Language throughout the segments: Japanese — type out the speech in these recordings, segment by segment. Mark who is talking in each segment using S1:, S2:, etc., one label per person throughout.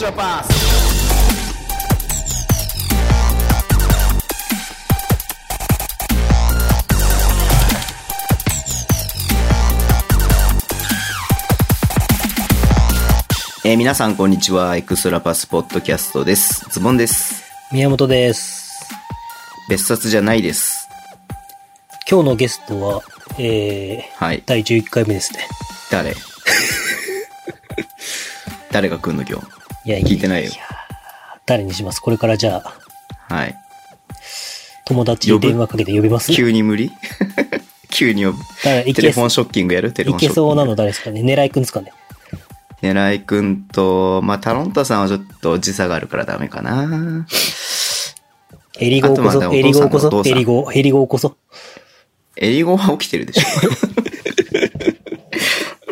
S1: your pass.
S2: e えー皆さんこんにちは。エクストラパスポッドキャストです。ズボンです。
S3: 宮本です。
S2: 別冊じゃないです。
S3: 今日のゲストは、えー、
S2: はい。
S3: 第11回目ですね。
S2: 誰 誰が来んの今日。
S3: いや
S2: 聞いてないよ。
S3: 誰にしますこれからじゃあ、
S2: はい。
S3: 友達に電話かけて呼びます
S2: 急に無理 急に呼ぶ。
S3: 誰い
S2: テ
S3: け
S2: レフォンショッキングやるテレフ
S3: い
S2: ォンショ
S3: け
S2: ッキング。
S3: そうなの誰ですかね狙いくんですかね
S2: 狙いくんと、まあ、タロンタさんはちょっと時差があるからダメかな。
S3: エリゴーこ
S2: あとまあで
S3: そ、
S2: も
S3: エリゴーこ
S2: お父
S3: そ、
S2: さん
S3: エリゴー、エリゴーこそ。
S2: エリゴは起きてるでし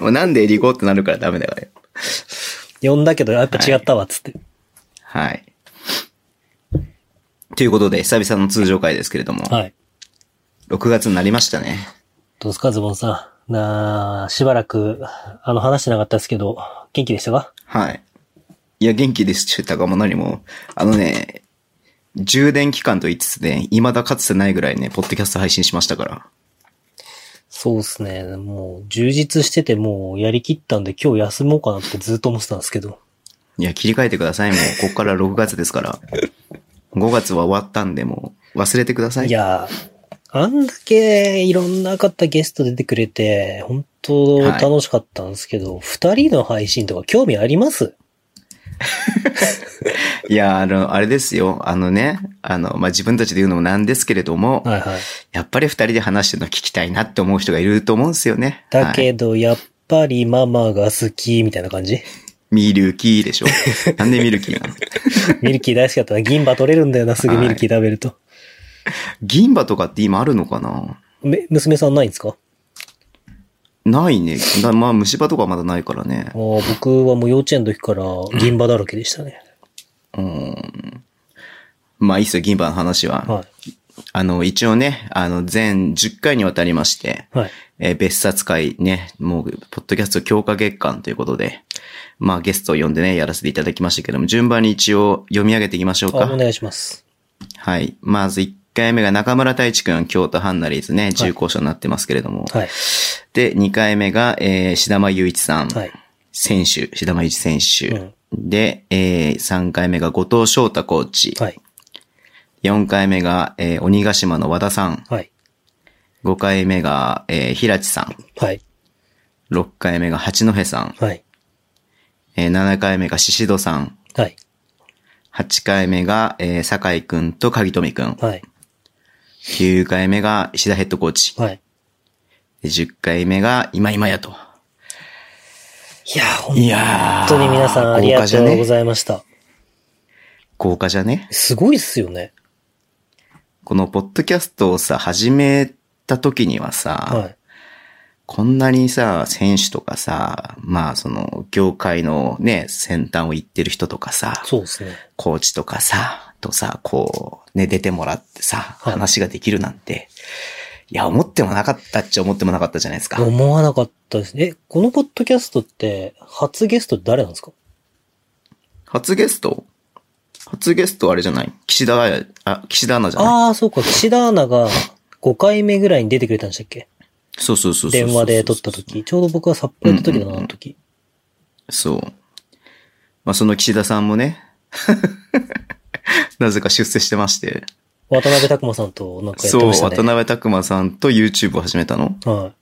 S2: ょ。もうなんでエリゴってなるからダメだよ、あれ。
S3: 呼んだけど、やっぱ違ったわ、つって。
S2: はい。ということで、久々の通常回ですけれども、
S3: はい。
S2: 6月になりましたね。
S3: どうですか、ズボンさん。なあしばらく、あの、話してなかったですけど、元気でしたか
S2: はい。いや、元気ですって言ったかも何も、あのね、充電期間と言いつつね、未だかつてないぐらいね、ポッドキャスト配信しましたから。
S3: そうですね。もう、充実してて、もう、やりきったんで、今日休もうかなってずっと思ってたんですけど。
S2: いや、切り替えてくださ い、もう。ここから6月ですから。5月は終わったんで、もう、忘れてください。
S3: いやー、あんだけいろんな方ゲスト出てくれて、本当
S2: はい
S3: 楽しかったんですけど、二、人の配信とか興味あります
S2: いや、あの、あれですよ。あのね、あの、まあ、自分たちで言うのもなんですけれども、
S3: はいはい。
S2: やっぱり二人で話してるの聞きたいなって思う人がいると思うんですよね。
S3: だ
S2: はい、
S3: けど、やっぱりママが好き、みたいな感 じ
S2: ミルキー でしょ。なんでミルキーなの
S3: ミルキー大好きだったな。銀歯取れるんだよな、すぐミルキー食べると。
S2: 銀歯とかって今あるのかな
S3: め、娘さんないんですか
S2: ないね。だまあ、虫歯とかまだないからね
S3: あ。ー僕はもう幼稚園の時から銀歯だらけでしたね。
S2: うん。まあ、いいっすよ、銀歯の話は。
S3: は
S2: あの、一応ね、あの、全10回にわたりまして、
S3: い。はい。
S2: えー別冊会ね、もう、ポッドキャスト強化月間ということで、まあ、ゲストを呼んでね、やらせていただきましたけども、順番に一応読み上げていきましょう
S3: あ、
S2: か。
S3: お願いします。
S2: はい。まず1回目が中村太一くん、京都ハンナリーズね、重厚者になってますけれども。
S3: はい。
S2: で、2回目が、えー、志田間雄一さん、
S3: はい。
S2: 選手、志田間雄一選手。
S3: うん
S2: で、えー、3回目が後藤翔太コーチ。
S3: はい。
S2: 4回目が、えー、鬼ヶ島の和田さん。
S3: はい。
S2: 5回目が、えー、平地さん。
S3: はい。
S2: 6回目が八戸さん。
S3: はい。
S2: えー、7回目が宍戸さん。
S3: はい。
S2: 8回目が、えー、酒井くんと鍵富くん。
S3: はい。
S2: 9回目が石田ヘッドコーチ。
S3: はい。
S2: 10回目が今今やと。
S3: いやー、ほん
S2: いやー
S3: 本当に皆さんありがとうございました。
S2: 豪華じゃね
S3: すごいっすよね。
S2: このポッドキャストをさ、始めた時にはさ、
S3: はい。
S2: こんなにさ、選手とかさ、まあその、業界のね、先端を行ってる人とかさ、
S3: そうですね。
S2: コーチとかさ、とさ、こう、ね、出てもらってさ、
S3: はい
S2: 話ができるなんて、いや、思ってもなかったっちゃ思ってもなかったじゃないですか。
S3: 思わなかったですね。え、このポッドキャストって、初ゲスト誰なんですか
S2: 初ゲスト初ゲストあれじゃない岸田彩、あ、岸田アナじゃない
S3: ああ、そうか。岸田アナが5回目ぐらいに出てくれたんでしたっけ
S2: そうそうそうそうそう
S3: 電話で撮った時。ちょうど僕は札幌行った時だな、あの時。
S2: そう。まあ、その岸田さんもね、 なぜか出世してまして、
S3: 渡辺拓馬さんとなんかやっ
S2: そ
S3: て
S2: う、
S3: まし
S2: 渡
S3: たね。
S2: 辺拓馬さんと YouTube を始めたの。
S3: はい。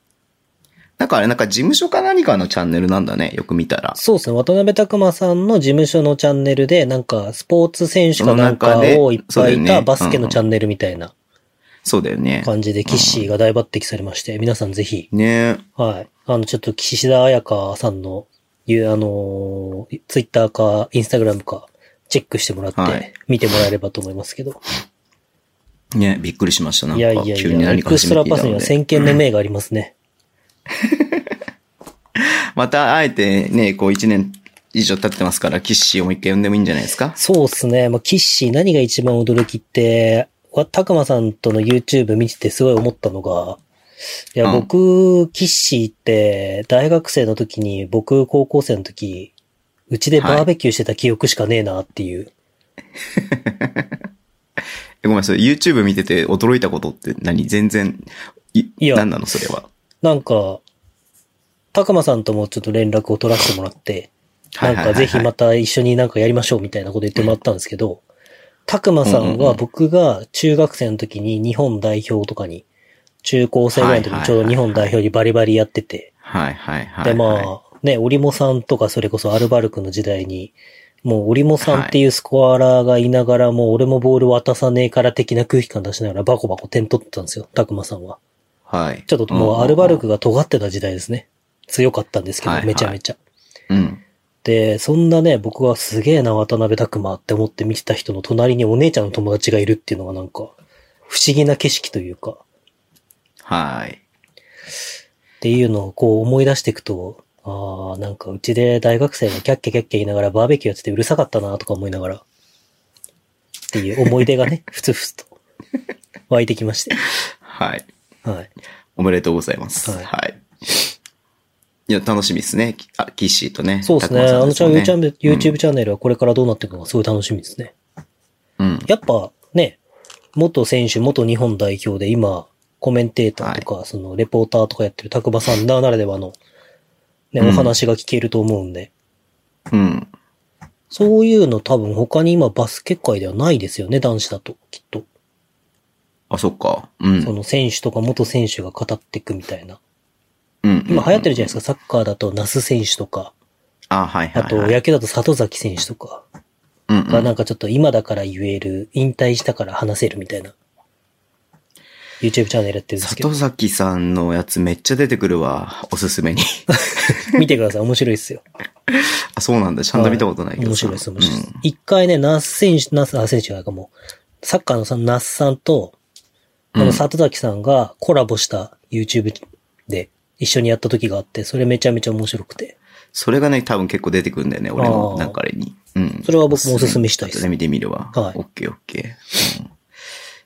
S2: なんかあれ、なんか事務所か何かのチャンネルなんだね、よく見たら。
S3: そうですね。渡辺拓馬さんの事務所のチャンネルで、なんか、スポーツ選手かなんかをいっぱいいたバスケのチャンネルみたいな
S2: そうだよね。
S3: 感じで、キッシーが大抜擢されまして、皆さんぜひ、
S2: ね
S3: はい。あの、ちょっと、岸田彩香さんの、いう、あのー、ツイッターか、インスタグラムか、チェックしてもらって、
S2: はい
S3: 見てもらえればと思いますけど。
S2: ねびっくりしました。なん
S3: い
S2: か
S3: やいやいや、
S2: 急に何
S3: エ
S2: か
S3: ク
S2: 始
S3: ス
S2: め
S3: トラ
S2: てい
S3: パ
S2: た
S3: スに
S2: の
S3: は
S2: で。
S3: 先見の明がありますね。
S2: また、あえてね、こう一年以上経ってますから、キッシーをもう一回呼んでもいいんじゃないですか
S3: そうっすね。まあ、キッシー何が一番驚きって、わ、たかまさんとの YouTube 見ててすごい思ったのが、いや、
S2: うん
S3: 僕、キッシーって、大学生の時に、僕、高校生の時、うちでバーベキューしてた記憶しかねえなっていう。
S2: えごめん、それ YouTube 見てて驚いたことって何全然、い、
S3: いや
S2: 何なのそれは。
S3: なんか、高間さんともちょっと連絡を取らせてもらって、
S2: は
S3: ないん
S2: はいはい
S3: か
S2: はい
S3: ぜひまた一緒になんかやりましょうみたいなこと言ってもらったんですけど、たくまさ
S2: うん
S3: ん
S2: うんう
S3: は
S2: ん
S3: 僕が中学生の時に日本代表とかに、中高生ぐらいの時にちょうど日本代表にバリバリやってて、
S2: はいはいはい。
S3: で
S2: はい
S3: まあ、ね、オリモさんとかそれこそアルバルクの時代に、もうオリモさんっていうスコアラーがいながらもう俺もボール渡さねえから的な空気感出しながらバコバコ点取ってたんですよ、たくまさんは。
S2: はい。
S3: ちょっともうアルバルク
S2: が。
S3: が尖ってた時代ですね。強かったんですけ
S2: はい
S3: ど、
S2: はい
S3: めちゃめちゃ。
S2: うん。
S3: で、そんなね、僕はすげえな、渡辺拓馬って思って見てた人の隣にお姉ちゃんの友達がいるっていうのがなんか、不思議な景色というか、
S2: はい。
S3: っていうのをこう思い出していくと、ああ、なんかうちで大学生がキャッキャキャッキャ言いながらバーベキューやっててうるさかったなとか思いながら、っていう思い出が ね、ふつふつと湧いてきまして。
S2: はい。
S3: はい。
S2: おめでとうございます。は。
S3: はいい
S2: い、や、楽しみですね。きあ、キッシーとね。
S3: そうですね。
S2: たく
S3: あ
S2: ま
S3: のチ
S2: さ
S3: ャ
S2: ん
S3: ン
S2: で
S3: YouTube
S2: す
S3: チ
S2: もんね
S3: ャンネルはこれからどうなっていくのかすごい楽しみですね。
S2: うん。
S3: やっぱね、元選手、元日本代表で今、コメンテーターとか、その、レポーターとかやってる拓馬さんならではの、ね、
S2: うん
S3: お話が聞けると思うんで、
S2: うん。
S3: そういうの多分他に今バスケ界ではないですよね、男子だと、きっと。
S2: あ、そっか。うん。
S3: その選手とか元選手が語っていくみたいな。
S2: うん。
S3: 今流行ってるじゃない
S2: す
S3: ですか、サッカーだと那須選手とか、
S2: か。あ、はいはい、は
S3: あ
S2: い。
S3: と野球だと里崎選手とか
S2: うん、う。
S3: がなんんかちょっと今だから言える、引退したから話せるみたいな。YouTube チャンネルやってるんですけど
S2: 里、崎さんのやつめっちゃ出てくるわ。おすす めに。
S3: 見てください、面白いですよ。
S2: あ、そうなんだ。ちゃんと見たことないけど
S3: 面
S2: さ
S3: 白いです、面白いです。一、回ね、ナース選手、ナース、あ、選手じゃないかもう、サッカーのさ、ナースさんと、あ
S2: うん
S3: の、里崎さんがコラボした YouTube で一緒にやった時があって、それめちゃめちゃ面白くて。
S2: それがね、多分結構出てくるんだよね、俺の
S3: あー
S2: 流れに。うん。
S3: それは僕もおすすめしたいです
S2: 後で見てみるわ。
S3: はい
S2: オッケーオッケー。うん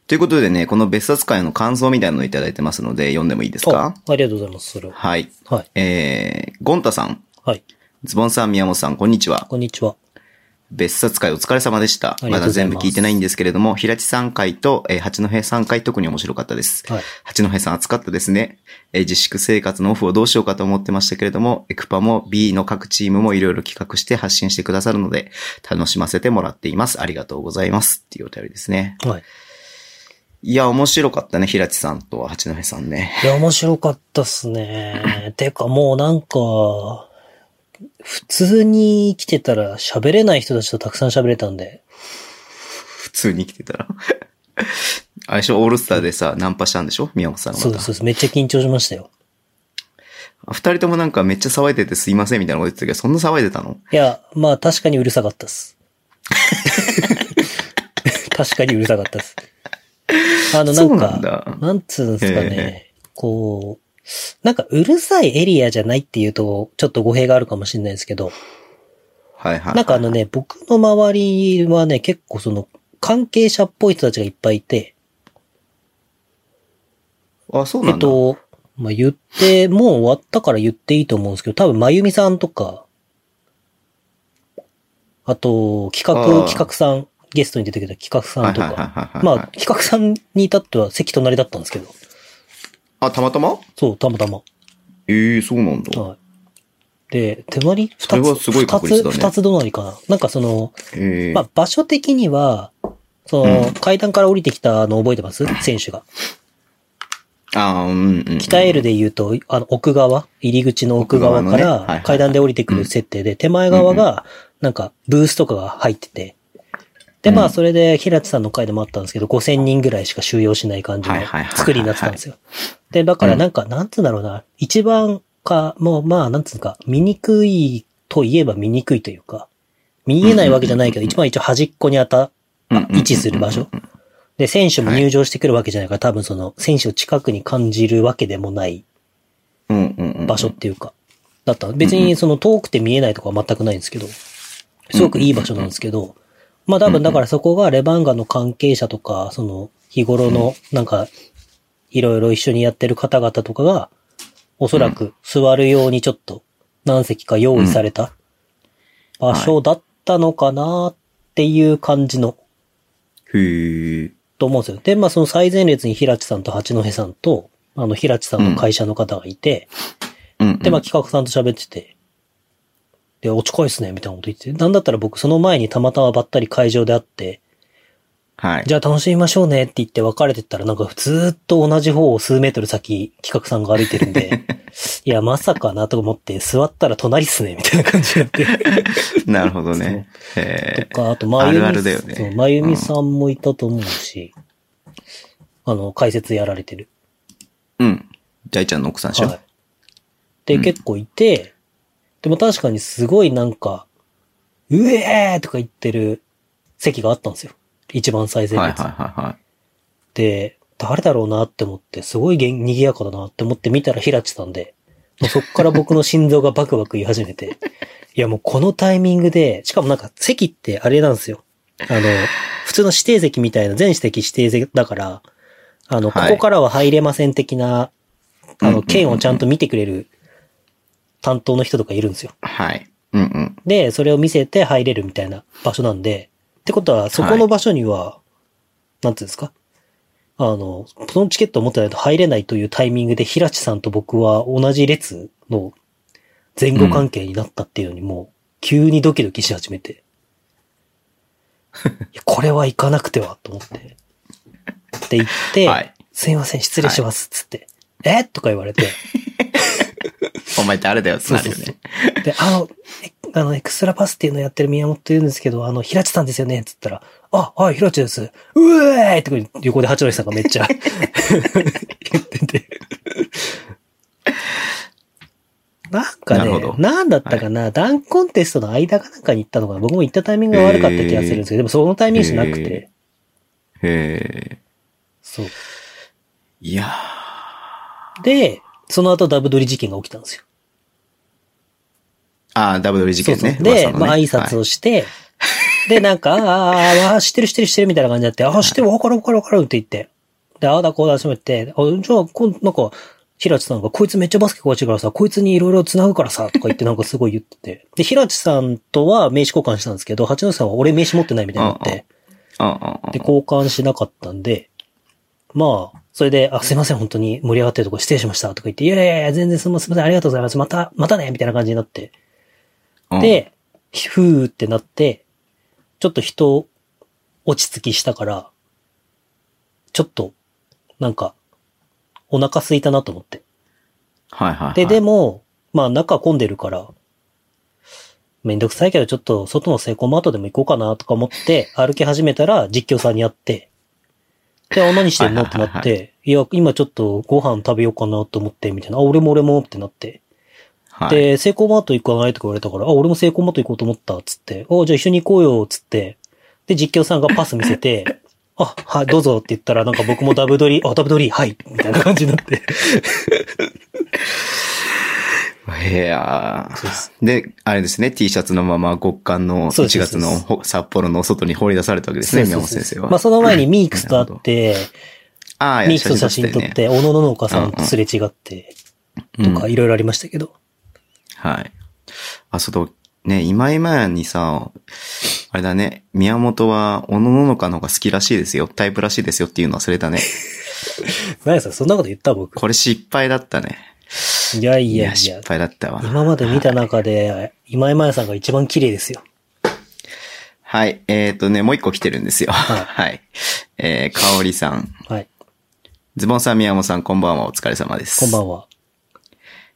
S2: ということでね、この別冊会の感想みたいなのをいただいてますので、読んでもいいですか
S3: あありがとうございます、それは。
S2: はい。
S3: はい。
S2: えー、ゴンタさん、
S3: はい。
S2: ズボンさん、宮本さん、こんにちは。
S3: こんにちは。
S2: 別冊会お疲れ様でした。
S3: あ
S2: ま
S3: りがと
S2: だ
S3: うござい
S2: 全
S3: ます
S2: 部聞いてないんですけれども、平地さん会と、えー八戸さん会特に面白かったです。
S3: はい。
S2: 八戸さん暑かったですね。えー自粛生活のオフをどうしようかと思ってましたけれども、エクパも B の各チームもいろいろ企画して発信してくださるので、楽しませてもらっています。ありがとうございます。っていうお便りですね。
S3: はい。
S2: いや、面白かったね、平地さんと八戸さんね。
S3: いや、面白かったっすね。てか、もうなんか、普通に生きてたら喋れない人たちとたくさん喋れたんで。
S2: 普通に生きてたら。 あれでしょ、オールスターでさ、ナンパしたんでしょ宮本さんがまた。
S3: そうです、そうです。めっちゃ緊張しましたよ。
S2: 二人ともなんかめっちゃ騒いでてすいませんみたいなこと言ってたけど、そんな騒いでたの
S3: いや、まあ確かにうるさかった っす。確かにうるさかったっす。あの、なん
S2: そう
S3: か、
S2: な
S3: なん
S2: だ
S3: つうんですかね、こう、なんかうるさいエリアじゃないっていうと、ちょっと語弊があるかもしれないですけど、
S2: はいはい。
S3: なんかあのね、僕の周りはね、結構その、関係者っぽい人たちがいっぱいいて、
S2: あ、そう
S3: え
S2: な
S3: っ
S2: んだ。
S3: と、まあ、言って、もう終わったから言っていいと思うんですけど、多分、まゆみさんとか、あと、企
S2: あ
S3: 画、
S2: ー
S3: 企画さん、ゲストに出てきた企画さんと
S2: はいはいはいはい
S3: か
S2: は、い
S3: まあ、企画さんに至っては席隣だったんですけど、
S2: あ、たまたま
S3: そう、たまたま。
S2: ええそうなんだ。
S3: はい。で、手隣二つ。
S2: それはすごい確率だね
S3: 二つ、二つ隣かな。なんかその、
S2: ええ
S3: まあ、場所的には、その、階段から降りてきたの覚え てます選手が。
S2: あー、うんうんうん。
S3: 北エルで言うと、あの、奥側、入り口の奥側か
S2: 奥側のねはいはいは
S3: ら
S2: い
S3: 階段で降りてくる設定で、手前側が、なんか、ブースとかが入ってて、で、まあ、それで、平地さんの回でもあったんですけど、5000人ぐらいしか収容しない感じの
S2: はいはいはいはい
S3: 作りになってたんですよ。で、だからなんか、なんつうんだろうな、一番か、もう、まあ、なんつうか、醜いといえば醜いというか、見えないわけじゃないけど、一番一応端っこにあた、
S2: うんうんうんうん
S3: 位置する場所。で、選手も入場してくるわけじゃないから、多分その、選手を近くに感じるわけでもない
S2: うんうんうん。
S3: 場所っていうか、だった。別にその遠くて見えないとかは全くないんですけど、すごくいい場所なんですけど、まあ多分だからそこがレバンガの関係者とか、その日頃のなんか、いろいろ一緒にやってる方々とかが、おそらく座るようにちょっと何席か用意された場所だったのかなっていう感じの、
S2: ふー。
S3: と思うんですよ。で、まあその最前列に平地さんと八戸さんと、あの平地さんの会社の方がいて、
S2: うん、うん。
S3: で、まあ企画さんと喋ってて、で、落ちこいっすね、みたいなこと言ってて、なんだったら僕その前にたまたまばったり会場で会って、
S2: はい。
S3: じゃあ楽しみましょうねって言って別れてったら、なんかずーっと同じ方を数メートル先企画さんが歩いてる んで、いや、まさかなと思って、座ったら隣っすね、みたいな感じになって。
S2: なるほどね。え
S3: とか、あと、まゆみ、
S2: あるあるだよね
S3: そうまゆみさんもいたと思うし、あの、解説やられてる。
S2: ー、うん。ジャイちゃんの奥さんでしょ、
S3: はい。で、結構いて、でも確かにすごいなんか、うえーとか言ってる席があったんですよ。一番最前
S2: はい
S3: 列
S2: はいはいはい。
S3: で、誰だろうなって思って、すごいげん賑やかだなって思って見たら平地さんで、もうそっ から僕の心臓がバクバク言い始めて、いやもうこのタイミングで、しかもなんか席ってあれなんですよ。あの、普通の指定席みたいな、全指摘指定席だから、あの、こ
S2: はい
S3: こからは入れません的な、
S2: うん
S3: あ
S2: うんうんう
S3: の、
S2: ん
S3: 券をちゃんと見てくれる担当の人とかいるんですよ。
S2: はい。うんうん。
S3: で、それを見せて入れるみたいな場所なんで、ってことは、そこの場所には、なんていうんですかあの、そのチケットを持ってないと入れないというタイミングで、平地さんと僕は同じ列の前後関係になったっていうのにもう、急にドキドキし始 めて。いやこれは行かなくては、と思って。って言って、
S2: はい
S3: すいません、失礼します、つって。えとか言われて。
S2: お前誰だよってなるよ
S3: そうそう
S2: ね。
S3: で、あの、えあの、エクストラパスっていうのやってる宮本って言うんですけど、あの、平地さんですよねっつったら、あ、はい、平地です。うえーって横で八戸さんがめっちゃ 言ってて。なんか
S2: なるほ
S3: ね
S2: ど、
S3: なんだったかな、ダンコンテストの間かなんかに行ったのかな、僕も行ったタイミングが悪かった気がするんですけど、でもそのタイミングじゃなくて
S2: へ、へ
S3: そう。
S2: ー。いや
S3: で、その後ダブドリ事件が起きたんですよ。
S2: ー。あー、ダブドリ事件ね。
S3: そうそうで、
S2: 噂のね
S3: まあ挨拶をして、で、なんか、あーあー、あー知ってる知ってる知ってるみたいな感じになって、ああ、知ってる、わかるわかるわかるって言って。で、ああだこうだしまって、あじゃあ、こんなんか、平地さんが、こいつめっちゃバスケ詳しいからさ、こいつにいろいろ繋ぐからさ、とか言ってなんかすごい言ってて。で、平地さんとは名刺交換したんですけど、八野さんは俺名刺持ってないみたいになっ
S2: うんうん
S3: て、
S2: はい。うんうんうん
S3: で、交換しなかったんで、まあ、それで、あ、すいません、本当に盛り上がってるとこ失礼しました、とか言って、いやいやいや、全然すみません、ありがとうございます、また、またね、みたいな感じになって。
S2: うん、
S3: で、ふーってなって、ちょっと人、落ち着きしたから、ちょっと、なんか、お腹空いたなと思って。
S2: はいはいはい。
S3: で、でも、まあ中混んでるから、めんどくさいけどちょっと外のセイコーマートでも行こうかなとか思って歩き始めたら実況さんに会って、で、あ、何してんのってな
S2: はい
S3: っ
S2: はいは
S3: て、いや、今ちょっとご飯食べようかなと思って、みたいな、あ、俺も俺もってなって、
S2: はい、
S3: で、セイコーマート行かないとか言われたから、あ、俺もセイコーマート行こうと思った、つって、おじゃあ一緒に行こうよ、つって、で、実況さんがパス見せて、 あ、はい、どうぞって言ったら、なんか僕もダブドリ、あ、ダブドリ、はい、みたいな感じになって。
S2: いやー
S3: そうです
S2: で、あれですね、T シャツのまま極寒の
S3: そうです
S2: 1月の
S3: そうです
S2: ほ札幌の外に放り出されたわけですね、宮本先生は。
S3: まあ、その前にミークスと 会って、
S2: ああ、いや
S3: ミークスと写真撮っ
S2: 写真撮って
S3: て、小野の農家さんとすれ違って、
S2: ね
S3: とか、いろいろありましたけど。
S2: はい。あ、そうだ、ね、今今にさ、あれだね、宮本は、おのののかの方が好きらしいですよ、タイプらしいですよっていうの忘れた ね。
S3: 何やさん、そんなこと言った僕。
S2: これ失敗だったね。
S3: いやい
S2: い
S3: や
S2: や、
S3: いや
S2: 失。敗だったわ。
S3: 今まで見た中で、今井まやさんが一番綺麗ですよ。
S2: はい、えっ、ー、とね、もう一個来てるんですよ。
S3: はい
S2: はい。えー、かおりさん。
S3: はい。
S2: ズボンさん、宮本さん、こんばんは、お疲れ様です。
S3: こんばんは。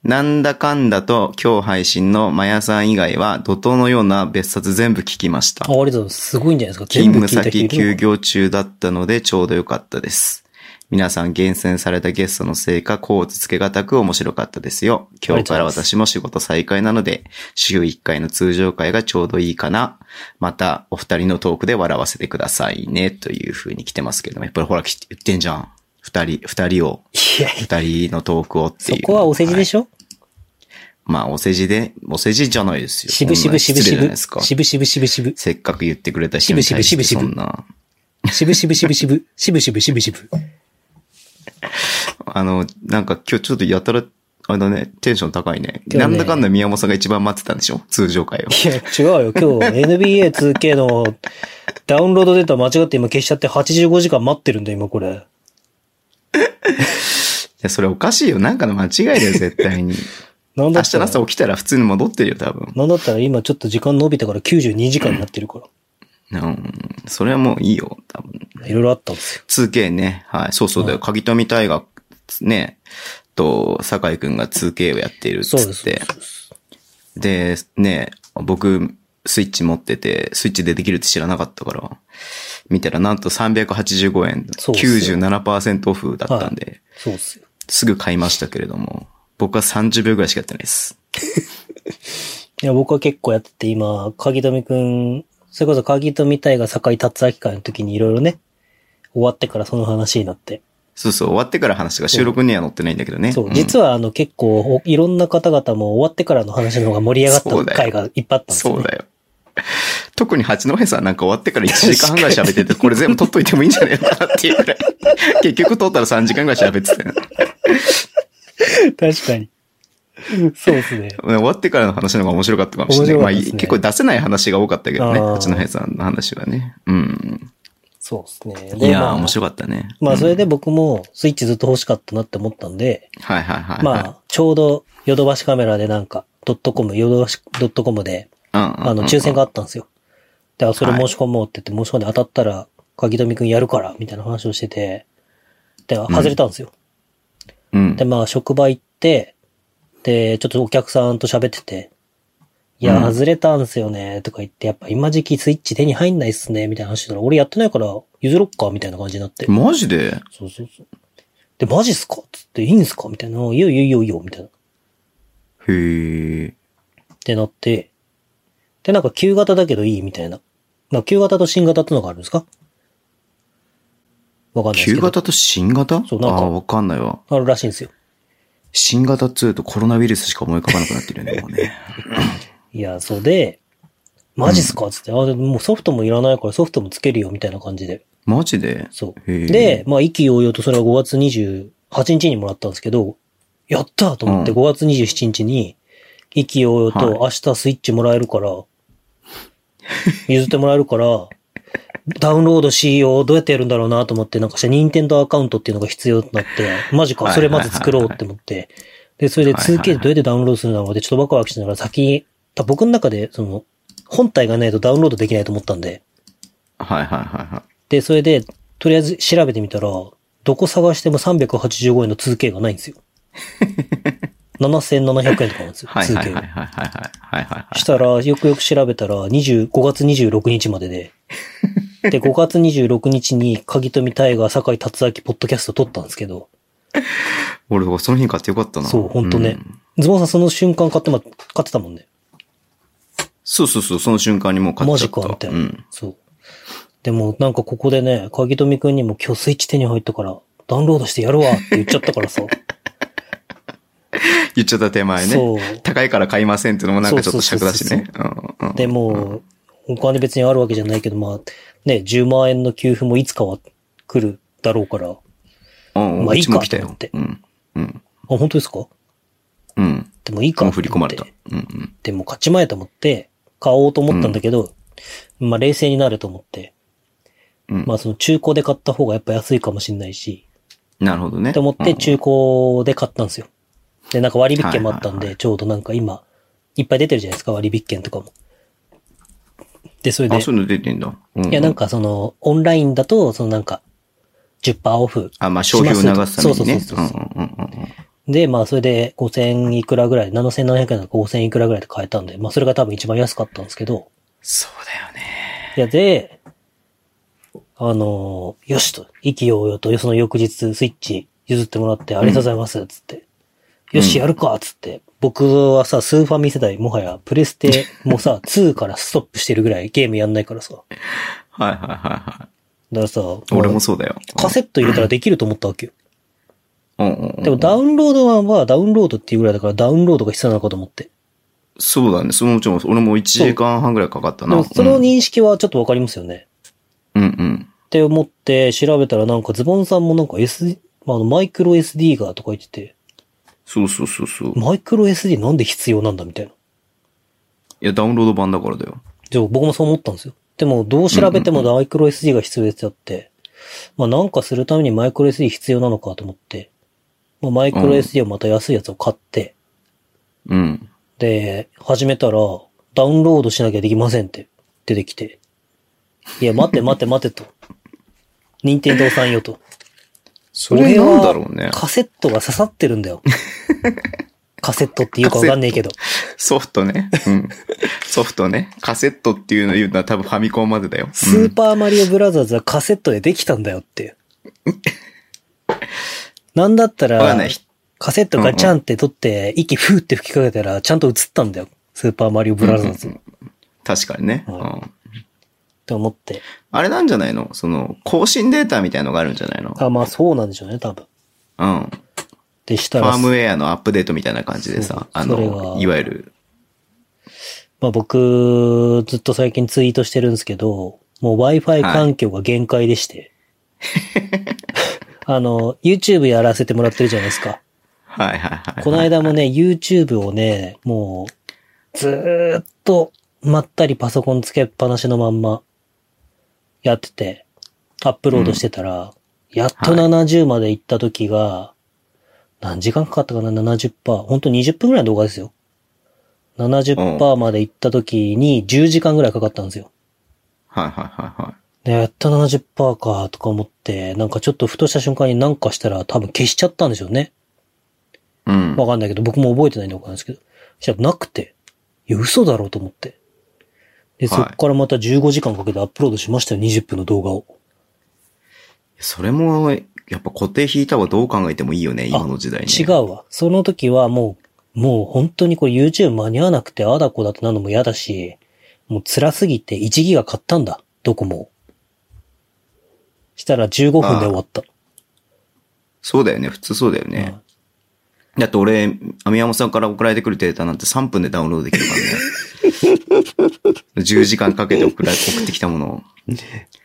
S2: なんだかんだと今日配信のマヤさん以外は怒涛のような別冊全部聞きました
S3: あ、あ。りがとうございます。すごいんじゃないですか。全
S2: 勤
S3: 部聞
S2: 務
S3: いた人
S2: 先
S3: いるのかな
S2: 休業中だったのでちょうどよかったです。皆さん厳選されたゲストの成果、こうつつけがたく面白かったですよ。今日から私も仕事再開なので、週1回の通常会がちょうどいいかな。また、お二人のトークで笑わせてくださいね、という風に来てますけども、やっぱりほら、き言ってんじゃん。二人、二人を、
S3: いやいや、
S2: 二人のトークをって
S3: そ
S2: いう。
S3: こはお世辞でしょ、
S2: まあ、お世辞で、お世辞じゃないですよ。
S3: しぶしぶしぶ
S2: そんな失礼じ
S3: し
S2: ゃない
S3: ぶ。
S2: ですか。
S3: しぶしぶしぶしぶ。
S2: せっかく言ってくれた人に対して
S3: しぶしぶしぶし
S2: そ
S3: ぶ
S2: んな。
S3: しぶしぶしぶしぶ。しぶしぶしぶしぶ。
S2: あの、なんか今日ちょっとやたらあれだね、テンション高いね。
S3: 今日ね
S2: なんだかんだ宮本さんが一番待ってたんでしょ通常 会を。
S3: いや、違うよ。今 日 NBA2K のダウンロードデータ間違って今消しちゃって85時間待ってるんだよ、今これ。
S2: いや、それおかしいよ。なんかの間違いだよ、絶対 に。
S3: なんだ
S2: 明
S3: っ
S2: 日
S3: た
S2: の
S3: ら、
S2: 朝起きたら普通に戻ってるよ、多分。
S3: なんだったら今ちょっと時間伸びたから92時間になってるか
S2: うん。それはもういいよ、多分。
S3: ら。いろいろあったんですよ。
S2: 2K ね。はい。そうそうだよ。鍵富大学、ね。と、酒井くんが 2K をやっているっ
S3: そう
S2: つ
S3: で
S2: っ
S3: す。
S2: て
S3: そう。です
S2: で、ね、僕、スイッチ持ってて、スイッチでできるって知らなかったから、見たらなんと385円、
S3: そうっすよ
S2: 97%オフだったんで、
S3: そうっすよ。
S2: すぐ買いましたけれども、僕は30秒ぐらいしかやってないです。
S3: いや、僕は結構やってて今、鍵富くん、それこそ鍵富隊が堺達明会の時にいろいろね、終わってからその話になって。
S2: そうそう、終わってから話が収録には載ってないんだけどね。
S3: そう、
S2: ん
S3: 実はあの結構おいろんな方々も終わってからの話の方が盛り上が
S2: そう
S3: っ
S2: だ
S3: た
S2: よ
S3: 回がいっぱいあったんですよ、
S2: そ
S3: ね
S2: う。だよ。特に八戸さんなんか終わってから1時間半ぐらい喋ってて、これ全部撮っといてもいいんじゃないのかなっていうぐらい。結局撮ったら3時間ぐらい喋ってたよ。
S3: 確かに。そうですね。
S2: 終わってからの話の方が面白かったかもしれない。
S3: 面白
S2: ま
S3: か
S2: あ、
S3: った
S2: い
S3: ですね
S2: 結構出せない話が多かったけどね。
S3: あー
S2: 八戸さんの話はね。うん。
S3: そうですね。
S2: いや
S3: ま
S2: ー、
S3: あ、
S2: 面白かったね。
S3: まあ、それで
S2: うん
S3: 僕もスイッチずっと欲しかったなって思ったんで、
S2: はいはいはい。
S3: まあ、ちょうどヨドバシカメラでなんか、ドットコム、ヨドバシドットコムで、
S2: あ
S3: あの、抽選があったんですよ。だからそれ
S2: はい
S3: 申し込もうって言って、申し込んで当たったら、鍵富くんやるから、みたいな話をしてて、で、外れたんですよ。
S2: うん
S3: で、。まあ、職場行って、で、ちょっとお客さんと喋ってて、いや、
S2: うん
S3: 外れたんすよね、とか言って、やっぱ今時期スイッチ手に入んないっすね、みたいな話したら、俺やってないから譲ろっか、みたいな感じになって。
S2: マジで
S3: そうそうそう。で、マジっすかつって、いいんすかみたいな。いいよいいよいいよいいよ、みたいな。っ
S2: へえ。
S3: てなって、で、なんか旧型だけどいい、みたいな。なんか旧型と新型ってのがあるんですかわかんないですけ
S2: 旧
S3: ど。
S2: 型と新型
S3: そうなんか
S2: ああー、わかんないわ。
S3: あるらしいんですよ。
S2: 新型2とコロナウイルスしか思い浮かばなくなってるよね、もう ね。
S3: いや、そうで、マジっすかつって、あ、でももうソフトもいらないからソフトもつけるよ、みたいな感じで。
S2: マジで
S3: そう。
S2: へー
S3: で、まあ、意気揚々とそれは5月28日にもらったんですけど、やったーと思って
S2: うん
S3: 5月27日に、意気揚々と明日スイッチもらえるから、譲ってもらえるから、ダウンロードしよう、どうやってやるんだろうなと思って、なんかした、任天堂アカウントっていうのが必要となって、マジ
S2: は
S3: か、
S2: い
S3: それまず作ろうって思って、で、それで
S2: はいはい
S3: 2K でどうやってダウンロードするんだろうって、ちょっとワクワクしながら先、多分僕の中で、その、本体がないとダウンロードできないと思ったんで、
S2: はいはいはいはい。
S3: で、それで、とりあえず調べてみたら、どこ探しても385円の 2K がないんで すよ。7700円とかなんですよ、
S2: はいはいは
S3: 2K
S2: い
S3: が。
S2: はいはいはいはいはい。
S3: したら、よくよく調べたら、20 5月26日までで。 で、5月26日に、鍵富大河、酒井達明、ポッドキャスト撮ったんですけど、
S2: 俺、だからその日に買ってよかったな。
S3: そう、ほんとね
S2: ん。
S3: ズボンさんその瞬間買ってま、買ってたもんね。
S2: そうそうそう、その瞬間にもう買っ
S3: マ
S2: ちゃ
S3: ジ
S2: った。。。
S3: か、みたいうなんそう。でも、なんかここでね、鍵富くんにも今日スイッチ手に入ったから、ダウンロードしてやるわって言っちゃったからさ。
S2: 言っちゃった手前
S3: そう
S2: ね。高いから買いませんっていうのもなんかちょっと
S3: そう
S2: 尺
S3: そう
S2: だ
S3: そ
S2: し
S3: うそう
S2: ね。うんうん
S3: でも、お金別にあるわけじゃないけど、まあ、ね、10万円の給付もいつかは来るだろうから。あ、
S2: うん、
S3: まあ
S2: うちも
S3: い
S2: 来
S3: い
S2: た
S3: かと思
S2: よ
S3: っ。て
S2: うん。うん。
S3: 本当ですか
S2: うん。
S3: でもいいか
S2: もう
S3: と思
S2: 振
S3: って。
S2: り込まれた。うんうん。
S3: でも勝ち前と思って、買おうと思ったんだけど、まあ冷静になると思って、
S2: うん
S3: まあその中古で買った方がやっぱ安いかもしれないし、
S2: なるほどね。
S3: と思って中古で買ったんですよ。で、なんか割引券もあったん
S2: はいはいは
S3: で、ちょうどなんか今、いっぱい出てるじゃないですか、割引券とかも。で、それ
S2: うん
S3: で
S2: あ、、そういうの出てんだ。うん
S3: いや、なんかその、オンラインだと、そのなんか、10%オフ。
S2: あ、まあ、消費を流すためにね。
S3: しますそうそうそうそう
S2: うんうんうんうんうん
S3: で、まあ、それで5000いくらぐらい、7700円だか5000いくらぐらいで買えたんで、まあ、それが多分一番安かったんですけど、
S2: そうだよね。
S3: いや、で、あのーよしと、意気揚々と、その翌日、スイッチ譲ってもらって、ありがとうございます、つって。よし、やるか、つって。僕はさ、スーファミ世代、もはや、プレステ もさ、2からストップしてるぐらいゲームやんないからさ。だか
S2: はいはいはいは
S3: らさ、
S2: い。俺もそうだよ。
S3: カセット入れたらできると思ったわけよ。
S2: うんうんうん
S3: でもダウンロード版はダウンロードっていうぐらいだからダウンロードが必要なのかと思って。
S2: そうだね。そのもちろん、俺も1時間半ぐらいかかった
S3: で
S2: な。
S3: もその認識はちょっとわかりますよね。
S2: うんうんうん。
S3: って思って調べたらなんかズボンさんもなんか S、まああのマイクロ SD がとか言ってて、
S2: そうそうそうそう。い
S3: マイクロ SD なんで必要なんだみたいな。
S2: や、ダウンロード版だからだよ。
S3: じゃあ僕もそう思ったんですよ。でも、どう調べてもマイクロ SD が必要ですよって。まあなんかするためにマイクロ SD 必要なのかと思って、まあ、マイクロ
S2: うん
S3: SD をまた安いやつを買って、
S2: うん。
S3: で、始めたら、ダウンロードしなきゃできませんって出てきて。い や、待って待って待ってと。任天堂さんよと。
S2: それなんだろうね
S3: 俺は。カセットが刺さってるん だよ。カセットっていうかわかんねえけど。
S2: ソフトね。うん。ソフトね。カセットっていうの言うのは多分ファミコンまでだよ。
S3: ス
S2: う
S3: ー
S2: ん
S3: パーマリオブラザーズはカセットでできたんだ よって。なんだった
S2: わかん
S3: ら
S2: ない、
S3: カセットガチャンって取って、息ふーって吹きかけたら、ちゃんと映ったんだよ。スーパーマリオブラザーズ。
S2: う
S3: っ
S2: んうんうん確かにね。う
S3: はい
S2: ん。
S3: て思って。
S2: あれなんじゃないのその、更新データみたいのがあるんじゃないの
S3: あ、まあそうなんでしょうね、多分。
S2: うん。
S3: でした
S2: フ
S3: ら
S2: ァー、ムウェアのアップデートみたいな感じで
S3: そう
S2: さ、あ
S3: それは
S2: の、いわゆる、
S3: まあ僕、ずっと最近ツイートしてるんですけど、もう Wi-Fi 環境が限界でして。あの、YouTube やらせてもらってるじゃないですか。
S2: はいはいはいはい。
S3: この間もね、YouTube をね、もう、ずーっと、まったりパソコンつけっぱなしのまんま、やってて、アップロードしてたら、やっと
S2: はい
S3: 70まで行った時が、何時間かかったかな ?70%。ほんと20分くらいの動画ですよ。70%まで行った時に10時間くらいかかったんですよ。
S2: はいはいはいはい。
S3: でやっと70%か、とか思って、なんかちょっとふとした瞬間になんかしたら多分消しちゃったんでしょうね。
S2: うん。
S3: わかんないけど、僕も覚えてないんでわかんないですけど。じゃなくて、いや、嘘だろうと思って。で、
S2: はい
S3: そっからまた15時間かけてアップロードしましたよ、20分の動画を。
S2: それも、やっぱ固定引いたはどう考えてもいいよね、
S3: あ
S2: 今の時代に。
S3: 違。うわ。その時はもう、もう本当にこれ YouTube 間に合わなくて、あだこだってなのも嫌だし、もう辛すぎて1ギガ買ったんだ、ドコモを。したら15分で終わった。
S2: そうだよね、普通そうだよね。だって俺、網山さんから送られてくるデータなんて3分でダウンロードできる からね。10時間かけて送ら送ってきたものを。
S3: い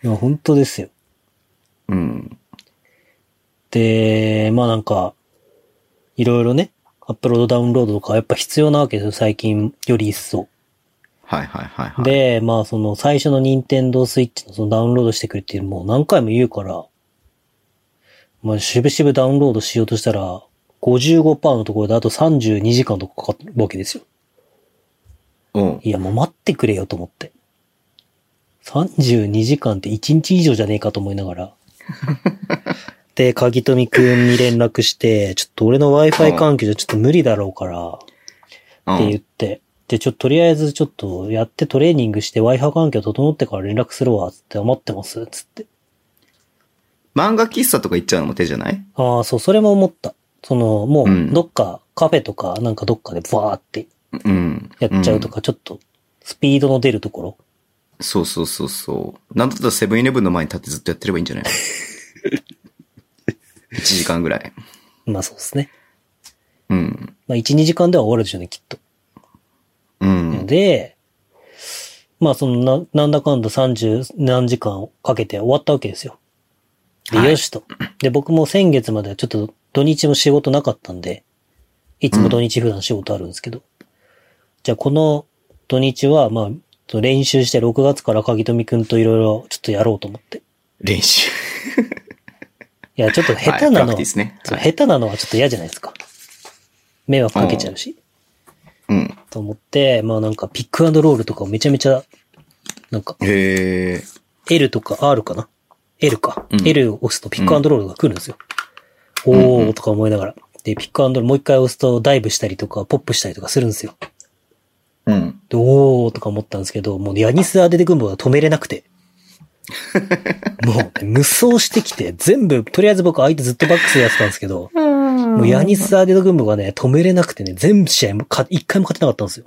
S3: や、本当ですよ。
S2: うん。
S3: で、まあなんか、いろいろね、アップロードダウンロードとかやっぱ必要なわけですよ、最近より一層。
S2: はいはいはいはい。
S3: で、まあその最初の任天堂スイッチのそのダウンロードしてくれっていうもう何回も言うから、まあしぶしぶダウンロードしようとしたら、55%のところであと32時間とかかかるわけですよ。
S2: うん。
S3: いや、もう待ってくれよと思って。32時間って1日以上じゃねえかと思いな がら。で、鍵富くんに連絡して、ちょっと俺の Wi-Fi 環境じゃちょっと無理だろうから、
S2: うん
S3: って言って、で、ちょっととりあえずちょっとやってトレーニングして Wi-Fi 環境整ってから連絡するわ、つって思ってます、つって。
S2: 漫画喫茶とか行っちゃうのも手じゃない
S3: ああ、そう、それも思った。その、も
S2: うん
S3: う、どっか、カフェとか、なんかどっかでバーって
S2: うん。
S3: やっちゃうとか、ちょっと、スピードの出るところ。
S2: うん。そうそうそうそう。なんだったらセブンイレブンの前に立ってずっとやってればいいんじゃ ない ?1 時間ぐらい。
S3: まあそうですね。
S2: うん。
S3: まあ1、2時間では終わるでしょうね、きっと。
S2: うん。
S3: で、まあそのな、なんだかんだ30何時間かけて終わったわけですよ。で、
S2: はい
S3: よしと。で、僕も先月まではちょっと土日も仕事なかったんで、いつも土日普段仕事あるんですけど。じゃあこの土日は、まあ、ちょっと練習して6月から鍵富くんといろいろちょっとやろうと思って。
S2: 練習。
S3: いや、ちょっと下手な
S2: はいプラ
S3: の
S2: ク
S3: は、
S2: ティスね
S3: そう
S2: はい
S3: 下手なのはちょっと嫌じゃないですか。迷惑かけちゃうし。
S2: うん。
S3: と思って、まあなんかピックアンドロールとかをめちゃめちゃ、なんか
S2: へえ。
S3: L とか R かな ?L か、
S2: うん
S3: L を押すとピックアンドロールが来るんですよ。おーとか思いながら。で、ピックアンドロールもう一回押すとダイブしたりとか、ポップしたりとかするんですよ。
S2: うん。
S3: で、おーとか思ったんですけど、もうヤニスアデデグンボが止めれな くて。もうね、無双してきて、全部、とりあえず僕相手ずっとバックスでやってたんですけど、もうヤニスアデデグンボがね、止めれなくてね、全部試合もか、一回も勝てなかったんですよ。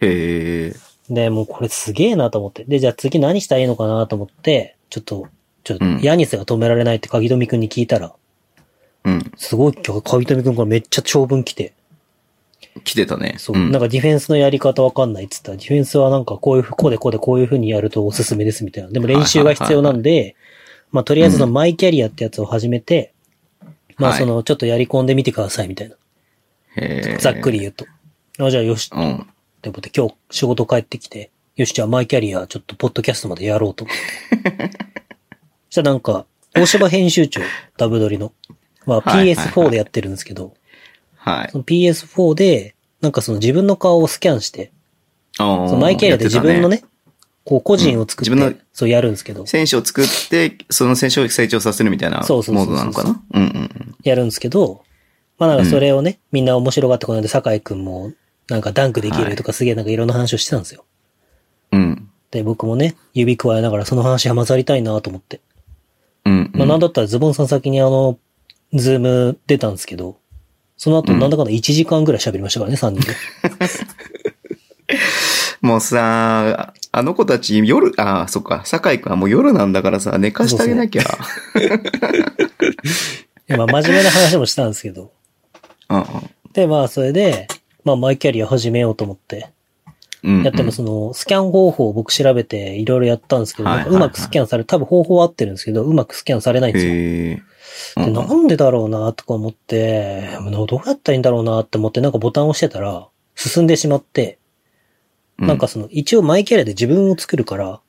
S2: へえ。
S3: で、もうこれすげえなと思って。で、じゃあ次何したらいいのかなと思って、ちょっと、ちょっと
S2: うん、
S3: ヤニスが止められないって鍵富くんに聞いたら、
S2: うん。
S3: すごい今日鍵富くんからめっちゃ長文来て、
S2: 来てたね。
S3: そう、
S2: ん
S3: なんかディフェンスのやり方わかんないっつったら、ディフェンスはなんかこういうふう、こうでこうでこういうふうにやるとおすすめですみたいな。でも練習が必要なんで、まあとりあえずそのマイキャリアってやつを始めて、まあ
S2: はい
S3: その、ちょっとやり込んでみてくださいみたいな。
S2: えー
S3: ざっくり。言うと。あじゃあよし、
S2: うん。うん
S3: でもって今日仕事帰ってきて、よし、じゃあマイキャリアちょっとポッドキャストまで やろうと思って。そしたらなんか、大芝編集長、ダブドリの。まあ
S2: はいはいはい
S3: PS4 でやってるんですけど、
S2: はい。
S3: その PS4 で、なんかその自分の顔をスキャンして、そ
S2: そ
S3: のマイキャリアで自分のね、。こう個人を作って、
S2: うん自分の
S3: そうやるんですけど、
S2: 選手を作って、その選手を成長させるみたいなモ
S3: そうそうそうそう
S2: ードなのかなうんうん
S3: やるんですけど、まあなんかそれをね、みんな面白がってこないで、酒井くんも、なんかダンクできるとかすげえなんかいろんな話をしてたんですよ。
S2: うん。うん。
S3: で、僕もね、指加えながらその話は混ざりたいなと思って。
S2: うん、うん。
S3: まあ、なんだったらズボンさん先にあの、ズーム出たんですけど、その後
S2: うん
S3: なんだかんだ1時間ぐらい喋りましたからね、3人で。
S2: もうさ、あの子たち夜、あそっか、酒井くんはもう夜なんだからさ、寝かしてあげなきゃ。
S3: まあ、真面目な話もしたんですけ ど。
S2: うん
S3: で、まあ、それで、まあ、マイキャリア始めようと思って、
S2: うん。
S3: やってもその、スキャン方法を僕調べていろいろやったんですけど、
S2: はい
S3: なんかうまくスキャンされ、多分方法は合ってるんですけど、うまくスキャンされないんですよ。
S2: へえ。
S3: で、なんでだろうなとか思って、どうやったらいいんだろうなって思って、なんかボタンを押してたら、進んでしまって、なんか、その、一応マイキャリアで自分を作るから、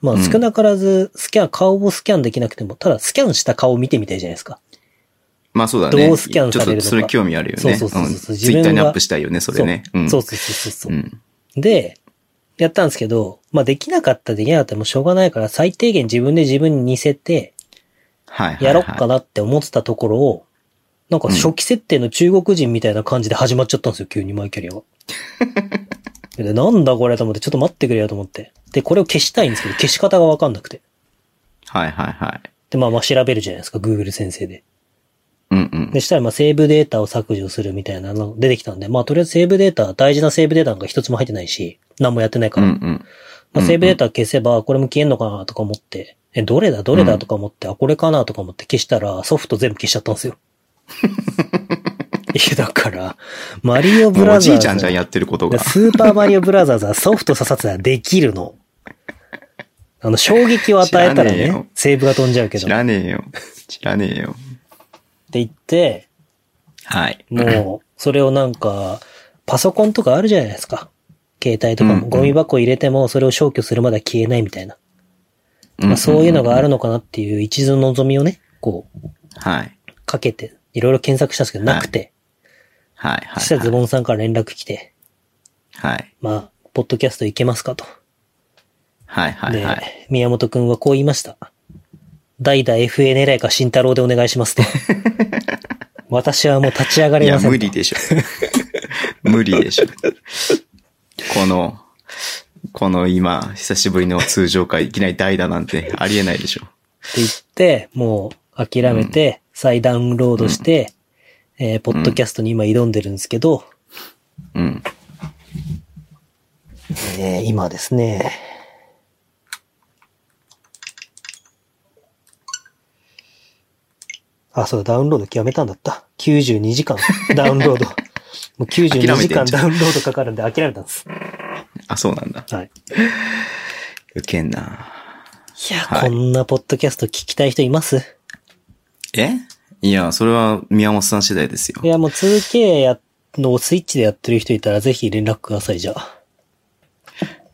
S3: まあ
S2: うん
S3: 少なからずスキャン、顔をスキャンできなくても、ただスキャンした顔を見てみたいじゃないですか。
S2: まあそうだね。
S3: どうスキャンされるの
S2: ちょ
S3: か
S2: っとそれ興味あるよね。
S3: そうそうそうそう自
S2: ツイ
S3: 分が
S2: ッターにアップしたいよね、それね。
S3: そう,、
S2: ん
S3: そうそうそうそうう、
S2: ん。
S3: で、やったんですけど、まあできなかったらできなかったらもうしょうがないから、最低限自分で自分に似せて、
S2: はいはいはい。
S3: やろっかなって思ってたところを、なんか初期設定の中国人みたいな感じで始まっちゃったんですよ、急にマイキャリア が。で、なんだこれと思って、ちょっと待ってくれよと思って。で、これを消したいんですけど、消し方がわかんなくて。
S2: はいはいはい。
S3: で、まあまあ調べるじゃないですか、Google 先生で。
S2: うんうん。
S3: で、したらまあセーブデータを削除するみたいなの出てきたんで、まあとりあえずセーブデータ、大事なセーブデータなんか一つも入ってないし、何もやってないか
S2: うん
S3: ら。
S2: うん。
S3: まあセーブデータ消せば、これも消えんのかなとか思って、え、どれだどれだとか思って、あ、これかなとか思って消したら、ソフト全部消しちゃったんですよ。いや、だから、マリオブ
S2: もうお
S3: ラザ
S2: じ
S3: ー
S2: いちゃんじ
S3: ズ
S2: ゃん。やってることが。
S3: スーパーマリオブラザーズはソフト刺さってたらできるの。あの、衝撃を与えた
S2: 知らね
S3: ら
S2: え
S3: ね
S2: よ、
S3: セーブが飛んじゃうけど。
S2: 知
S3: っ
S2: らねえよ。知らねえよ。
S3: て言って、
S2: はい。
S3: もう、それをなんか、パソコンとかあるじゃないですか。携帯とか
S2: うんう
S3: も、
S2: ん
S3: ゴミ箱入れても、それを消去するまでは消えないみたいな。
S2: うん
S3: まあ、そういうのがあるのかなっていう一途の望みをね、こう、
S2: はい。
S3: かけて、いろいろ検索したんですけど、なくて。
S2: はいはい。
S3: そしたらズボンさんから連絡来て、
S2: はい。
S3: まあ、ポッドキャストいけますかと。
S2: はいはい
S3: で
S2: はい。、
S3: 宮本くんはこう言いました。代々 FA 狙いか慎太郎でお願いしま すと。私はもう立ち上が
S2: い
S3: れ
S2: や、
S3: ませんと。
S2: 無理でしょ。 無理でしょ。この、この今、久しぶりの通常会、いきなり代打なんてありえないでしょ。
S3: って言って、もう諦めて、再ダウンロードして、えーポッドキャストに今挑んでるんですけど、
S2: うん。
S3: えー今ですね、あ、そうだ、ダウンロード極めたんだった。92時間、 ダウンロード。もう92
S2: 諦め
S3: 時
S2: て
S3: 間
S2: んじゃん
S3: ダウンロードかかるんで諦めたんです。
S2: あ、そうなんだ。
S3: はい。
S2: ウケんな。
S3: いや、
S2: はい
S3: こんなポッドキャスト聞きたい人います
S2: えいや、それは宮本さん次第ですよ
S3: い。や、もう 2K や、のスイッチでやってる人いたらぜひ連絡ください、じゃあ。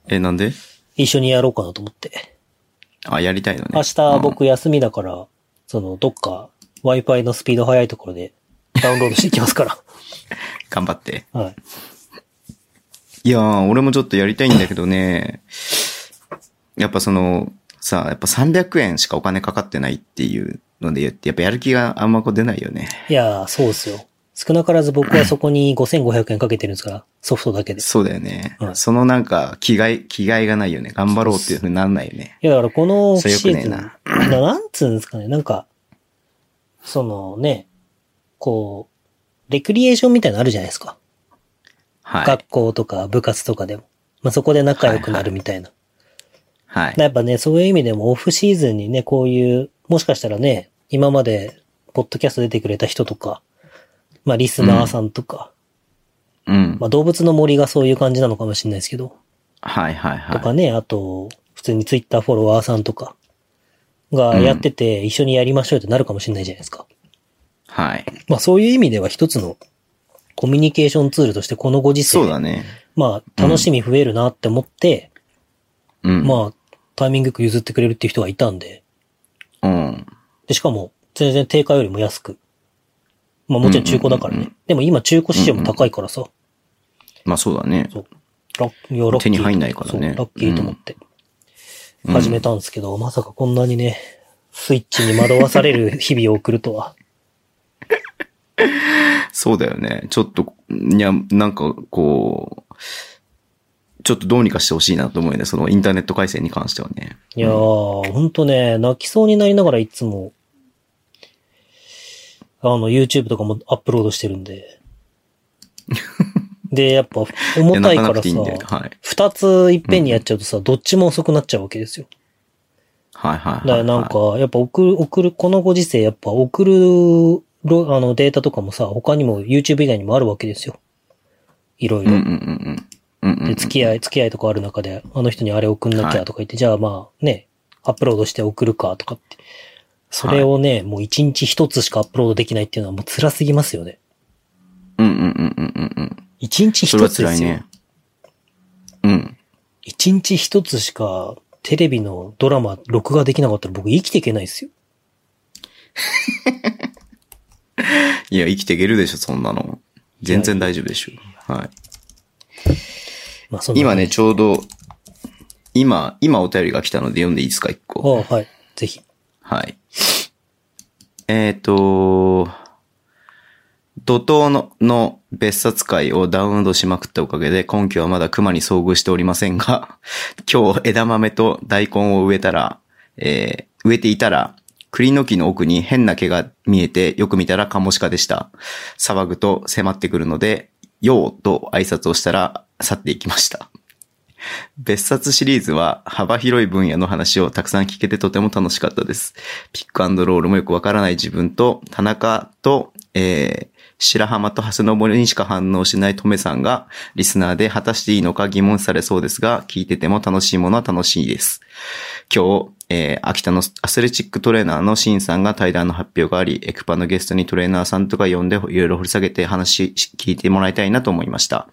S2: え、なんで
S3: 一緒にやろうかなと思って。
S2: あ、やりたいのね。
S3: 明日
S2: うん
S3: 僕休みだから、その、どっか Wi-Fi のスピード速いところでダウンロードしていきますか
S2: 頑張って。
S3: ら。はい。
S2: いやー、俺もちょっとやりたいんだけどね。やっぱその、さあ、やっぱ300円しかお金かかってないっていうので言って、やっぱやる気があんまこう出ないよね。
S3: いやー、そうですよ。少なからず僕はそこに5500円かけてるんですから、ソフトだけで。い
S2: そうだよね。
S3: はい
S2: そのなんか、気概、気概がないよね。頑張ろうっていうふうになんないよね。
S3: や、だからこの
S2: それ良
S3: シ
S2: く
S3: ー
S2: ね
S3: ズ
S2: え
S3: ン、
S2: な
S3: ななんつうんですかね、なんか、そのね、こう、レクリエーションみたいなのあるじゃないですか。
S2: はい。
S3: 学校とか部活とかでも。まあ、そこで仲良くなるみたいな。
S2: は
S3: まあ
S2: い。
S3: やっぱね、そういう意味でもオフシーズンにね、こういう、もしかしたらね、今まで、ポッドキャスト出てくれた人とか、まあリスナーさんとか、
S2: うん
S3: ま。あ動物の森がそういう感じなのかもしれないですけど、
S2: はいはい
S3: とか
S2: は
S3: ね、あと、普通にツイッターフォロワーさんとかがやってて、一緒にやりましょうってなるかもしれないじゃないですか。
S2: い。はい。
S3: まあそういう意味では一つの、コミュニケーションツールとしてこのご時世、
S2: そうだね。
S3: まあ、楽しみ増えるなって思って、
S2: うん。
S3: まあ、タイミングよく譲ってくれるっていう人がいたんで、
S2: うん。
S3: で、しかも、全然定価よりも安く。まあもちろん中古だから
S2: う
S3: ね。
S2: んうんうん
S3: でも今中古市場も高いからさ、
S2: まあそうだね。
S3: そう。ラッいやラッキー。
S2: 手に入んないからね
S3: そうラッキーと思って、
S2: うん
S3: 始めたんですけど、まさかこんなにね、スイッチに惑わされる日々を送るとは。
S2: そうだよね。ちょっと、いや、なんか、こう、ちょっとどうにかしてほしいなと思うよね。そのインターネット回線に関してはね。
S3: いやー、ほんとね、泣きそうになりながらいつも、あの、YouTube とかもアップロードしてる んで。で、やっぱ、重た
S2: いや泣
S3: いからさ
S2: かなくていいんだよ、はい。
S3: 二ついっぺんにやっちゃうとさ、どっちも遅くなっちゃうわけですよ。
S2: はいはいはい、
S3: だか
S2: は
S3: ら
S2: い。
S3: なんか、やっぱ送る、送る、このご時世、やっぱ送る、ろあの、データとかもさ、他にも YouTube 以外にもあるわけですよ。いろい
S2: うんうん
S3: ろ。
S2: うんうん。うんうん、う
S3: で、
S2: ん。
S3: 付き合い、付き合いとかある中で、あの人にあれ送んなきゃとか言って、じゃあまあね、アップロードして送るかとかって。それをね、もう一日一つしかアップロードできないっていうのはもう辛すぎますよね。
S2: うんうんうんうんうんうん。
S3: 一日
S2: それ
S3: 一
S2: は
S3: つで
S2: 辛い
S3: すよ。
S2: ね。うん。
S3: 一日一つしかテレビのドラマ、録画できなかったら僕生きていけないですよ。
S2: いや、生きていけるでしょ、そんなの。全然大丈夫でしょ。はい。
S3: まあそんな
S2: 今ね、ちょうど、今、今お便りが来たので読んでいいですか、一個。
S3: ああはい。ぜひ。
S2: はい。えっ、と、怒涛のの別冊会をダウンロードしまくったおかげで、今季はまだ熊に遭遇しておりませんが、 今日枝豆と大根を植えたら、えー植えていたら、栗の木の奥に変な毛が見えて、よく見たらカモシカでした。騒ぐと迫ってくるので、ようと挨拶をしたら去っていきました。別冊シリーズは幅広い分野の話をたくさん聞けてとても楽しかったです。ピックアンドロールもよくわからない自分と、田中と、えー、白浜と長谷信にしか反応しないトメさんが、リスナーで果たしていいのか疑問視されそうですが、聞いてても楽しいものは楽しいです。今日、えー、秋田のアスレチックトレーナーのシンさんが対談の発表があり、エクパのゲストにトレーナーさんとか呼んで、いろいろ掘り下げて話し聞いてもらいたいなと思いました。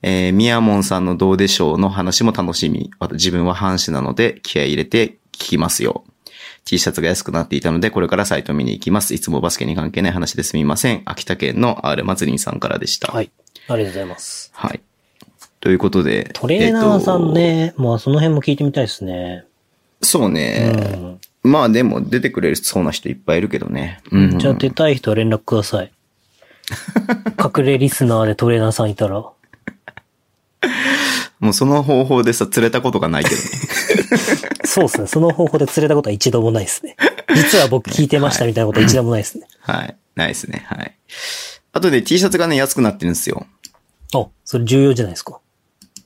S2: えー、みやもんさんのどうでしょうの話も楽しみ。あと自分は阪神なので気合い入れて聞きますよ。T シャツが安くなっていたので、これからサイト見に行きます。いつもバスケに関係ない話ですみません。秋田県の R まつりんさんからでした。。
S3: はいい。ありがとうございます。
S2: はい。ということで。
S3: トレーナーさん
S2: えっ
S3: ね、まあその辺も聞いてみたいですね。
S2: と。そう
S3: う
S2: ね。
S3: ん。
S2: まあでも出てくれそうな人いっぱいいるけどね。うん。
S3: じゃあ出たい人は連絡く ださい。隠れリスナーでトレーナーさんいたら。
S2: もうその方法でさ、釣れたことがないけ どね。
S3: そうですね。その方法で釣れたことは一度もないですね。実は僕聞いてましたみたいなことは一度もないですね。
S2: はい。ないですね。はい。あとで T シャツがね、安くなってるんですよ。
S3: あ、それ重要じゃないですか。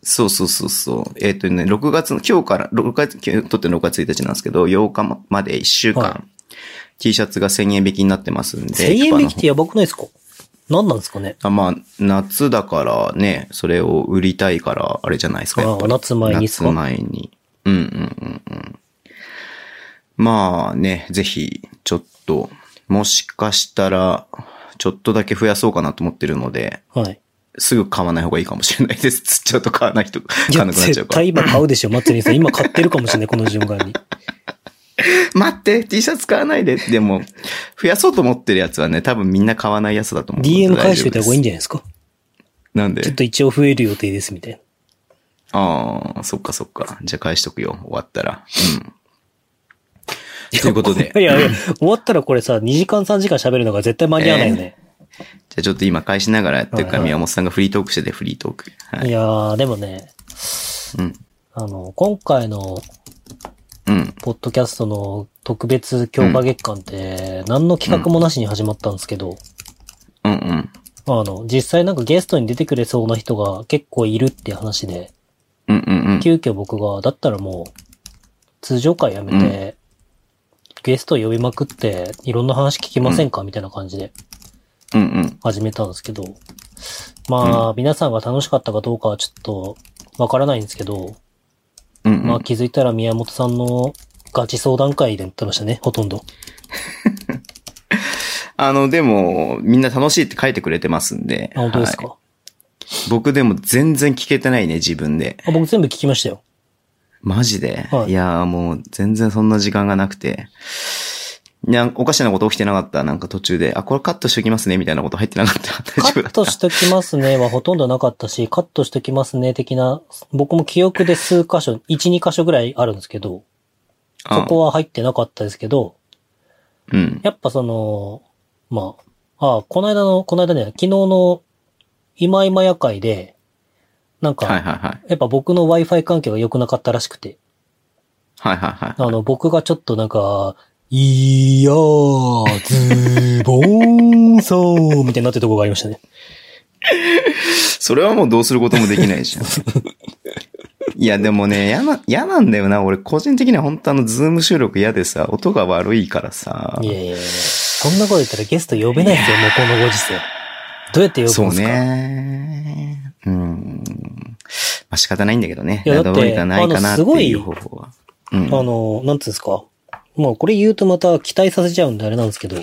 S2: そうそうそうそう。えっ、とね、6月の、今日から、6月、今日撮ってる6月1日なんですけど、8日まで1週間、
S3: は
S2: T シャツが1000円引きになってますんで。
S3: 1000円引きって
S2: や
S3: やばくないですか何なんですかね
S2: あまあ、夏だからね、それを売りたいから、あれじゃないですか。やっぱ
S3: あ
S2: り
S3: 夏前にっすか
S2: 夏前に。うんうんうんうん。まあね、ぜひ、ちょっと、もしかしたら、ちょっとだけ増やそうかなと思ってるので、
S3: はい。
S2: すぐ買わない方がいいかもしれないです。 ちょっと買わない人、
S3: い
S2: 買わ
S3: や、
S2: なくなっちゃ
S3: 絶
S2: うから
S3: 対。今買うでしょ、松りさん。今買ってるかもしれない、この 順番に。
S2: 待って !T シャツ買わないででも、増やそうと思ってるやつはね、多分みんな買わないやつだと思うので。
S3: DM 返しといた方がいいん
S2: じ
S3: じゃないです
S2: ゃ
S3: か
S2: なんで
S3: ちょっと一応増える予定です、みたいな。
S2: ああ、そっかそっか。じゃあ返しとくよ。終わったら。うん。ということで。
S3: いやいや、終わったらこれさ、2時間3時間喋るのが絶対間に合わないよね。
S2: じゃあちょっと今返しながらやってるか
S3: はい
S2: ら、
S3: はい
S2: 宮本さんがフリートークしててフリートーク。はいい。
S3: やー、でもね、
S2: うん。
S3: あの、今回の
S2: うん。
S3: ポッドキャストの特別強化月間って、何の企画もなしに始まったんですけど、
S2: うんうん。
S3: あの、実際なんかゲストに出てくれそうな人が結構いるって話で、
S2: うんうんうん。
S3: 急遽僕が、だったらもう、通常会やめて、ゲスト呼びまくって、いろんな話聞きませんかみたいな感じで
S2: うんうん。
S3: 始めたんですけど、まあ、皆さんが楽しかったかどうかはちょっと、わからないんですけど、
S2: うんうん。
S3: まあ気づいたら宮本さんのガチ相談会でやってましたね、ほとんど。
S2: あの、でも、みんな楽しいって書いてくれてますんで。
S3: あ、本当ですか。
S2: はい僕でも全然聞けてないね、自分で。
S3: あ僕全部聞き ましたよ。
S2: マジで。
S3: はい
S2: い、やーもう全然そんな時間がなくて。なんおかしなこと起きてなかった。なんか途中で、あ、これカットしておきますね、みたいなこと入ってなかった。
S3: カ
S2: 大丈夫だ
S3: ッ
S2: っ
S3: ト
S2: た。
S3: しときますねはほとんどなかったし、カットしときますね的な、僕も記憶で数箇所、1、2箇所ぐらいあるんですけど、そこは入ってなかったですけど、
S2: うん。うん。
S3: やっぱその、まあ、あこの間の、この間ね、昨日の今今夜会で、なんか、
S2: はいはいはい。
S3: やっぱ僕の Wi-Fi 環境が良くなかったらしくて、
S2: はいはいはい。
S3: あの、僕がちょっとなんか、いやー、ズボンそうみたいになってるとこがありましたね。
S2: それはもうどうすることもできない じゃん。いや、でもね、嫌な、嫌なんだよな。俺、個人的には本当あの、ズーム収録嫌でさ、音が悪いからさ。
S3: いやいやいやそんなこと言ったらゲスト呼べないですよ、もうこのご時世。どうやって呼ぶんですか
S2: そう。ね。うん。まあ、仕方ないんだけどね。
S3: いやだって
S2: どうにかないかなって
S3: あのすごい
S2: いう方法は。う
S3: あ
S2: ん。
S3: の、なんつうんですか。まあこれ言うとまた期待させちゃうんであれなんですけど、い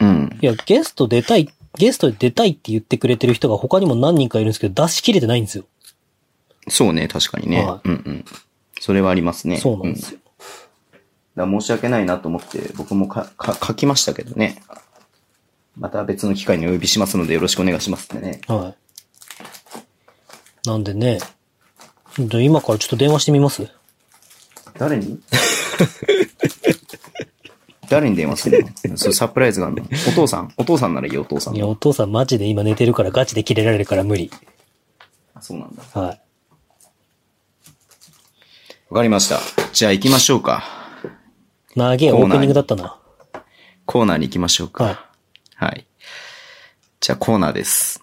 S2: うん。
S3: や、ゲスト出たい、ゲストで出たいって言ってくれてる人が他にも何人かいるんですけど、出し切れてないんですよ。
S2: そうね、確かにね。
S3: は
S2: うんうん。それはありますね。
S3: そうなんですよ。
S2: だから申し訳ないなと思って、僕もか、か、書きましたけどね。また別の機会にお呼びしますのでよろしくお願いしますってね。
S3: はい。なんでね、じゃあ今からちょっと電話してみます
S2: 誰に 誰に電話するのそうサプライズがあるのお父さんお父さんならいいよお父さん
S3: いや、お父さんマジで今寝てるからガチで切れられるから無理。
S2: あそうなんだ。
S3: は
S2: わかりました。じゃあ行きましょうか。
S3: い。長えオープニングだったな。
S2: コーナーに行きましょうか。
S3: はい
S2: はい。じゃあコーナーです。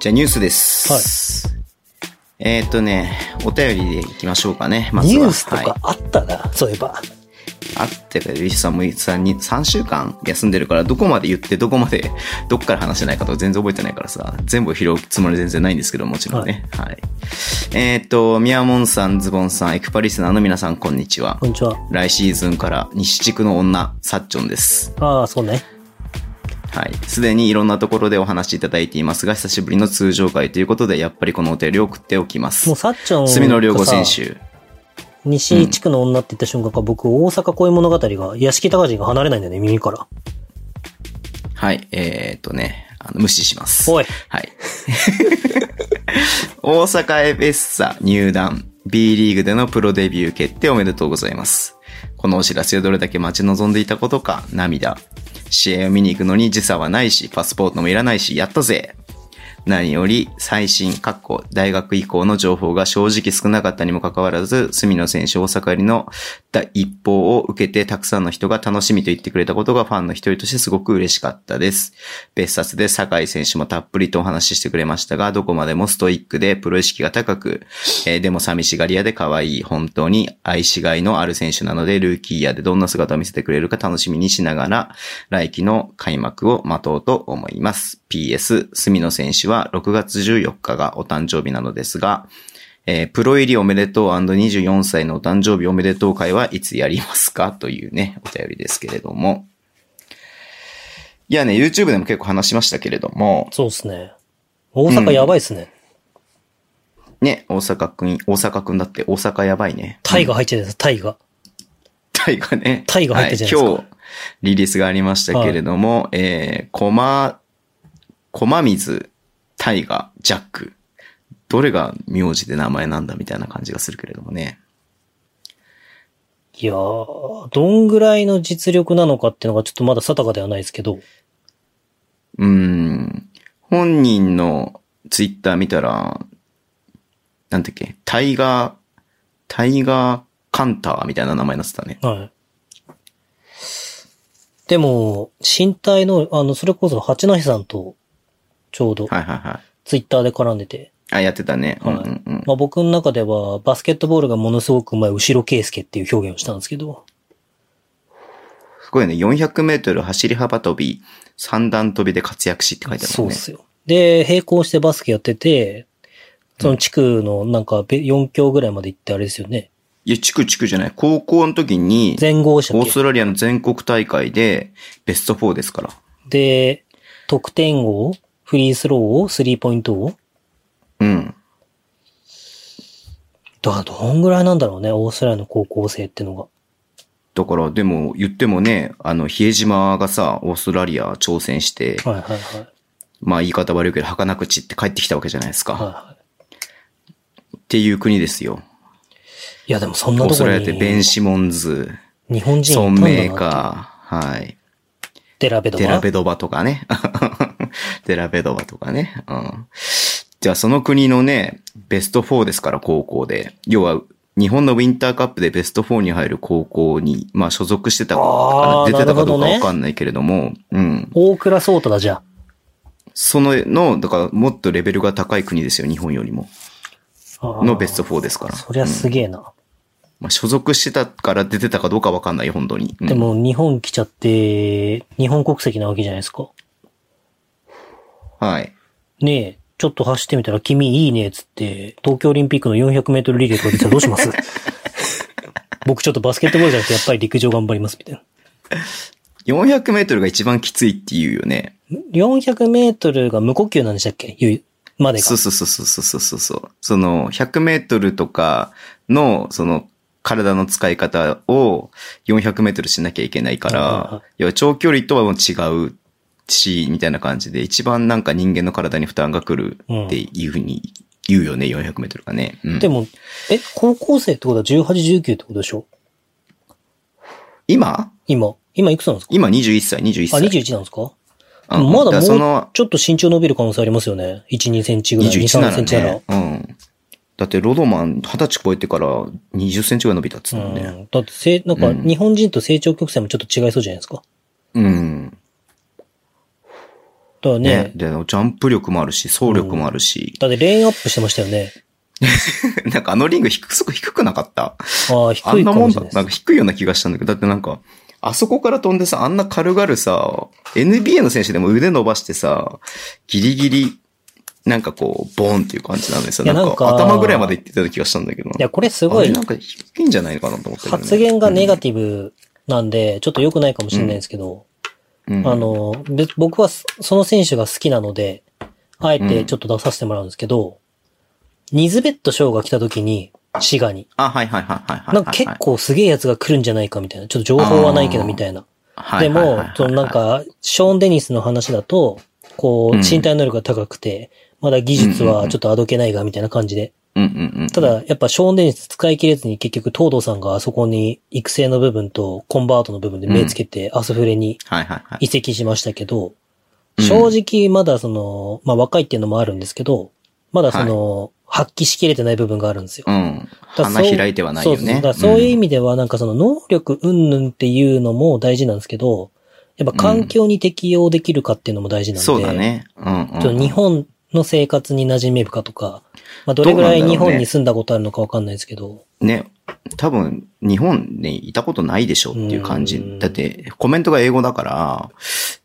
S2: じゃあニュースです。えーっとね、お便りで行きましょうかね。まず
S3: ニ
S2: は
S3: ュースと
S2: はい
S3: かあったな、そういえば。
S2: あってか、リシさんもさんに3週間休んでるから、どこまで言って、どこまで、 どっから話してないかとか全然覚えてないからさ、全部拾うつもり全然ないんですけど、もちろんね。はい。えーっと、ミヤモンさん、ズボンさん、エクパリスナーの皆さん、こんにちは
S3: こ。んにちは。
S2: 来シーズンから西地区の女、サッチョンです。
S3: ああ、そうね。
S2: はい。すでにいろんなところでお話しいただいていますが、久しぶりの通常会ということで、やっぱりこのお便りを送っておきます
S3: もう。サッチョンがさ
S2: 住野良吾選手。
S3: 西地区の女って言った瞬間から僕、大阪恋物語が、屋敷高人が離れないんだよね、耳から。
S2: はい。えーっとね、あの無視します。
S3: おい。
S2: はい。 大阪エベッサ入団 B リーグでのプロデビュー決定おめでとうございます。このお知らせをどれだけ待ち望んでいたことか、涙。試合を見に行くのに時差はないし、パスポートもいらないし、やったぜ何より最新、かっこ大学以降の情報が正直少なかったにもかかわらず、隅野選手大阪入りの第一報を受けてたくさんの人が楽しみと言ってくれたことがファンの一人としてすごく嬉しかったです。別冊で酒井選手もたっぷりとお話ししてくれましたが、どこまでもストイックでプロ意識が高く、えーでも寂しがり屋で可愛い、本当に愛しがいのある選手なので、ルーキーイヤーでどんな姿を見せてくれるか楽しみにしながら、来季の開幕を待とうと思います。PS、隅野選手は6月14日がお誕生日なのですが、えープロ入りおめでとう &24 歳のお誕生日おめでとう会はいつやりますかというね、お便りですけれども。いやね、YouTube でも結構話しましたけれども、
S3: そうっすね。大阪やばいっすね。
S2: ね、大阪くん、大阪くんだって大阪やばいね。
S3: タイが入ってるんです、タイが。
S2: タイがね。
S3: タイが入ってるじゃないですか
S2: は今日、リリースがありましたけれども、えー、コマ、コマ水、タイガ、ジャック。どれが名字で名前なんだみたいな感じがするけれどもね。
S3: いやー、どんぐらいの実力なのかっていうのがちょっとまだ定かではないですけど、
S2: うーん。本人のツイッター見たら、なんだっけ、タイガー、タイガーカンターみたいな名前になってたね。
S3: はい。でも、身体の、あの、それこそ八戸さんと、ちょうど、
S2: はいはいはい。
S3: ツイッターで絡んでて、
S2: あ、やってたね。
S3: はい
S2: うんうんうん。
S3: まあ、僕の中では、バスケットボールがものすごくうまい後ろ圭介っていう表現をしたんですけど、
S2: すごいね。400メートル走り幅跳び、三段跳びで活躍しって書いてある
S3: そ
S2: も
S3: うんっ
S2: ね。
S3: すよ。で、並行してバスケやってて、その地区のなんかべ4強ぐらいまで行ってあれですよね。
S2: いや、地区地区じゃない。高校の時に、
S3: 全豪者
S2: オーストラリアの全国大会で、ベスト4ですから。
S3: で、得点王、フリースロー王、スリーポイント王
S2: うん。
S3: だ、どんぐらいなんだろうね、オーストラリアの高校生ってのが。
S2: だから、でも、言ってもね、あの、比江島がさ、オーストラリア挑戦して、
S3: はいはいはい。
S2: まあ、言い方悪いけど、儚く散って帰ってきたわけじゃないです
S3: はい
S2: か。
S3: はい、
S2: っていう国ですよ。
S3: いや、でもそん
S2: オ
S3: な
S2: ー
S3: と
S2: スト
S3: こ
S2: ラ
S3: ろ
S2: リアってベン・
S3: に、
S2: シモンズ、
S3: 日本人い
S2: ソ
S3: た
S2: ン
S3: ん
S2: メー
S3: だなって。
S2: カー、はい。
S3: デラベド
S2: デラ
S3: バ
S2: ベドバとかね。 デラベドバとかね。うん。じゃあその国のね、ベスト4ですから、高校で。要は、日本のウィンターカップでベスト4に入る高校に、まあ所属してたか
S3: あー
S2: 出てたかどうか
S3: なるほどね
S2: わかんないけれども、うん。
S3: 大倉聡太だじゃん。
S2: その、の、だからもっとレベルが高い国ですよ、日本よりも。
S3: あー
S2: のベスト4ですから。
S3: そりゃすげえな。
S2: まあ、所属してたから出てたかどうかわかんない、本当に。うん
S3: でも日本来ちゃって、日本国籍なわけじゃないですか。
S2: はい。
S3: ねえ、ちょっと走ってみたら君いいねっつって、東京オリンピックの400メートルリレーとか出たらどうします 僕ちょっとバスケットボールじゃなくてやっぱり陸上頑張りますみたいな。
S2: 400メートルが一番きついって言うよね。
S3: 400メートルが無呼吸なんでしたっけゆいまでが
S2: そう。そうそうそうそうそうそう。その、100メートルとかの、その、体の使い方を400メートルしなきゃいけないか
S3: はいはいは
S2: ら、要は長距離とはもう違うし、みたいな感じで、一番なんか人間の体に負担が来るっていうふうに言うよね、400メートルがね。うん
S3: でも、え、高校生ってことは18、19ってことでしょ
S2: 今
S3: 今。今いくつなんですか
S2: 今21歳、21
S3: あ、
S2: 歳。
S3: 21なんですか
S2: うん
S3: まだ
S2: からそ
S3: もう
S2: の、
S3: ちょっと身長伸びる可能性ありますよね。1、2センチぐらい。2、
S2: 21
S3: 3
S2: なら
S3: センチなら。
S2: ね。うん。だってロドマン20歳超えてから20センチぐらい伸びたっつうもん
S3: う
S2: ね。
S3: んだってせ、なんか
S2: うん
S3: 日本人と成長曲線もちょっと違いそうじゃないですか。
S2: うん
S3: だからね、
S2: ね。で、ジャンプ力もあるし、走力もあるし。
S3: だってレインアップしてましたよね。
S2: なんかあのリング低すごく低くなかった。
S3: ああ、
S2: あ
S3: 低
S2: ん
S3: いか
S2: なも
S3: も
S2: ん
S3: しれ
S2: だ
S3: な
S2: っ
S3: い
S2: た。
S3: で
S2: なん
S3: す。
S2: か低いような気がしたんだけど、だってなんか、あそこから飛んでさ、あんな軽々さ、NBA の選手でも腕伸ばしてさ、ギリギリ、なんかこう、ボーンっていう感じなのでさ、
S3: いや
S2: なん
S3: なん
S2: か
S3: か
S2: 頭ぐらいまで行ってたような気がしたんだけど。
S3: いや、これす
S2: す
S3: ごい
S2: なんか低いんじゃないかなと思って、
S3: 発言がネガ
S2: テ
S3: ティブなんで、ちょっと良くないかもしれないんですけど、
S2: ィブ。うん
S3: あ、の、べ僕はそその選手が好きなので、あえてちょっと出させてもらうんですけど、ニズベット賞が来た時に、滋賀に。
S2: あ、はいはいはいはいはいはい。
S3: なんか結構すげえやつが来るんじゃないかみたいな。ちょっと情報はないけどみたいな。
S2: はい
S3: で
S2: はいはいはい
S3: も
S2: はい、
S3: そのなん、か、ショーン・デニスの話だと、こう、
S2: うん
S3: 身体能力が高くて、まだ技術はちょっとあどけないが、みたいな感じで。
S2: うんうんうん。
S3: た、だ、やっぱショーン・デニス使い切れずに結局、東堂さんがあそこに育成の部分とコンバートの部分で目つけて、アスフレに
S2: はいはいはい。
S3: 移籍しましたけど、
S2: うん
S3: 正直まだその、まあ若いっていうのもあるんですけど、まだその、発揮しきれてない部分があるんですよ。
S2: うん。
S3: だから
S2: 花
S3: そう
S2: 開いてはないよ
S3: そうそう
S2: ね
S3: だ。からそういう意味では、なんかその能力云々っていうのも大事なんですけど、やっぱ環境に適応できるかっていうのも大事
S2: うん
S3: なんで、
S2: そうだね。うんうんうん。
S3: ちょっと日本の生活に馴染めるかとか、まあどれぐらい
S2: どうなん
S3: 日
S2: だろうね
S3: 本に住んだことあるのかわかんないですけど、
S2: ね。多分、日本にいたことないでしょっていう感
S3: う
S2: じ
S3: ん。
S2: だって、コメントが英語だから、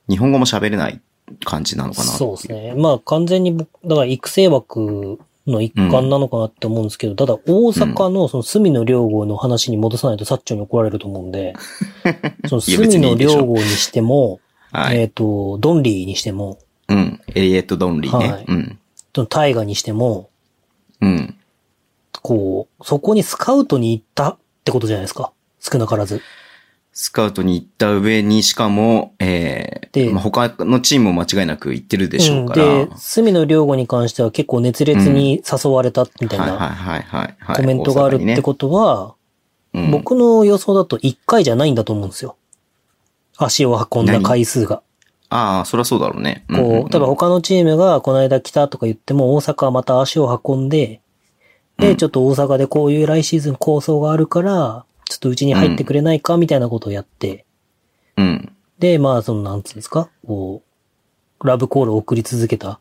S2: 日本語も喋れない感じなのかな。
S3: そうですね。まあ完全に僕、だから育成枠の一環なのかなって思うんですけど、ただ大阪のその隅野良郷の話に戻さないと薩長に怒られると思う んで、その
S2: いや別
S3: 隅
S2: にいい
S3: 野
S2: でしょ
S3: 良郷にしても、
S2: は
S3: え
S2: い。
S3: っ、と、ドンリーにしても、
S2: うん。エリエット・ドンリー
S3: は
S2: ね
S3: い。
S2: うん。
S3: その大河にしても、
S2: うん。
S3: こう、そこにスカウトに行ったってことじゃないですか。少なからず。
S2: スカウトに行った上に、しかも、え
S3: で
S2: ー、まあ他のチームも間違いなく行ってるでしょうから。
S3: ん、で、隅野良吾に関しては結構熱烈に誘われたみたい
S2: はいはい
S3: な
S2: はいはいはい。
S3: コメントがあるってことは、
S2: と、うん
S3: 僕の予想だと1回じゃないんだと思うんですよ。足を運んだ回数が。
S2: ああ、そりゃそうだろうね。んん
S3: こ
S2: ん
S3: う、例えば他のチームがこの間来たとか言っても大阪はまた足を運んで、で、ちょっと大阪でこういう来シーズン構想があるから、ちょっとうちに入ってくれないかみたいなことをやって、
S2: うん。
S3: で、まあ、その、なんつうんですか、こう、ラブコールを送り続けた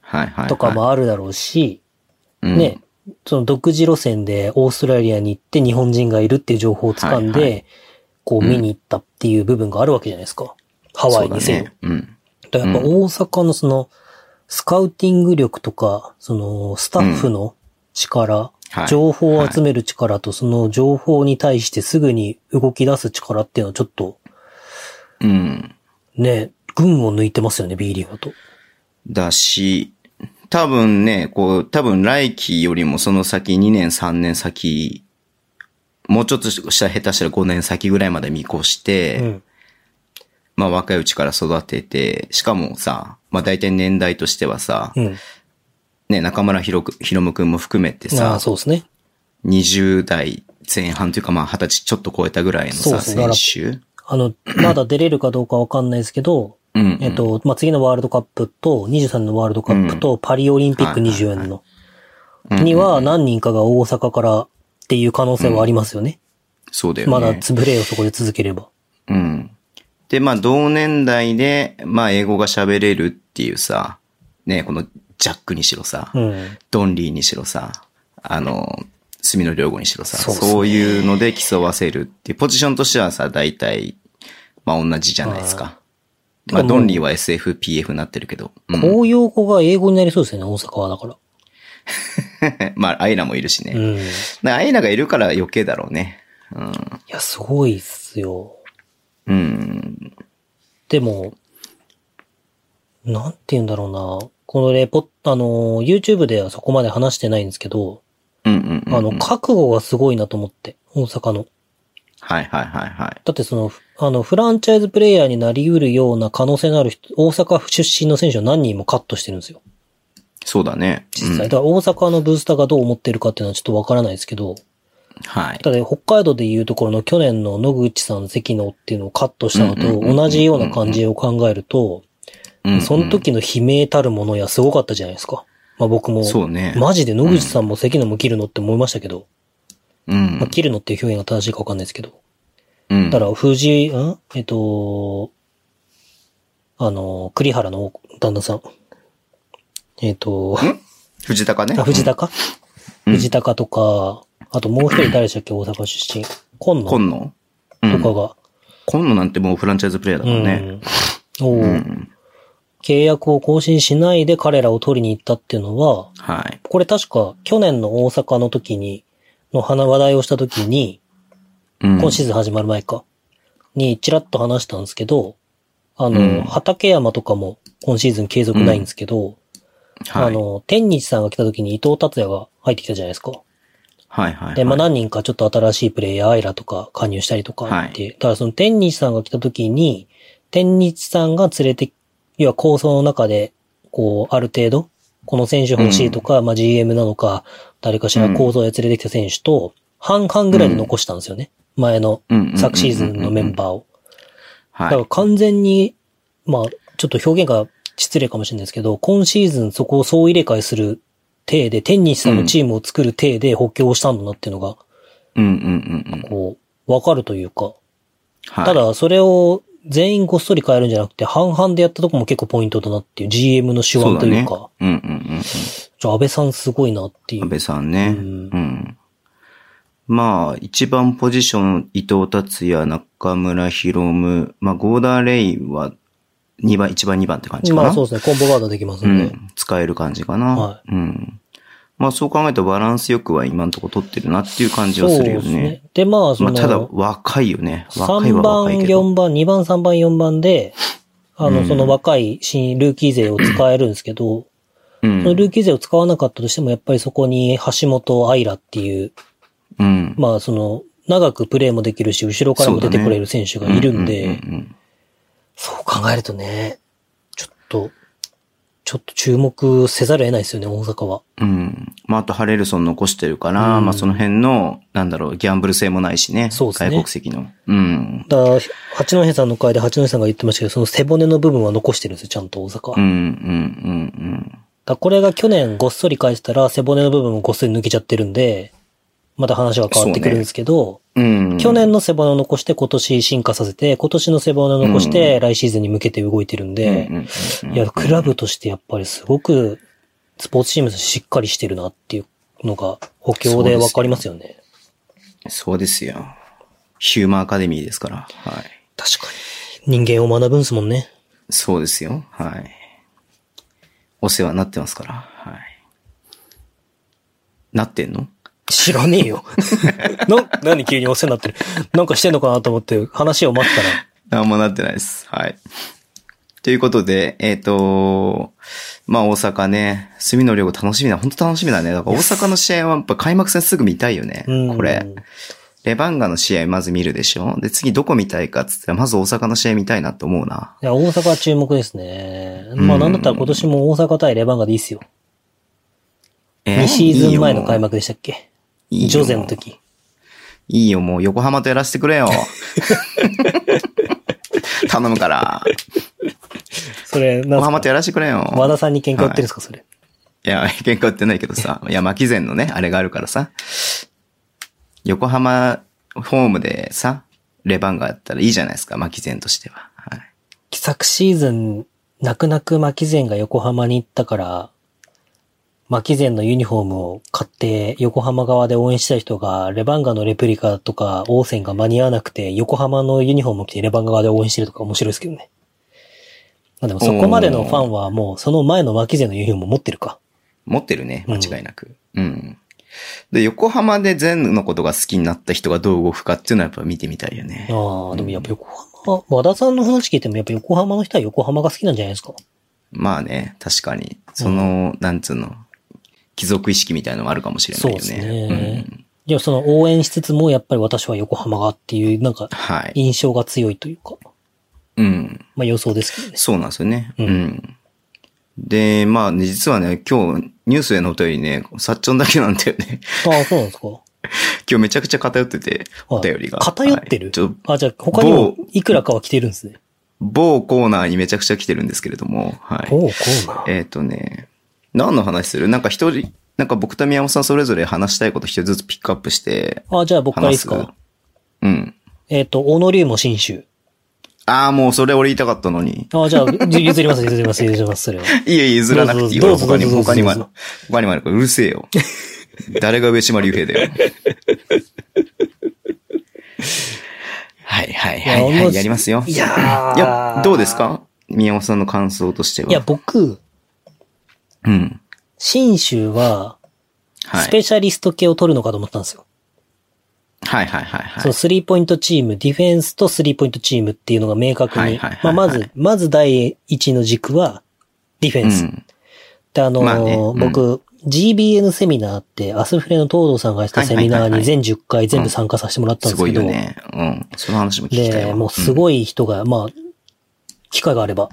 S2: はいはいはい。
S3: とかもあるだろうし、
S2: うん、
S3: ね、その独自路線でオーストラリアに行って日本人がいるっていう情報を掴んで、
S2: はいは
S3: こう
S2: うん
S3: 見に行ったっていう部分があるわけじゃないですか。ハワイにせ
S2: そ
S3: よ。
S2: うだね。うん。
S3: だからやっぱ
S2: う
S3: 大阪のその、スカウティング力とか、その、スタッフの力、
S2: はい。
S3: 情報を集める力と、その情報に対してすぐに動き出す力っていうのはちょっと、
S2: うん。
S3: ね、群を抜いてますよね、B リーグだと。
S2: だし、多分ね、こう、多分来季よりもその先2年3年先、もうちょっとした下手したら5年先ぐらいまで見越して、
S3: うん。
S2: まあ若いうちから育てて、しかもさ、まあ大体年代としてはさ、
S3: うん。
S2: ね、中村ひろく、ひろむくんも含めて
S3: ま
S2: さ
S3: あ、、そうですね。
S2: 20代前半というかまあ20歳ちょっと超えたぐらいの
S3: そう
S2: さ、
S3: そうだか
S2: 選
S3: ら
S2: 手
S3: あの、まだ出れるかどうかわかんないですけど、
S2: うんうん。
S3: えっと、まあ、次のワールドカップと、23のワールドカップと、パリオリンピック24の、
S2: うんうん、
S3: には何人かが大阪からっていう可能性はありますよね。
S2: そうだよね。
S3: まだ潰れよ、そこで続ければ。
S2: うん。で、まあ、同年代で、まあ、英語が喋れるっていうさ、ね、このジャックにしろさ、
S3: うん。
S2: ドンリーにしろさ、あの、隅野良吾にしろさ、そ
S3: そ
S2: うう
S3: っすね
S2: いうので競わせるっていう、ポジションとしてはさ、大体、まあ、同じじゃないですか。まあ、
S3: でも
S2: ドンリーは SFPF になってるけど、うん
S3: 公用語が英語になりそうですよね、大阪はだから。
S2: まあ、アイラもいるしね。
S3: うん。い
S2: なアイラがいるから余計だろうね。うん。
S3: や、すごいっすよ。
S2: うん。
S3: でも、なんて言うんだろうな。このレポ、あの、YouTube ではそこまで話してないんですけど、
S2: うんうんうん。
S3: あの、覚悟がすごいなと思って、大阪の。
S2: はいはいはいはい。
S3: だってその、ふあの、フランチャイズプレイヤーになり得るような可能性のある人、大阪出身の選手を何人もカットしてるんですよ。
S2: そうだね。
S3: 実
S2: うん
S3: 際。だから大阪のブースターがどう思ってるかっていうのはちょっとわからないですけど、
S2: はい。
S3: ただ北海道でいうところの去年の野口さん、関野っていうのをカットしたの
S2: うんうん
S3: と
S2: うんうん
S3: 同じような感じを考えると、
S2: うんうん
S3: その時の悲鳴たるものやすごかったじゃないですか。まあ僕も、
S2: そうね。
S3: マジで野口さんも関野も切るのって思いましたけど、
S2: うん
S3: まあ、切るのっていう表現が正しいかわかんないですけど、
S2: うん。
S3: だから、藤井、んえっと、あの、栗原の旦那さん。えっと、
S2: 藤高ね。
S3: あ藤高、
S2: うん
S3: 藤高とか、あともう一 人誰でしたっけ大阪出身。今
S2: うん。
S3: 野
S2: 今野。
S3: と
S2: うん
S3: かが。
S2: 今野なんてもうフランチャイズプレイヤーだからね。
S3: うん。を、
S2: うん。
S3: 契約を更新しないで彼らを取りに行ったっていうのは、
S2: はい。
S3: これ確か去年の大阪の時に、の話話題をした時に、
S2: うん。
S3: 今シーズン始まる前か、にちらっと話したんですけど、あの、
S2: うん
S3: 畠山とかも今シーズン継続ないんですけど、
S2: はい
S3: あの、天日さんが来た時に伊藤達也が入ってきたじゃないですか。
S2: はいはいはい。
S3: で、まあ、何人かちょっと新しいプレイヤー、アイラとか加入したりとか
S2: はい
S3: って、ただその天日さんが来た時に、天日さんが連れて、要は構想の中で、こう、ある程度、この選手欲しいとか、まあ、GM なのか、誰かしら構想で連れてきた選手と、半々ぐらいで残したんですよね。前の
S2: うんうんうんうんうん
S3: 昨シーズンのメンバーを。だか
S2: は
S3: ら
S2: い。
S3: 完全に、まあ、ちょっと表現が失礼かもしれないですけど、今シーズンそこを総入れ替えする体で、天日さんのチームを作る体で補強したんだなっていうのが、
S2: うんうんうんうん。
S3: こう、わかるというか、
S2: はい。
S3: た、だそれを全員ごっそり変えるんじゃなくて、半々でやったとこも結構ポイントだなっていう GM の手
S2: そう
S3: 腕
S2: だ
S3: という
S2: ね。
S3: か、
S2: うんうんうんうん。
S3: じゃあ安倍さんすごいなっていう。
S2: 安倍さんね。
S3: う
S2: うんん。まあ、一番ポジション、伊藤達也、中村博夢、まあ、ゴーダーレイは、二番、一番二番って感じかな。
S3: まあそうですね、コンボガードできます
S2: うん
S3: で。
S2: ん、使える感じかな。
S3: は
S2: うん。まあそう考えるとバランスよくは今のとこ取ってるなっていう感じはするよ
S3: そうで
S2: ね。
S3: す。で、まあそ
S2: ま
S3: の、
S2: あただ若いよね。若い
S3: 3
S2: は
S3: 番、
S2: 若いけど。
S3: 4番、2番、3番、4番で、あ
S2: う
S3: の、
S2: ん
S3: その若い新ルーキー勢を使えるんですけど、
S2: う
S3: その
S2: ん。
S3: ルーキー勢を使わなかったとしても、やっぱりそこに橋本愛らっていう、
S2: うん。
S3: まあその、長くプレーもできるし、後ろからも出てくれる選手がいるん
S2: う
S3: で、
S2: ううん
S3: そう考えるとね、ちょっと、ちょっと注目せざるを得ないですよね、大阪は。
S2: うん。うん。まああとハレルソン残してるから、
S3: うん
S2: まあその辺の、なんだろう、ギャンブル性もないしね。
S3: そうですね
S2: 外国籍の。うん。
S3: だから、八戸さんの会で八戸さんが言ってましたけど、その背骨の部分は残してるんですよ、ちゃんと大阪。
S2: うん、う
S3: だか
S2: ん、うん、うん。
S3: らこれが去年ごっそり返したら、背骨の部分もごっそり抜けちゃってるんで、また話は変わってくるんですけど、
S2: うん。
S3: 去年の背骨を残して今年進化させて、今年の背骨を残して来シーズンに向けて動いてるん
S2: うん、
S3: で、
S2: うんうん
S3: いや、クラブとしてやっぱりすごく、スポーツチームとしてしっかりしてるなっていうのが補強でわかりますよね。
S2: そうですよ。ヒューマンアカデミーですから。はい。
S3: 確かに。人間を学ぶんすもんね。
S2: そうですよ。はい。お世話になってますから。はい。なってんの
S3: 知らねえよ。 な、何急にお世話になってる。なんかしてんのかなと思って話を待ったら、
S2: なんもなってないです。はい。ということで、えっ、と、まあ大阪ね、隅の量楽しみだ。本当楽しみだね。だから大阪の試合はやっぱ開幕戦すぐ見たいよね。
S3: うん
S2: これ。レバンガの試合まず見るでしょで、次どこ見たいかっつったら、まず大阪の試合見たいなと思うな。
S3: いや、大阪は注目ですね。まあ
S2: うん
S3: なんだったら今年も大阪対レバンガでいいっすよ。
S2: え
S3: 2シーズン前の開幕でしたっけ
S2: いいよ
S3: ジョゼの時。
S2: いいよ、もう横浜とやらせてく れよ。頼むから。
S3: それ、なん
S2: 横
S3: す
S2: 浜
S3: か
S2: とやらせてくれよ。
S3: 和田さんに喧嘩売ってるんですか、それ。
S2: いや、喧嘩売ってないけどさ。いや、巻き前のね、あれがあるからさ。横浜ホームでさ、レバンガやったらいいじゃないですか、巻き前としては。はい。
S3: 昨シーズン、泣く泣く牧前が横浜に行ったから、牧前のユニフォームを買って、横浜側で応援したい人が、レバンガのレプリカとか、応戦が間に合わなくて、横浜のユニフォームを着てレバンガ側で応援してるとか面白いですけどね。まあでもそこまでのファンはもう、その前の牧前のユニフォーム持ってるか。
S2: 持ってるね、間違いなく。うん。で、横浜で全のことが好きになった人がどう動くかっていうのはやっぱ見てみたいよね。
S3: ああ、でもやっぱ横浜、和田さんの話聞いてもやっぱ横浜の人は横浜が好きなんじゃないですか。
S2: まあね、確かに。その、なんつうの、貴族意識みたいのもあるかもしれないよね。
S3: そうですね
S2: うん。
S3: でもその応援しつつも、やっぱり私は横浜がっていう、なんか、
S2: はい。
S3: 印象が強いというか。
S2: うん。
S3: まあ予想ですけど ね。
S2: そうなんですよね。
S3: う
S2: うんん。で、まあ、ね、実はね、今日、ニュースへのお便りね、サッチョンだけなんだよね。
S3: ああ、そうなんですか。
S2: 今日めちゃくちゃ偏ってて、
S3: は
S2: お
S3: い
S2: 便りが。
S3: 偏ってる、
S2: はいちょ
S3: あ、じゃあ他にも
S2: 某
S3: いくらかは来てるんですね。
S2: 某コーナーにめちゃくちゃ来てるんですけれども、はい。
S3: おう、こうな。
S2: えっ、とね、何の話するなんか一人、なんか僕と宮本さんそれぞれ話したいこと一人ずつピックアップして、
S3: あ、じゃあ僕からい
S2: 話
S3: いです
S2: す
S3: か。
S2: うん。
S3: えっ、と、小野龍も新州。
S2: ああ、もうそれ俺言いたかったのに。
S3: あ、 じゃあ、じ譲ります、譲ります、譲ります、それは。
S2: いやいや、譲らなくていい
S3: ど
S2: よ。
S3: うぞど
S2: 他
S3: う
S2: に
S3: ぞ
S2: も、他にもある
S3: どうぞ。
S2: 他にもあるから、うるせえ よ。誰が上島竜兵だよ。はいはいはい
S3: いや
S2: は
S3: 面白
S2: い、
S3: い
S2: やりますよ。
S3: いやー
S2: いやどうですか宮本さんの感想としては。
S3: いや、僕、
S2: うん。
S3: 新州は、
S2: は
S3: ス
S2: い。
S3: ペシャリスト系を取るのかと思ったんですよ。
S2: はいはいはいは
S3: その
S2: い。
S3: スリーポイントチーム、ディフェンスとスリーポイントチームっていうのが明確
S2: はい
S3: に
S2: はいはいはい。
S3: まあ、まず、まず第一の軸は、ディフェ
S2: う
S3: ンス。
S2: ん。
S3: で、あのー
S2: まあねうん
S3: 僕、GBN セミナーって、アスフレの東堂さんがしたセミ
S2: はいはい
S3: ナー
S2: はいは
S3: に
S2: い
S3: 全10回全部参加させてもらったん
S2: す
S3: です
S2: ご
S3: け
S2: い
S3: ど、
S2: よね。うん。その話も聞きたい
S3: で、
S2: わ。
S3: もうすごい人が、まあ、機会があれば、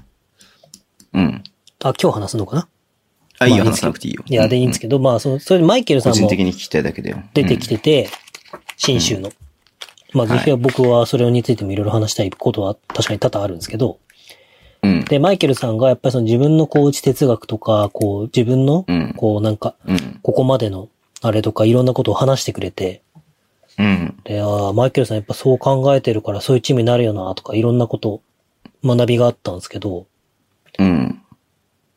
S2: うん。うん。
S3: あ、今日話すのかな
S2: あ、いい
S3: ま
S2: よ、
S3: あいいん
S2: 話
S3: ですけど
S2: さなくていいよ。
S3: いや、でいいんですけど、まあ、その、それでマイケル
S2: 個
S3: さん
S2: 人
S3: も
S2: 的に聞きたいだけだよ。
S3: 出てきてて、新州の。まあ、ぜひ僕はそれについてもいろいろ話したいことは確かに多々あるんですけど、
S2: うん。うん。
S3: で、マイケルさんがやっぱりその自分のコーチ哲学とか、こう、自分の
S2: うん、
S3: こう、なんか、
S2: うん。
S3: ここまでの、あれとかいろんなことを話してくれて、
S2: うん。
S3: で、ああ、マイケルさんやっぱそう考えてるからそういうチームになるよな、とかいろんなこと、学びがあったんですけど、
S2: うん。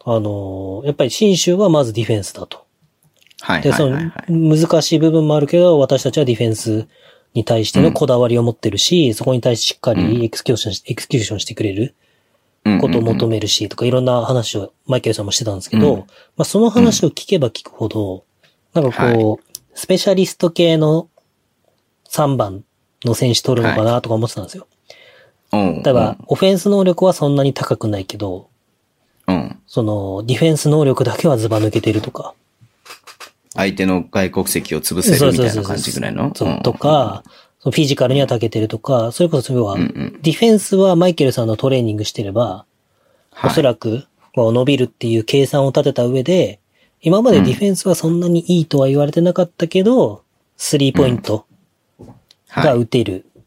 S3: あのーやっぱり新州はまずディフェンスだと。
S2: はいはい
S3: で、そ
S2: はい
S3: の
S2: はい。、
S3: 難しい部分もあるけど、私たちはディフェンスに対してのこだわりを持ってるし、そこに対してしっかりエクスキューションし、エクスキューションしてくれる
S2: うんうんうん
S3: ことを求めるし、とかいろんな話をマイケルさんもしてたんですけど、
S2: うん
S3: まあその話を聞けば聞くほど、なんかこう、スペシャリスト系の3番の選手取るのかなとか思ってたんです
S2: う
S3: よ。
S2: ん
S3: 例えば、オフェンス能力はそんなに高くないけど、
S2: うん。
S3: その、ディフェンス能力だけはズバ抜けてるとか。
S2: 相手の外国籍を潰せるみたいな感じぐらいの
S3: そう
S2: うん
S3: とか、そのフィジカルには長けてるとか、それこそそれは、
S2: うんう
S3: デ
S2: ん
S3: ィフェンスはマイケルさんのトレーニングしてれば、
S2: はい
S3: おそらく、こう伸びるっていう計算を立てた上で、今までディフェンスはそんなにいいとは言われてなかったけど、スリーポイントが
S2: は
S3: 打てる、
S2: い。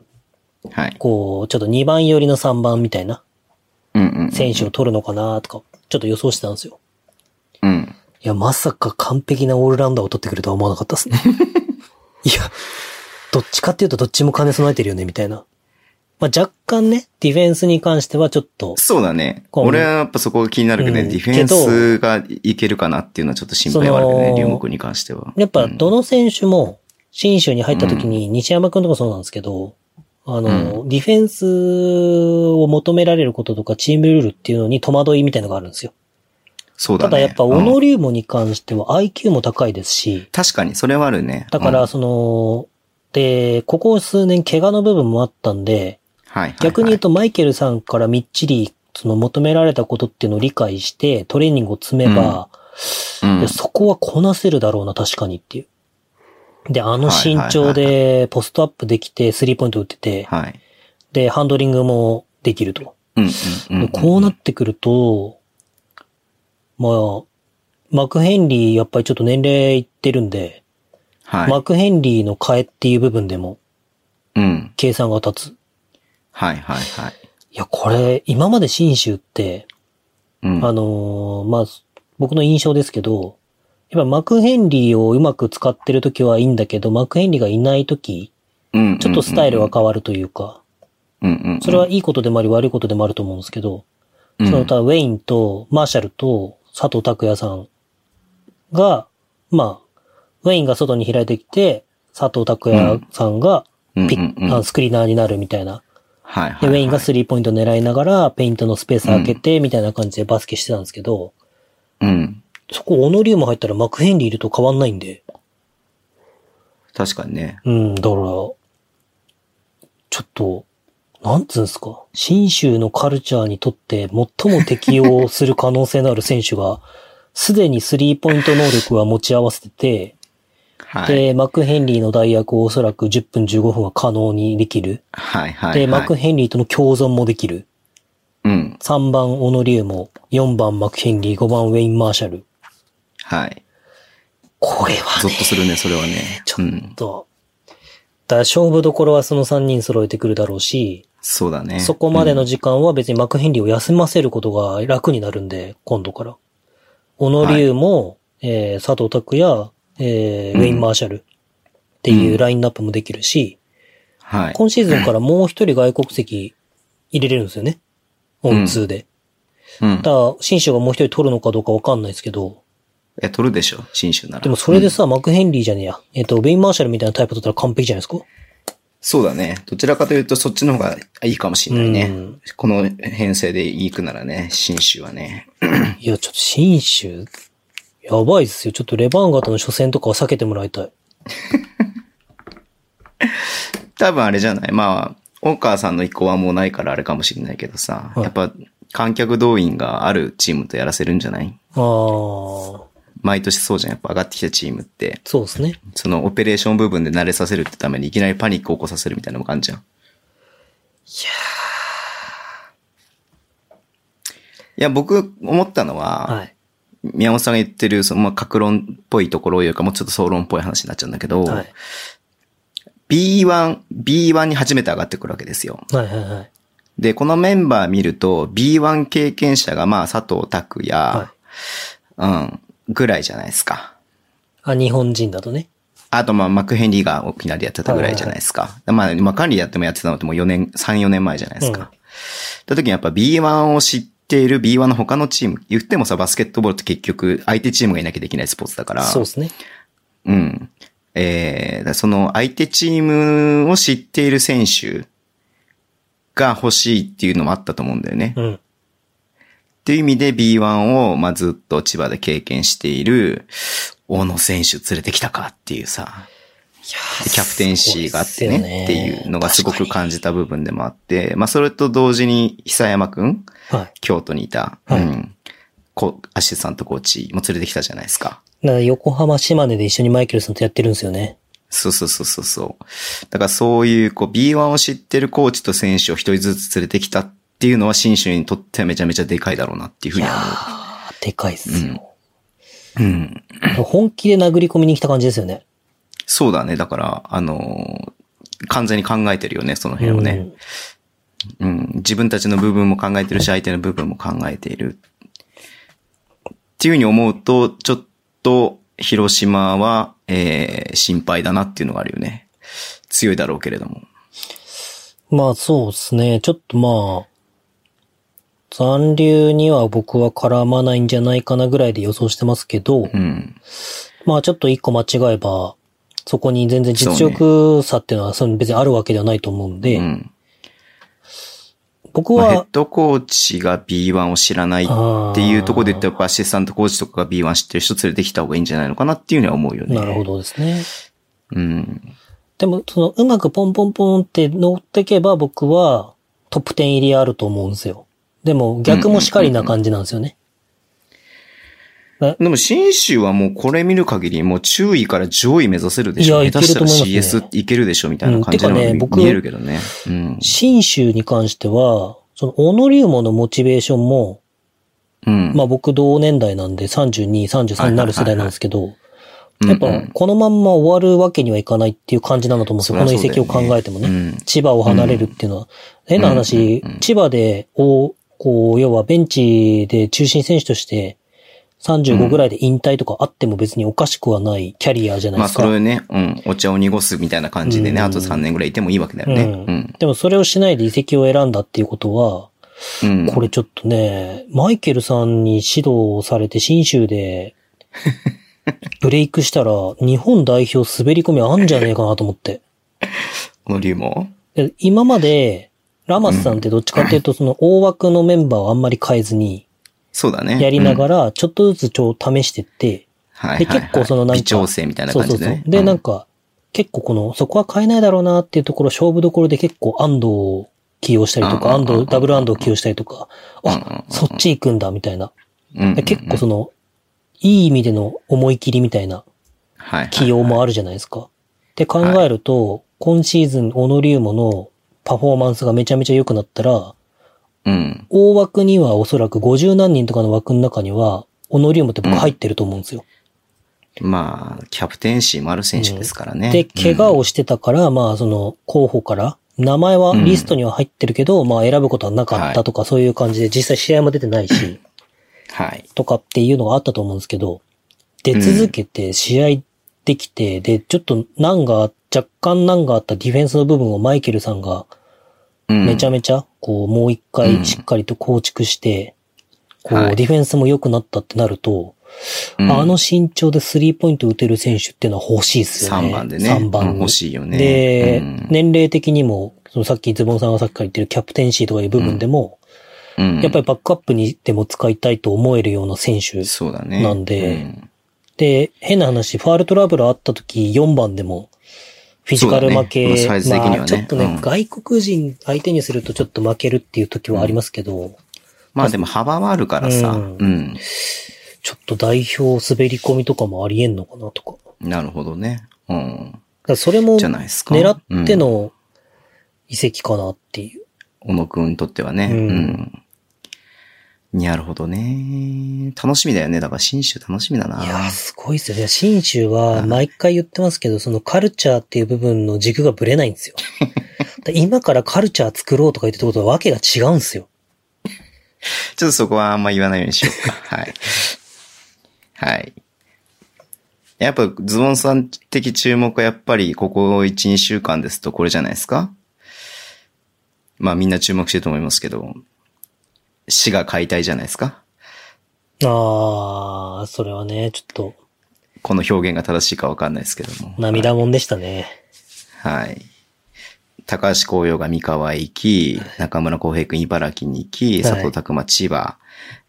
S2: はい。
S3: こう、ちょっと2番寄りの3番みたいな
S2: うんうん。
S3: 選手を取るのかなとか、ちょっと予想してたんですよ。
S2: うん。
S3: いや、まさか完璧なオールラウンダーを取ってくるとは思わなかったで すね。いや、どっちかっていうとどっちも兼ね備えてるよね、みたいな。まあ、若干ね、ディフェンスに関してはちょっと、
S2: そうだね。
S3: こう
S2: 俺はやっぱそこが気になるけどね、
S3: うん
S2: ディフェンスがいけるかなっていうのはちょっと心配はあるけど
S3: その
S2: ね、龍木に関しては。
S3: やっぱ
S2: うん
S3: どの選手も、新州に入った時に、西山くんとかそうなんですけど、あの、ディフェンスを求められることとか、チームルールっていうのに戸惑いみたいのがあるんですよ。
S2: そうだ
S3: た
S2: ね。
S3: だやっぱ、
S2: うん
S3: オノリウムに関しては IQ も高いですし、
S2: 確かに、それはあるね。
S3: だか
S2: う
S3: ら
S2: ん
S3: その、で、ここ数年怪我の部分もあったんで、
S2: はいはい
S3: 逆に言う
S2: と、
S3: とマイケルさんからみっちり、その求められたことっていうのを理解して、トレーニングを積めば、
S2: うん
S3: いやそこはこなせるだろうな、確かにっていう。で、あの
S2: はい
S3: 身
S2: はい
S3: 長で、ポストアップできて、スリーポイント打ってて、
S2: はい。
S3: で、ハンドリングもできると。
S2: うんうんう
S3: で
S2: ん。
S3: こうなってくると、まあ、マクヘンリー、やっぱりちょっと年齢いってるんで、
S2: はい。
S3: マクヘンリーの替えっていう部分でも
S2: うん。
S3: 計算が立つ。
S2: はいはいはい。
S3: いや、これ、今まで新州って、
S2: うん。
S3: あのーまあ、僕の印象ですけど、やっぱマクヘンリーをうまく使ってる時はいいんだけど、マクヘンリーがいない時
S2: うん
S3: ちょっとスタイルが変わるというか、
S2: うんうんうん。
S3: それはいいことでもあり悪いことでもあると思うんですけど、
S2: うん、
S3: その他ウェインとマーシャルと佐藤拓也さんが、まあ、ウェインが外に開いてきて、佐藤拓也さんがピッ、
S2: うんうんうん
S3: あスクリーナーになるみたいな。
S2: はいはい
S3: で、ウ
S2: はい
S3: ェインがスリーポイント狙いながら、ペイントのスペース開けて、みたいな感じでバスケしてたんですけど、
S2: うん。
S3: そこ、オノリウム入ったらマクヘンリーいると変わんないんで。
S2: 確かにね。
S3: うん、だから、ちょっと、なんつうんすか。新州のカルチャーにとって最も適応する可能性のある選手が、 すでにスリーポイント能力は持ち合わせてて、
S2: はい。
S3: で、マクヘンリーの代役をおそらく10分15分は可能にできる。
S2: はいはい。
S3: で、マク
S2: はい、
S3: ヘンリーとの共存もできる。
S2: うん。
S3: 3番オノリウム、4番マクヘンリー、5番ウェイン・マーシャル。
S2: はい。
S3: これは
S2: ゾ
S3: ね、
S2: ッとするね、それはね。
S3: ち
S2: う
S3: ょっ
S2: ん。
S3: と、だから勝負どころはその3人揃えてくるだろうし、
S2: そうだね。
S3: そこまでの時間は別にマクヘンリーを休ませることが楽になるんで、今度から。オノリウも、えー佐藤拓也、え
S2: う
S3: ー
S2: ん
S3: ウェイン・マーシャルっていうんうラインナップもできるし、
S2: うん、はい。
S3: 今シーズンからもう一人外国籍入れれるんですよね。オンツーで。
S2: うん
S3: た、だ、新州がもう一人取るのかどうかわかんないですけど、
S2: え、取るでしょ、新種なら。
S3: でもそれでさ、マクヘンリーじゃねえや。えっ、と、ウェイン・マーシャルみたいなタイプ取ったら完璧じゃないですか
S2: そうだね。どちらかというと、そっちの方がいいかもしれないね。
S3: うん
S2: この編成で行くならね、新種はね。
S3: いや、ちょっと新州、やばいっすよ。ちょっとレバンガとの初戦とかは避けてもらいたい。
S2: 多分あれじゃないまあ、大川さんの意向はもうないからあれかもしれないけどさ、
S3: はい
S2: やっぱ観客動員があるチームとやらせるんじゃない
S3: ああ、
S2: 毎年そうじゃん。やっぱ上がってきたチームって、
S3: そうですね。
S2: そのオペレーション部分で慣れさせるってためにいきなりパニックを起こさせるみたいなのもあるじゃん。いやいや、僕思ったのは、
S3: はい。
S2: 宮本さんが言ってる、その、まあ、格論っぽいところよりか、もうちょっと総論っぽい話になっちゃうんだけど、
S3: はい。
S2: B1、B1 に初めて上がってくるわけですよ。
S3: はいはいはい。
S2: で、このメンバー見ると、B1 経験者が、まあ、佐藤拓也、
S3: はい。
S2: うん、ぐらいじゃないですか。
S3: あ、日本人だとね。
S2: あと、まあ、マクヘンリーが沖縄でやってたぐらいじゃないですか。まあ、マカンリーやってもやってたのってもう4年、3、4年前じゃないですか。だ時にやっぱ B1 を知っている B1 の他のチーム、言ってもさ、バスケットボールって結局、相手チームがいなきゃできないスポーツだから。
S3: そうですね。
S2: うん。えーだからその相手チームを知っている選手が欲しいっていうのもあったと思うんだよね。
S3: う
S2: っ
S3: ん。
S2: ていう意味で B1 を、まあ、ずっと千葉で経験している、大野選手連れてきたかっていうさ、でキャプテンシーがあってねっていうのがすごく感じた部分でもあって、まあ、それと同時に久山くん、
S3: は
S2: 京都にいた、
S3: はい
S2: うん、こアシスタントコーチも連れてきたじゃないですか。
S3: い。だから横浜、島根で一緒にマイケルさんとやってるんですよね。
S2: そうそうそうそうそう。だからそういう、こう、B1 を知ってるコーチと選手を一人ずつ連れてきたっていうのは、新種にとってはめちゃめちゃでかいだろうなっていうふうに思
S3: あーでかいっすよ。
S2: う。うん。
S3: 本気で殴り込みに来た感じですよね。
S2: そうだね。だから、あのー完全に考えてるよね、その辺をね。うん、自分たちの部分も考えてるし、相手の部分も考えている。っていうふうに思うと、ちょっと、広島は、えー、心配だなっていうのがあるよね。強いだろうけれども。
S3: うん。まあそうですね。ちょっとまあ、残留には僕は絡まないんじゃないかなぐらいで予想してますけど、
S2: うん。
S3: まあちょっと一個間違えば、そこに全然実力差っていうのはその別にあるわけではないと思うんで、
S2: うん。
S3: 僕
S2: まあヘッ
S3: は、
S2: ドコーチが B1 を知らないっていうところで言ったら、やっぱアシスタントコーチとかが B1 知ってる人連れてきた方がいいんじゃないのかなっていうのは思うよね。
S3: なるほ。どですね。
S2: うん。
S3: でも、その、うまくポンポンポンって乗ってけば僕はトップ10入りあると思うんですよ。でも、逆もしかりな感じなんですよね。
S2: でも、新州はもうこれ見る限り、もう中位から上位目指せるでし
S3: い
S2: ょ。
S3: や
S2: 下手したら
S3: いけると思いますね
S2: CS いけるでしょみたいな感じなの
S3: うんてかね
S2: が
S3: 僕
S2: 見えるけどね。うん。
S3: 新州に関しては、その、オノリウモのモチベーションも、
S2: うん。
S3: まあ僕同年代なんで32、33になる世代なんですけど、
S2: うん
S3: やっぱこのまんま終わるわけにはいかないっていう感じなんだと思うんですよ。
S2: そ
S3: こ
S2: りゃ
S3: の遺
S2: そうだ
S3: 跡
S2: よ
S3: を
S2: ね
S3: 考えてもね。
S2: うん
S3: 千葉を離れるっていうのは。変な話、
S2: うんうんうん
S3: 千葉で、おこう、要はベンチで中心選手として35ぐらいで引退とかあっても別におかしくはないキャリアじゃない
S2: ま
S3: で
S2: あ、
S3: すか。
S2: それをね、うん、お茶を濁すみたいな感じでね、
S3: うん
S2: あと3年ぐらいいてもいいわけだよね。
S3: う
S2: うんん。
S3: でもそれをしないで遺跡を選んだっていうことは、
S2: うん。
S3: これちょっとね、マイケルさんに指導されて新州で、 ブレイクしたら、日本代表滑り込みあんじゃねえかなと思って。
S2: この理由も
S3: で今まで、ラマスさんってどっちかっていうと、その大枠のメンバーをあんまり変えずに、
S2: そうだね。
S3: やりなが
S2: ら、
S3: ら、ちょっとずつちょ試してって、
S2: はい
S3: で、
S2: はいはい
S3: 結構そのなんか、
S2: 微調整みたいな感じで
S3: そう
S2: ね
S3: そ。うそうで、なん
S2: か、
S3: か、結構この、そこは変えないだろうなっていうところ、勝負どころで結構安藤を起用したりとか、
S2: うん
S3: 安
S2: うんうんうん
S3: 藤、ダブル安藤を起用したりとか、
S2: うんうんうん
S3: あ、そっち行くんだ、みたいな。
S2: うんうん
S3: で結構その、いい意味での思い切りみたいな
S2: はいはい
S3: 起用もあるじゃないですか。って考えると、今シーズン、オノリウムのパフォーマンスがめちゃめちゃ良くなったら、
S2: うん。
S3: 大枠にはおそらく50何人とかの枠の中には、オノリウムって僕入ってると思うんですよ。
S2: まあ、キャプテンシーもある選手ですからね。
S3: で、怪我
S2: うん
S3: をしてたから、まあその候補から、名前は
S2: うん
S3: リストには入ってるけど、まあ選ぶことはなかったとか、そういう感じで実際試合も出てないし、
S2: はい。
S3: とかっていうのがあったと思うんですけど、出続けて試合できて、で、ちょっと難が、若干難があったディフェンスの部分をマイケルさんが
S2: うん
S3: めちゃめちゃ、こう、もう一回しっかりと構築して、こう、ディフェンスも良くなったってなると、
S2: うん
S3: あの身長でスリーポイント打てる選手っていうのは欲しいですよね。
S2: 3番でね。
S3: 3番。
S2: うん欲しいよね。
S3: で、
S2: うん、
S3: 年齢的にも、そのさっきズボンさんがさっきから言ってるキャプテンシーとかいう部分でも、
S2: うん
S3: やっぱりバックアップにでも使いたいと思えるような選手。
S2: そうだね。
S3: なんで
S2: うん
S3: で、変な話、ファールトラブルあった時4番でも、フィジカル負け、
S2: そうだねまあサイズ的にはね
S3: まあちょっとね、
S2: うん
S3: 外国人相手にするとちょっと負けるっていう時はありますけど、
S2: まあでも幅はあるからさ。
S3: うん
S2: うん。
S3: ちょっと代表滑り込みとかもありえんのかなとか。だか
S2: なるほどね。うん。
S3: らそれも
S2: じゃないですか。
S3: 狙っての遺跡かなっていう。
S2: 小野くんにとってはね。う
S3: う
S2: んん。なるほどね。楽しみだよね。だから新州楽しみだな。
S3: いやー、すごいっすよね。新州は毎回言ってますけど、そのカルチャーっていう部分の軸がぶれないんで すよ。だ今からカルチャー作ろうとか言ってたことはわけが違うんですよ。
S2: ちょっとそこはあんま言わないようにしようか。はい。はい。やっぱズボンさん的注目はやっぱりここ1、2週間ですとこれじゃないですかまあみんな注目してると思いますけど、死が解体じゃないですか
S3: あー、それはね、ちょっと
S2: この表現が正しいかわかんないですけども。
S3: 涙もんでしたね。
S2: はい。高橋光陽が三河へ行き、中村浩平君茨城に行き、佐藤拓馬千葉、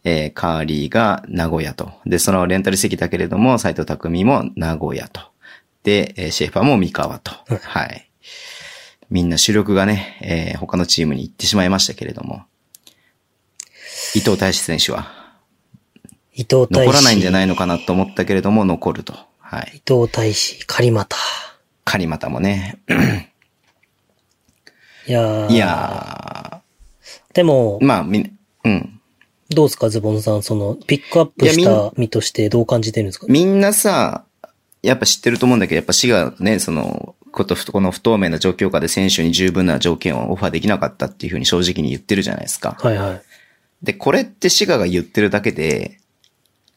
S2: えーカーリーが名古屋と。で、そのレンタル席だけれども、斎藤拓海も名古屋と。で、えーシェーファーも三河と。はい。みんな主力がね、えー他のチームに行ってしまいましたけれども、伊藤大志選手は
S3: 伊藤大使。
S2: 残らないんじゃないのかなと思ったけれども、残ると。はい。
S3: 伊藤大使、狩俣。
S2: 狩股もね。
S3: いやー。
S2: いや
S3: でも
S2: ー、、まあ、みん、うん。
S3: どうですか、ズボンさん。その、ピックアップし
S2: いやみ
S3: た身としてどう感じてるんですか
S2: みんなさ、やっぱ知ってると思うんだけど、やっぱ市がね、その、ことふこの不透明な状況下で選手に十分な条件をオファーできなかったっていうふうに正直に言ってるじゃないですか。
S3: はいはい。
S2: で、これって市がが言ってるだけで、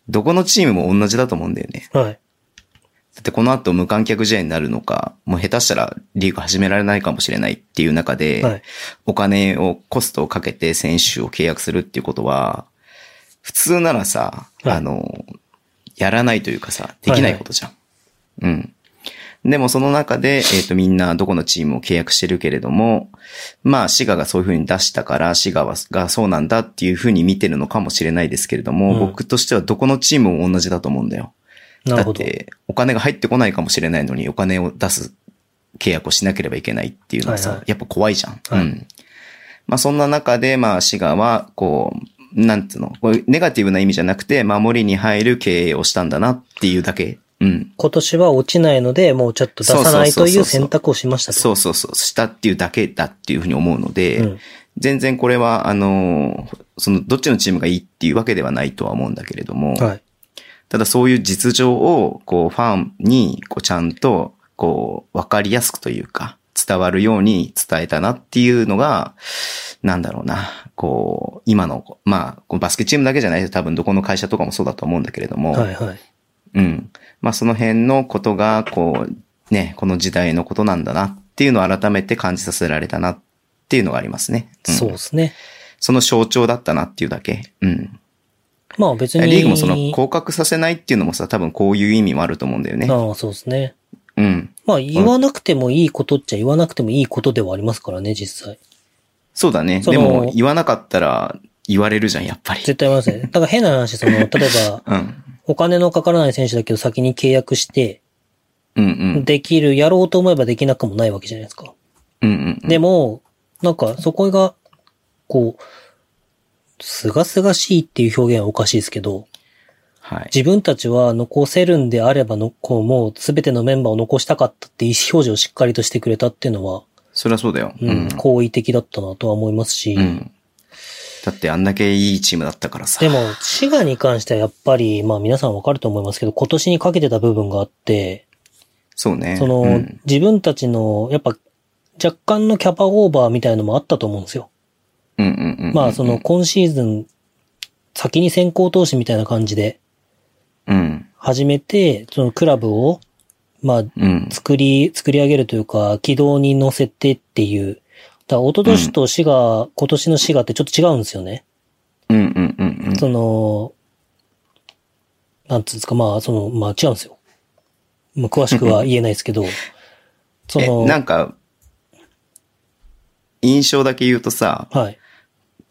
S2: どこのチームも同じだと思うんだよね。
S3: はい。
S2: だってこの後無観客試合になるのか、もう下手したらリーグ始められないかもしれないっていう中で、
S3: はい
S2: お金を、コストをかけて選手を契約するっていうことは、普通ならさ、
S3: はい
S2: あの、やらないというかさ、できないことじゃん。うん。でもその中で、えっ、と、みんなどこのチームを契約してるけれども、まあ、滋賀がそういう風に出したから、滋賀は、がそうなんだっていう風に見てるのかもしれないですけれども、
S3: うん
S2: 僕としてはどこのチームも同じだと思うんだよ。
S3: なるほど
S2: だっ。て、お金が入ってこないかもしれないのに、お金を出す契約をしなければいけないっていうのはさ、
S3: はいはい
S2: やっぱ怖いじゃん。
S3: はい
S2: うん。まあそんな中で、まあ滋賀は、こう、なんつうの、こういうネガティブな意味じゃなくて、守りに入る経営をしたんだなっていうだけ。うん。
S3: 今年は落ちないので、もうちょっと出さない
S2: そ
S3: と
S2: うそうそうそう
S3: いう選択をしましたと。
S2: そうそうそう、したっていうだけだっていうふうに思うので、
S3: うん
S2: 全然これは、あのー、その、どっちのチームがいいっていうわけではないとは思うんだけれども、
S3: はい。
S2: ただそういう実情を、こう、ファンに、こう、ちゃんと、こう、わかりやすくというか、伝わるように伝えたなっていうのが、なんだろうな、こう、今の、まあ、こうバスケチームだけじゃない多分どこの会社とかもそうだと思うんだけれども、
S3: はいはい。
S2: うん。まあ、その辺のことが、こう、ね、この時代のことなんだなっていうのを改めて感じさせられたなっていうのがありますね。ん
S3: そうですね。
S2: その象徴だったなっていうだけ。うん。
S3: まあ別に。
S2: リーグもその降格させないっていうのもさ、多分こういう意味もあると思うんだよね。
S3: ああ、そうですね。
S2: うん。
S3: まあ言わなくてもいいことっちゃ言わなくてもいいことではありますからね、実際。
S2: そうだね。
S3: そ
S2: で
S3: の
S2: も言わなかったら言われるじゃん、やっぱり。
S3: 絶対あり ますね。だから変な話、その、例えば、
S2: うん。
S3: お金のかからない選手だけど先に契約して、
S2: うんうん。
S3: できる、やろうと思えばできなくもないわけじゃないですか。
S2: うんうんうん。
S3: でも、なんかそこが、こう、すがすがしいっていう表現はおかしいですけど、
S2: はい。
S3: 自分たちは残せるんであればの、こう、もうすべてのメンバーを残したかったって意思表示をしっかりとしてくれたっていうのは、
S2: そりゃそうだよ。
S3: うん、好意的だったなとは思いますし、
S2: うん。だってあんだけいいチームだったからさ。
S3: でも、滋賀に関してはやっぱり、まあ皆さんわかると思いますけど、今年にかけてた部分があって、
S2: そうね。
S3: その、
S2: うん
S3: 自分たちの、やっぱ、若干のキャパオーバーみたいのもあったと思うんですよ。
S2: うんうんうん。
S3: まあ、その、、今シーズン、先に先行投資みたいな感じで
S2: うん。
S3: 始めて、そのクラブを、まあ、
S2: うん。
S3: 作り、作り上げるというか、軌道に乗せてっていう。だから、一昨年と滋賀、今年の滋賀ってちょっと違うんですよね。
S2: うんうんうんうん。
S3: その、なんつうんですか、まあ、その、まあ、違うんですよ。まあ、詳しくは言えないです けど、その
S2: え、、なんか、印象だけ言うとさ、
S3: はい。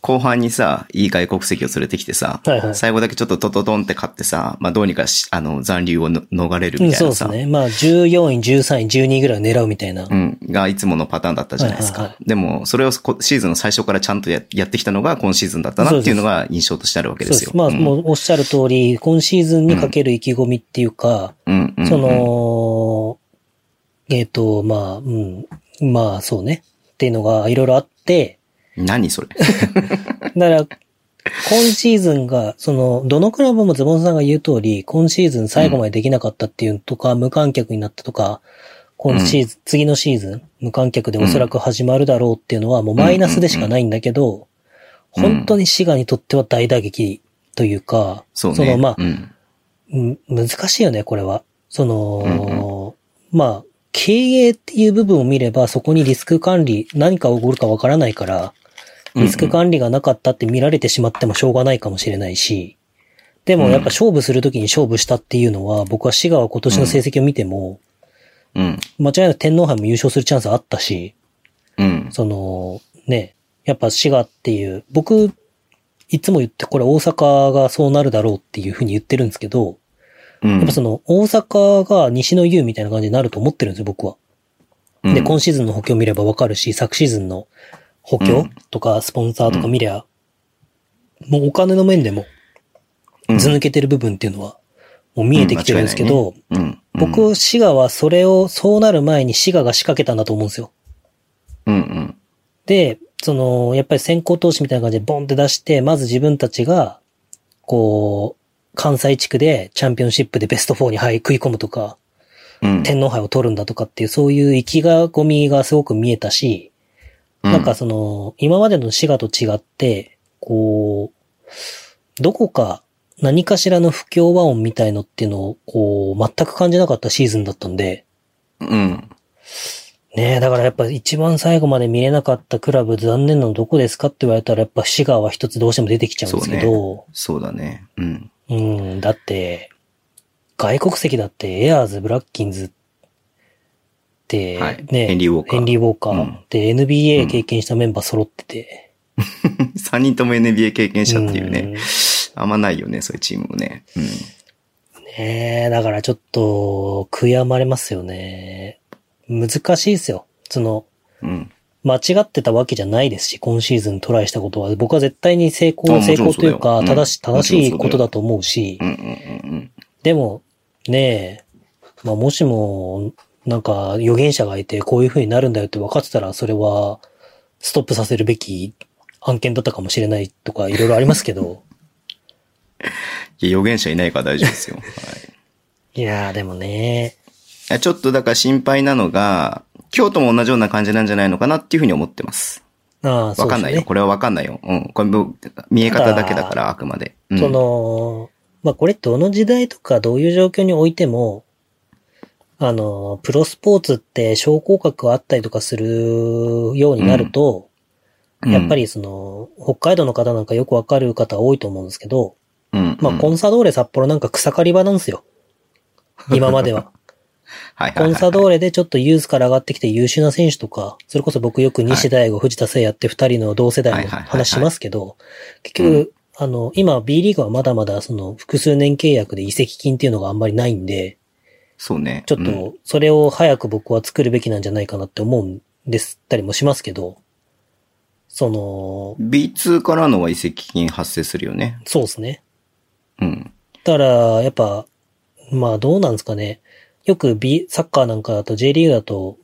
S2: 後半にさ、いい外国籍を連れてきてさ、
S3: はいはい
S2: 最後だけちょっとトトトンって勝ってさ、まあどうにかし、あの、残留をの逃れる
S3: うん
S2: みたい
S3: そう
S2: な
S3: で
S2: さ、
S3: すね。まあ、14位、13位、12位ぐらいを狙うみたいな。
S2: うん、がいつものパターンだったじゃないですか。
S3: はいはい
S2: でも、それをこシーズンの最初からちゃんとややってきたのが今シーズンだったなっていうのが印象としてあるわけ
S3: そう
S2: で
S3: です
S2: よ。
S3: す。まあ、
S2: うん
S3: もうおっしゃる通り、今シーズンにかける意気込みっていうか、
S2: うんうん
S3: そ、の、えっ、と、まあ、うん、まあ、そうね。っていうのがいろいろあって、
S2: うん何 それ。
S3: だから、今シーズンが、その、どのクラブもズボンさんが言う通り、今シーズン最後までできなかったっていうとか、無観客になったとか、今シーズン、次のシーズン、無観客でおそらく始まるだろうっていうのは、もうマイナスでしかないんだけど、
S2: うんうんうん
S3: 本当に滋賀にとっては大打撃というか、
S2: そうね。
S3: の、まあ、
S2: うん。
S3: うん難しいよね、これは。そ
S2: うん
S3: の、まあ、経営っていう部分を見れば、そこにリスク管理、何か起こるかわからないから、
S2: うんうん
S3: リスク管理がなかったって見られてしまってもしょうがないかもしれないし、でも
S2: うん
S3: やっぱ勝負するときに勝負したっていうのは、僕は滋賀は今年の成績を見ても、
S2: うん。
S3: 間違いなく天皇杯も優勝するチャンスあったし、
S2: うん。
S3: その、ね、やっぱ滋賀っていう、僕、いつも言ってこれ大阪がそうなるだろうっていうふうに言ってるんですけど、
S2: うん。
S3: やっぱその、大阪が西の優みたいな感じになると思ってるんですよ、僕は。
S2: うん
S3: で、今シーズンの補強見ればわかるし、昨シーズンの補
S2: う
S3: 強
S2: ん
S3: とか、スポンサーとか見りゃ、もうお金の面でも、
S2: うん
S3: ず抜けてる部分っていうのは、もう見えてきてるんですけど、
S2: うん、うん
S3: 僕、滋賀はそれを、そうなる前に滋賀が仕掛けたんだと思うんですよ。
S2: うんうん。
S3: で、その、やっぱり先行投資みたいな感じでボンって出して、まず自分たちが、こう、関西地区でチャンピオンシップでベスト4に入り食い込むとか、
S2: うん。
S3: 天皇杯を取るんだとかっていう、そういう意気込みがすごく見えたし、なんかその、今までの滋賀と違って、こう、どこか何かしらの不協和音みたいのっていうのを、こう、全く感じなかったシーズンだったんで、
S2: うん。
S3: ねえ、だからやっぱ一番最後まで見れなかったクラブ残念なのどこですかって言われたらやっぱ滋賀は一つどうしても出てきちゃうんですけど、
S2: そうだね。うん。
S3: うん、だって、外国籍だってエアーズ、ブラッキンズ、て、
S2: はい
S3: ね、
S2: ヘンリーウォーカー
S3: ヘンリー・ウォーカー。
S2: うん
S3: で、NBA 経験したメンバー揃ってて。
S2: 3人とも NBA 経験者っていうね。
S3: うん
S2: あんまないよね、そういうチームもね。うん。
S3: ねえ、だからちょっと、悔やまれますよね。難しいですよ。その、
S2: うん。
S3: 間違ってたわけじゃないですし、今シーズントライしたことは、僕は絶対に成
S2: あ
S3: 功、
S2: もち
S3: 成
S2: ろん
S3: 功というか、
S2: そうだよ
S3: 正し、
S2: うん
S3: 正しい
S2: もちろんそうだよ
S3: ことだと思うし
S2: うんう、んうんうん。
S3: でも、ねえ、まあもしも、なんか予言者がいて、こういう風になるんだよって分かってたら、それは、ストップさせるべき案件だったかもしれないとか、いろいろありますけ ど、
S2: いや、予言者いないから大丈夫 ですよ。はい
S3: やーでもね、
S2: いいや。ちょっとだから心配なのが、京都も同じような感じなんじゃないのかなっていうふうに思ってます。
S3: ああ、そ
S2: わ
S3: うで
S2: か
S3: す
S2: んないよ。
S3: ね。
S2: これはわかんないよ。うん。これもう見え方だけだか
S3: た
S2: ら、あくまで。うん、
S3: その、まあ、これどの時代とかどういう状況においても、あの、プロスポーツって昇降格あったりとかするようになると、
S2: うん、
S3: やっぱりその、北海道の方なんかよくわかる方多いと思うんですけど、
S2: うん、うん。
S3: まあ、コンサドーレ札幌なんか草刈り場なん ですよ。今までは。
S2: はいはい
S3: コ
S2: はい
S3: ンサドーレでちょっとユースから上がってきて優秀な選手とか、それこそ僕よく西大吾、藤田聖也って二人の同世代の話しますけど、結局、あの、今 B リーグはまだまだその複数年契約で移籍金っていうのがあんまりないんで、
S2: そうね。
S3: ちょっ
S2: うん
S3: とそれを早く僕は作るべきなんじゃないかなって思うんですったりもしますけど、その、
S2: B2 からのは移籍金発生するよね。
S3: そうですね。
S2: うん。
S3: だから、やっぱ、まあどうなんですかね。よく B、サッカーなんかだと J リーグだと、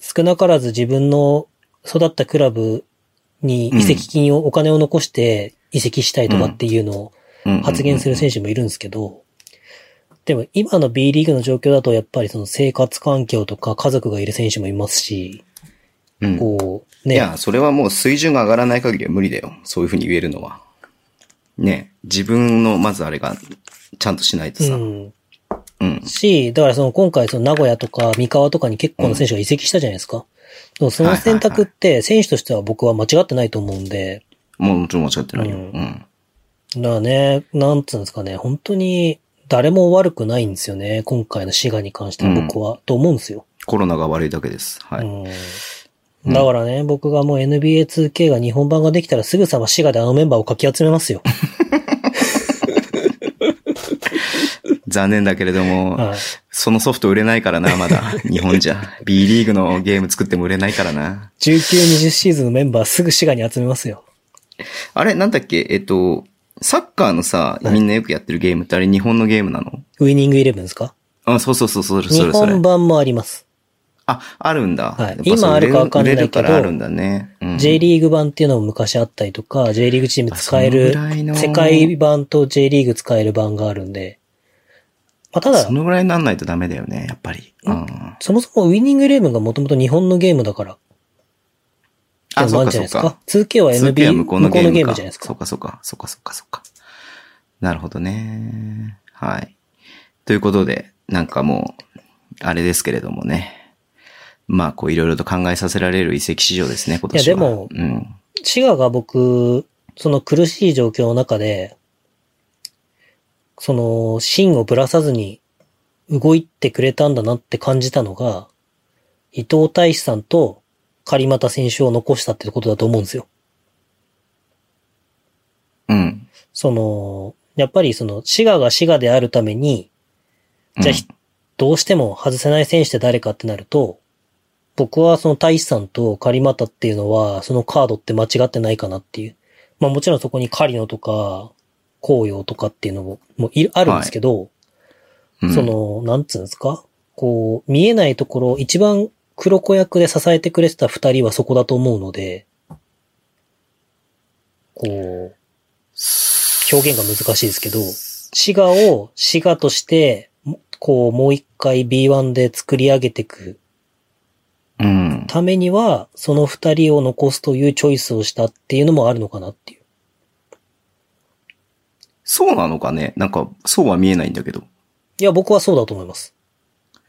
S3: 少なからず自分の育ったクラブに移籍金を、お金を残して移籍したいとかっていうのを
S2: うん
S3: 発言する選手もいるんですけど、でも今の B リーグの状況だとやっぱりその生活環境とか家族がいる選手もいますし、
S2: 手。うん。
S3: こう、
S2: い
S3: ね、
S2: や、それはもう水準が上がらない限りは無理だよ。そういうふうに言えるのは。ね。自分の、まずあれが、ちゃんとしないとさ。
S3: う
S2: うん。
S3: ん、し、だからその今回その名古屋とか三河とかに結構な選手が移籍したじゃないですか。でもその選択って選手としては僕は間違ってないと思うんで、
S2: もうもちろん間違ってないよ。
S3: う
S2: うんん。
S3: だからね、なんつうんですかね、本当に誰も悪くないんですよね。今回の滋賀に関しては僕は、と思うんですよ。
S2: コロナが悪いだけです。はい。
S3: うん。だからね、僕がもう NBA2K が日本版ができたらすぐさま滋賀であのメンバーをかき集めますよ。
S2: 残念だけれども、
S3: はい
S2: そのソフト売れないからな、ま だ。日本じゃ。B リーグのゲーム作っても売れないからな。
S3: 19、20シーズンのメンバーすぐ滋賀に集めますよ。
S2: あれ、なんだっけえっと、サッカーのさ、
S3: はい
S2: みんなよくやってるゲームってあれ日本のゲームなの
S3: ウィニングイレブンですか
S2: あ、そうそうそう、それ、そ
S3: 日
S2: れ、それ
S3: 本。版もあります。
S2: あ、あるんだ。
S3: はい
S2: やっぱそう
S3: 今あるかわかんない
S2: 売
S3: けど
S2: れるからあるんだね。うん
S3: J リーグ版っていうのも昔あったりとか、J リーグチーム使え
S2: あ
S3: る
S2: そのぐらい、の
S3: 世界版と J リーグ使える版があるんで、まあ、ただ
S2: そ、のぐらいになんないとダメだよね、やっぱり。うん。
S3: そもそもウィニングイレブンがもともと日本のゲームだから、
S2: あ、
S3: でも
S2: そう
S3: あるん
S2: か、
S3: じ
S2: そう
S3: ゃないですか
S2: か。。
S3: 2K は
S2: 2K
S3: NBA
S2: は向
S3: 向こ
S2: こ
S3: う
S2: う
S3: の
S2: のゲ
S3: ゲー
S2: ーム
S3: ムじゃな
S2: か。
S3: いです
S2: そ
S3: か
S2: う。か、そうか、そうか、そうか、そうか。なるほどね。はい。ということで、なんかもう、あれですけれどもね。まあ、こう、いろいろと考えさせられる移籍市場ですね、今年は。
S3: いやでも
S2: うん。
S3: 滋賀が僕、その苦しい状況の中で、その、芯をぶらさずに動いてくれたんだなって感じたのが、伊藤大志さんと狩俣選手を残したってことだと思うんですよ。
S2: うん。
S3: その、やっぱりその、滋賀が滋賀であるために、じゃあひどうしても外せない選手って誰かってなると、僕はその大志さんと狩俣っていうのは、そのカードって間違ってないかなっていう。まあもちろんそこに狩野とか、紅葉とかっていうのも、もういるあるんですけど、
S2: うん、
S3: そ、の、なんつうんですかこう、見えないところ、一番黒子役で支えてくれてた二人はそこだと思うので、こう、表現が難しいですけど、滋賀を滋賀として、もこう、もう一回 B1 で作り上げていく
S2: うん。
S3: ためには、その二人を残すというチョイスをしたっていうのもあるのかなっていう。
S2: そうなのかねなんか、そうは見えないんだけど。
S3: いや、僕はそうだと思います。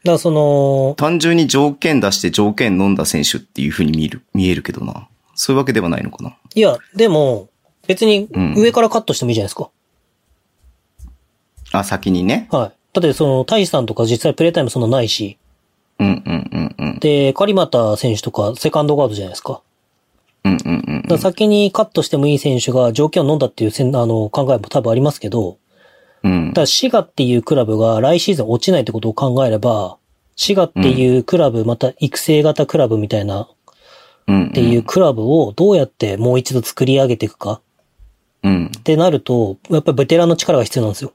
S3: だからその、
S2: 単純に条件出して条件飲んだ選手っていうふうに見る、見えるけどな。そういうわけではないのかな。
S3: いや、でも、別に
S2: うん
S3: 上からカットしてもいいじゃないですか。
S2: あ、先にね。
S3: はい。だってその、タイさんとか実際プレイタイムそんなないし、
S2: うんうんうんうん。
S3: で、カリマタ選手とかセカンドガードじゃないですか。
S2: うんうんうん
S3: だから先にカットしてもいい選手が条件を飲んだっていうせんあの考えも多分ありますけど、
S2: うん。うん
S3: ただ滋賀っていうクラブが来シーズン落ちないってことを考えれば、滋賀っていうクラブ、また育成型クラブみたいなっ
S2: うん。って
S3: いうクラブをどうやってもう一度作り上げていくか
S2: うん。
S3: ってなると、やっぱりベテランの力が必要なんですよ。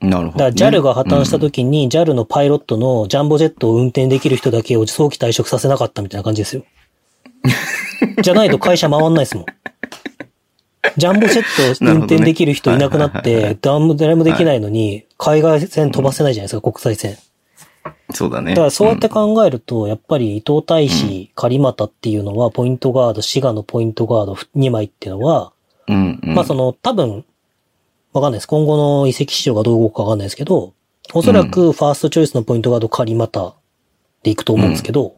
S2: なるほど、
S3: だ
S2: ね。
S3: から JAL が破綻した時に JAL のパイロットのジャンボジェットを運転できる人だけを早期退職させなかったみたいな感じですよ。じゃないと会社回んないですもん。ジャンボジェットを運転できる人いなくなっ
S2: なるほどねはいはいはいは
S3: て、誰も誰もできないのに、海外線飛ばせないじゃないですか、国際線。
S2: うんそうだね。
S3: だからそうやって考えると、やっぱり伊藤大使、狩俣っていうのは、ポイントガード、滋賀のポイントガード2枚っていうのは、
S2: うん、うんうん。
S3: まあその、多分、わかんないです。今後の移籍市場がどう動くかわかんないですけど、おそらくファーストチョイスのポイントガード仮またでいくと思うんですけど、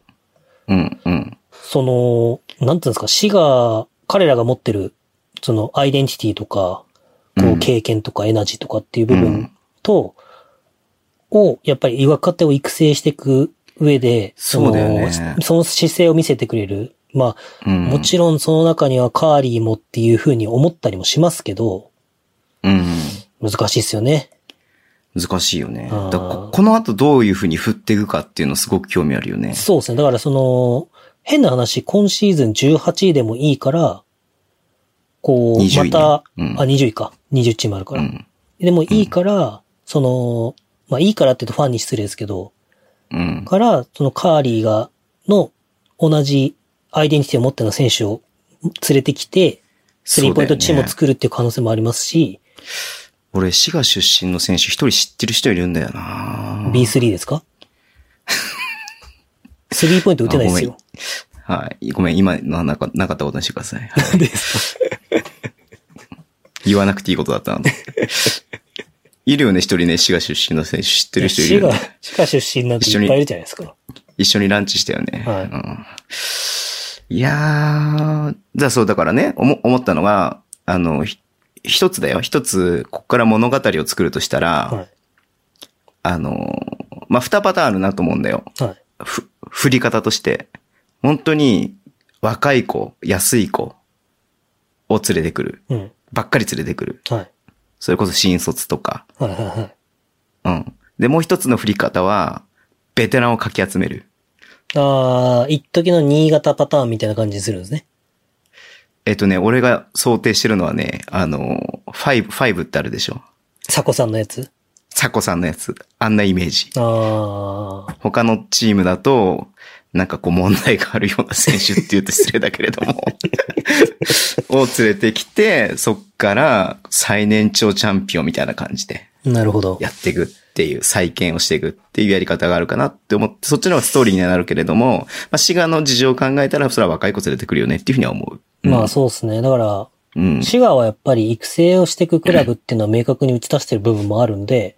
S2: うんうん。
S3: その、なんていうんですか、市が、彼らが持ってる、その、アイデンティティとか、こ
S2: う
S3: う、
S2: ん
S3: 経験とかエナジーとかっていう部
S2: うん
S3: 分と、を、やっぱり若手を育成していく上で、
S2: そうだよね
S3: そのその姿勢を見せてくれる。ま
S2: うん
S3: あ、。もちろんその中にはカーリーもっていうふうに思ったりもしますけど、
S2: うん。
S3: 難しいっすよね。
S2: 難しいよね。だ
S3: あー
S2: からここの後どういうふうに振っていくかっていうのすごく興味あるよね。
S3: そうですね。だからその、変な話、今シーズン18位でもいいから、こ
S2: 20
S3: う、ま
S2: 位ね
S3: た、
S2: うん
S3: あ、20位か。20チームあるか
S2: う
S3: ら。
S2: ん。
S3: でもいいから、その、まあいいからって言うとファンに失礼ですけど、
S2: うん。
S3: から、そのカーリーが、の、同じアイデンティティを持っての選手を連れてきて、スリーポイントチームを
S2: そうだよね
S3: 作るっていう可能性もありますし、
S2: 俺、滋賀出身の選手一人知ってる人いるんだよな
S3: B3 で すかスリーポイント打てないですよ。
S2: はい。ごめん、今のはなかなかったことにしてください。
S3: なんでですか
S2: 言わなくていいことだったなと思って。いるよね、一人ね、滋賀出身の選手知ってる人いるよ
S3: 滋賀
S2: ね。、
S3: 滋賀出身なんていっぱいいるじゃないですか。
S2: 一緒にランチしたよね。
S3: はい
S2: うん、いやー、じゃあそうだからね、おも思ったのが、あの、ひ一つだよ。一つ、ここから物語を作るとしたら、
S3: は
S2: あの、まあ、二パターンあるなと思うんだよ。
S3: い。はい。
S2: ふ、振り方として。本当に、若い子、安い子を連れてくる。
S3: うん。
S2: ばっかり連れてくる。
S3: はい。
S2: それこそ新卒とか。
S3: はいはいはい。
S2: うん。で、もう一つの振り方は、ベテランをかき集める。
S3: あー、一時の新潟パターンみたいな感じにするんですね。
S2: えっとね、俺が想定してるのはね、あの、ファイブ、ファイブってあるでしょ。
S3: サコさんのやつ。
S2: サコさんのやつ。あんなイメージ。
S3: あー。
S2: 他のチームだと、なんかこう問題があるような選手って言うと失礼だけれど も、を連れてきて、そっから最年長チャンピオンみたいな感じで
S3: なるほど。
S2: やっていくっていう、再建をしていくっていうやり方があるかなって思って、そっちの方がストーリーにはなるけれども、まあ、滋賀の事情を考えたら、それは若い子連れてくるよねっていうふうには思う。うん
S3: まあそうですね。だから、
S2: うん。
S3: 滋賀はやっぱり育成をしていくクラブっていうのは明確に打ち出してる部分もあるんで、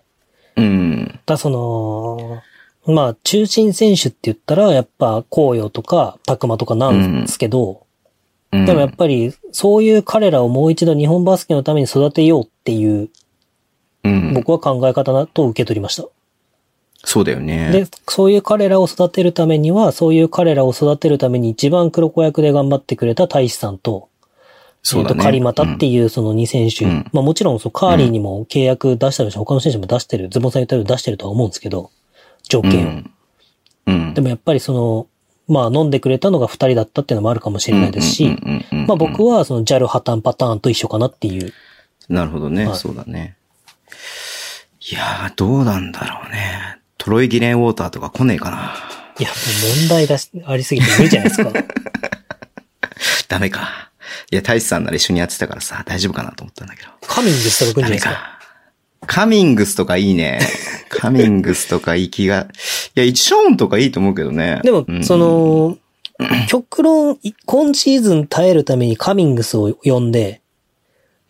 S2: うん。
S3: だその、まあ中心選手って言ったらやっぱ紅葉とか拓磨とかなんですけど、
S2: うん
S3: でもやっぱり、そういう彼らをもう一度日本バスケのために育てようっていう、
S2: うん
S3: 僕は考え方だと受け取りました。
S2: そうだよね。
S3: で、そういう彼らを育てるためには、そういう彼らを育てるために一番黒子役で頑張ってくれた大使さんと、
S2: そうだ
S3: えっ
S2: ね。
S3: と、カリマタって
S2: うん
S3: いうその2選手。
S2: うん
S3: まあもちろんそう、カーリーにも契約出したりし、他の選手も出してる、ズボンさん言ったように出してるとは思うんですけど、条件
S2: う
S3: を。
S2: ん。
S3: でもやっぱりその、まあ飲んでくれたのが2人だったっていうのもあるかもしれないです
S2: うん
S3: し、
S2: うんうんうんうん
S3: まあ僕はその JAL 破綻パターンと一緒かなっていう。
S2: なるほどね、
S3: はい
S2: そうだね。いやー、どうなんだろうね。トロイギレンウォーターとか来ねえかな。
S3: いや、もう問題がしありすぎて無理じゃないですか。
S2: ダメか。いや、大志さんなら一緒にやってたからさ、大丈夫かなと思ったんだけど。
S3: カミングしたら来るんじ
S2: ダ
S3: ゃない
S2: メか。
S3: ですか。
S2: カミングスとかいい ね。カミングスとかいい気が。いや、一ショーンとかいいと思うけどね。
S3: でも
S2: う、ん
S3: そ、の、極論、い今シーズン耐えるためにカミングスを呼んで、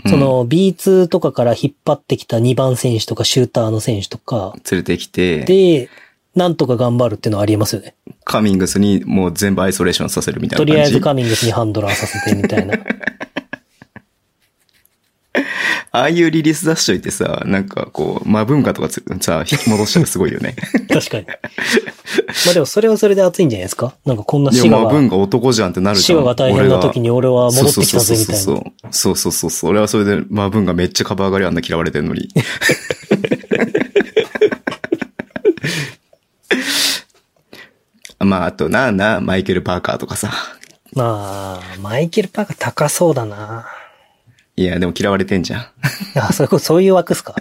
S3: その B2 とかから引っ張ってきた2番選手とかシューターの選手とか、
S2: 連れてきて、
S3: で、なんとか頑張るっていうのはありえますよね。
S2: カミングスにもう全部アイソレーションさせるみたい
S3: と
S2: な感じ。
S3: りあえずカミングスにハンドラーさせてみたいな。
S2: ああいうリリース出しといてさ、なんかこう、まあ文化とかつさ、引き戻したらすごいよ ね。
S3: 確かに。まあでもそれはそれで熱いんじゃないですかなんかこんな
S2: で
S3: 滋
S2: も
S3: 賀
S2: まあ
S3: が、
S2: 文化男じゃんってなるじ
S3: 滋
S2: ゃん。
S3: 賀が大変な時に俺は戻ってきたぜみたい
S2: そう
S3: な。
S2: そうそうそう。そうそうそう。俺はそれで、まあ文がめっちゃ株上がりあんな嫌われてんのに。 まあ、あと、なあなあ、マイケル・パーカーとかさ。
S3: まあ、マイケルパーカー高そうだな。
S2: いや、でも嫌われてんじゃん。
S3: あ、それこそそういう枠っすか。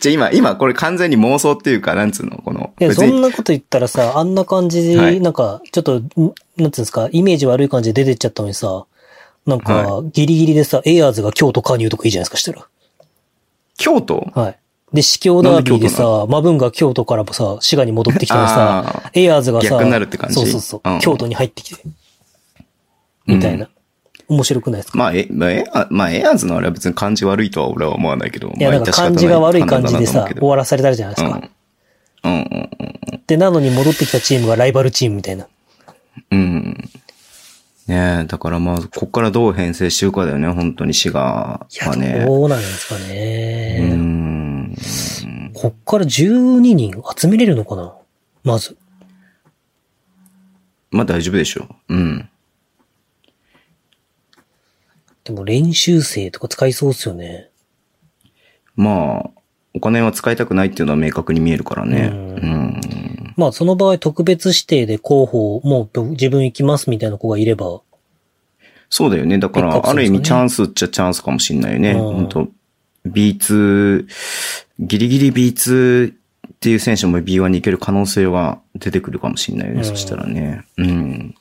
S2: じゃあ今、今、これ完全に妄想っていうか、なんつうの、この。
S3: いや、
S2: 別
S3: そ
S2: に
S3: んなこと言ったらさ、あんな感じで、
S2: はい
S3: なんか、ちょっと、んなんつうんですか、イメージ悪い感じで出てっちゃったのにさ、なんか、ギリギリでさ、エアーズが京都加入とかいいじゃないですか、したら。
S2: 京都
S3: はい。で、司教ダービー
S2: なん
S3: で
S2: で京
S3: さ、マブンが京都からもさ、滋賀に戻ってきたら
S2: あ
S3: さ、エアーズがさ、
S2: 逆になるって感じ
S3: そうそうそう、
S2: うん
S3: 京都に入ってきて、みたいな。面白くないですか、
S2: まあ、え、まあ、エア、まあ、エアーズのあれは別に感じ悪いとは俺は思わないけど。
S3: いや、なんか感じが悪い感じでさ、終わ
S2: ら
S3: らされたじゃないですか。
S2: うんうんうん
S3: で、なのに戻ってきたチームがライバルチームみたいな。
S2: うん。ねえ、だからまあ、こっからどう編成していくかだよね、本当に滋賀
S3: いや、
S2: はね。
S3: どうなんですか
S2: う
S3: ね。
S2: ーん。
S3: こっから12人集めれるのかなまず。
S2: まあ大丈夫でしょう。うん。
S3: でも練習生とか使いそうっすよね。
S2: まあ、お金は使いたくないっていうのは明確に見えるからね。
S3: う
S2: うん。
S3: まあその場合特別指定で候補、もう自分行きますみたいな子がいれば、
S2: そうだよね。だか
S3: 結
S2: ら、
S3: 構
S2: あ
S3: そう
S2: る
S3: で
S2: 意
S3: すよね
S2: 味チャンスっちゃチャンスかもしんないよね。
S3: うん
S2: 本当 B2、ギリギリ B2 っていう選手も B1 に行ける可能性は出てくるかもしんないよね。
S3: うん
S2: そしたらね。うん。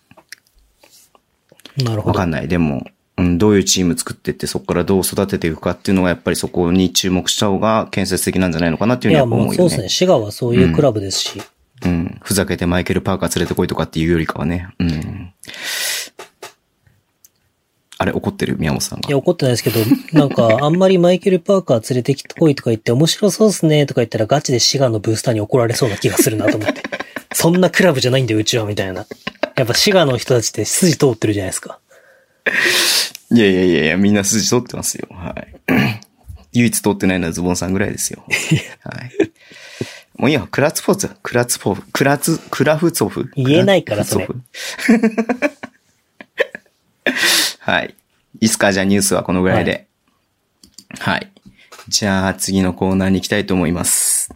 S3: なるほ
S2: わ
S3: ど
S2: か。んない。でも、うん、どういうチーム作ってって、そこからどう育てていくかっていうのが、やっぱりそこに注目した方が建設的なんじゃないのかなって
S3: い
S2: いうふう
S3: や
S2: には
S3: も
S2: 思
S3: う
S2: う
S3: そう
S2: よ
S3: です
S2: ね
S3: ね。。滋賀はそういうクラブですし。
S2: うん。ふざけてマイケル・パーカー連れてこいとかっていうよりかはね。うん。あれ、怒ってる宮本さんが
S3: いや。怒ってないですけど、なんかあんまりマイケル・パーカー連れてきてこいとか言って面白そうっすねとか言ったらガチで滋賀のブースターに怒られそうな気がするなと 思って。そんなクラブじゃないんだようちはみたいな。やっぱ滋賀の人たちって筋通ってるじゃないですか。
S2: いやいやいやいや、みんな筋通ってますよ。はい。 唯一通ってないのはズボンさんぐらいですよ。はい。もういいよ、クラツポーツ、クラツポフ、クラツ、クラフツォフ。
S3: 言えないから
S2: クラツォ
S3: そ
S2: フはい。いいっすかじゃあニュースはこのぐらいで。はい。じゃあ次のコーナーに行きたいと思います。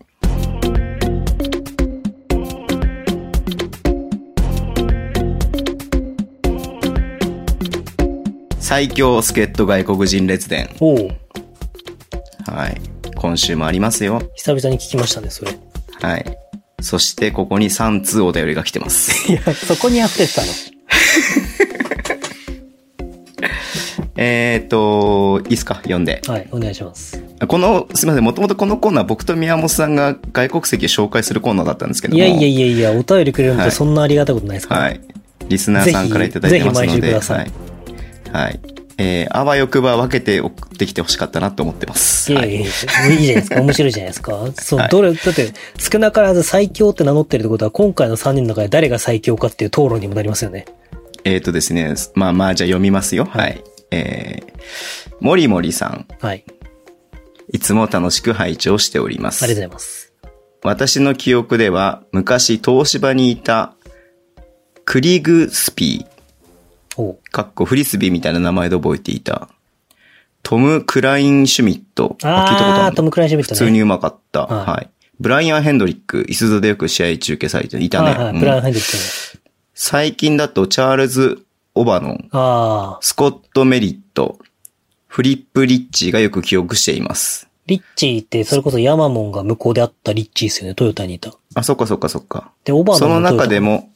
S2: 最強助っ人外国人列伝。
S3: おお久
S2: はい。今週もありますよ。
S3: 々に聞きましたね、それ。い
S2: はい。そして、ここに3通お便りが来てます。
S3: や、そこに溢れてたの。
S2: えっと、いいっすか読んで。
S3: はい、お願いします。
S2: この、すみません。もともとこのコーナー、僕と宮本さんが外国籍を紹介するコーナーだったんですけども。
S3: いやいやいやいや、お便りくれるのっ
S2: は
S3: て
S2: い
S3: そんなありがたいことないですから、
S2: はい。リスナーさんからいただいてますの
S3: ぜひぜひ毎週く
S2: で。
S3: ださ
S2: はいい。はい。えーあわよくば分けて送ってきてほしかったなと思ってます。
S3: い
S2: は
S3: や
S2: い
S3: いやいや、いいじゃないですか。面白いじゃないですか。そう、
S2: はい
S3: どれ、だって、少なからず最強って名乗ってるってことは、今回の3人の中で誰が最強かっていう討論にもなりますよね。
S2: えっ、とですね、まあまあ、じゃあ読みますよ。はい。えー、もりもりさん、
S3: はい。
S2: いつも楽しく拝聴しておりま
S3: ありがとうご
S2: す。
S3: ざいます。
S2: 私の記憶では、昔東芝にいた、クリグスピ
S3: おう
S2: ー、かっこフリスビーみたいな名前で覚えていた、トム・クライン・シュミット。あ聞いたこと
S3: あ
S2: あ
S3: あー、ト
S2: る
S3: ム・クライシュビット
S2: 普
S3: ね。
S2: 通にうまかった。
S3: はい
S2: はい。ブライアン・ヘンドリック、イスドでよく試合中継されていたね。
S3: はいは
S2: う
S3: い、
S2: ん
S3: ブライアン・ヘンドリックね。
S2: 最近だと、チャールズ・オバノン、
S3: ああ、
S2: スコット・メリット、フリップ・リッチーがよく記憶しています。
S3: リッチーって、それこそヤマモンが向こうであったリッチーですよね。トヨタにいた。
S2: あ、そっかそっかそっか。
S3: で、オバマ
S2: その
S3: トヨタ
S2: 中で。も、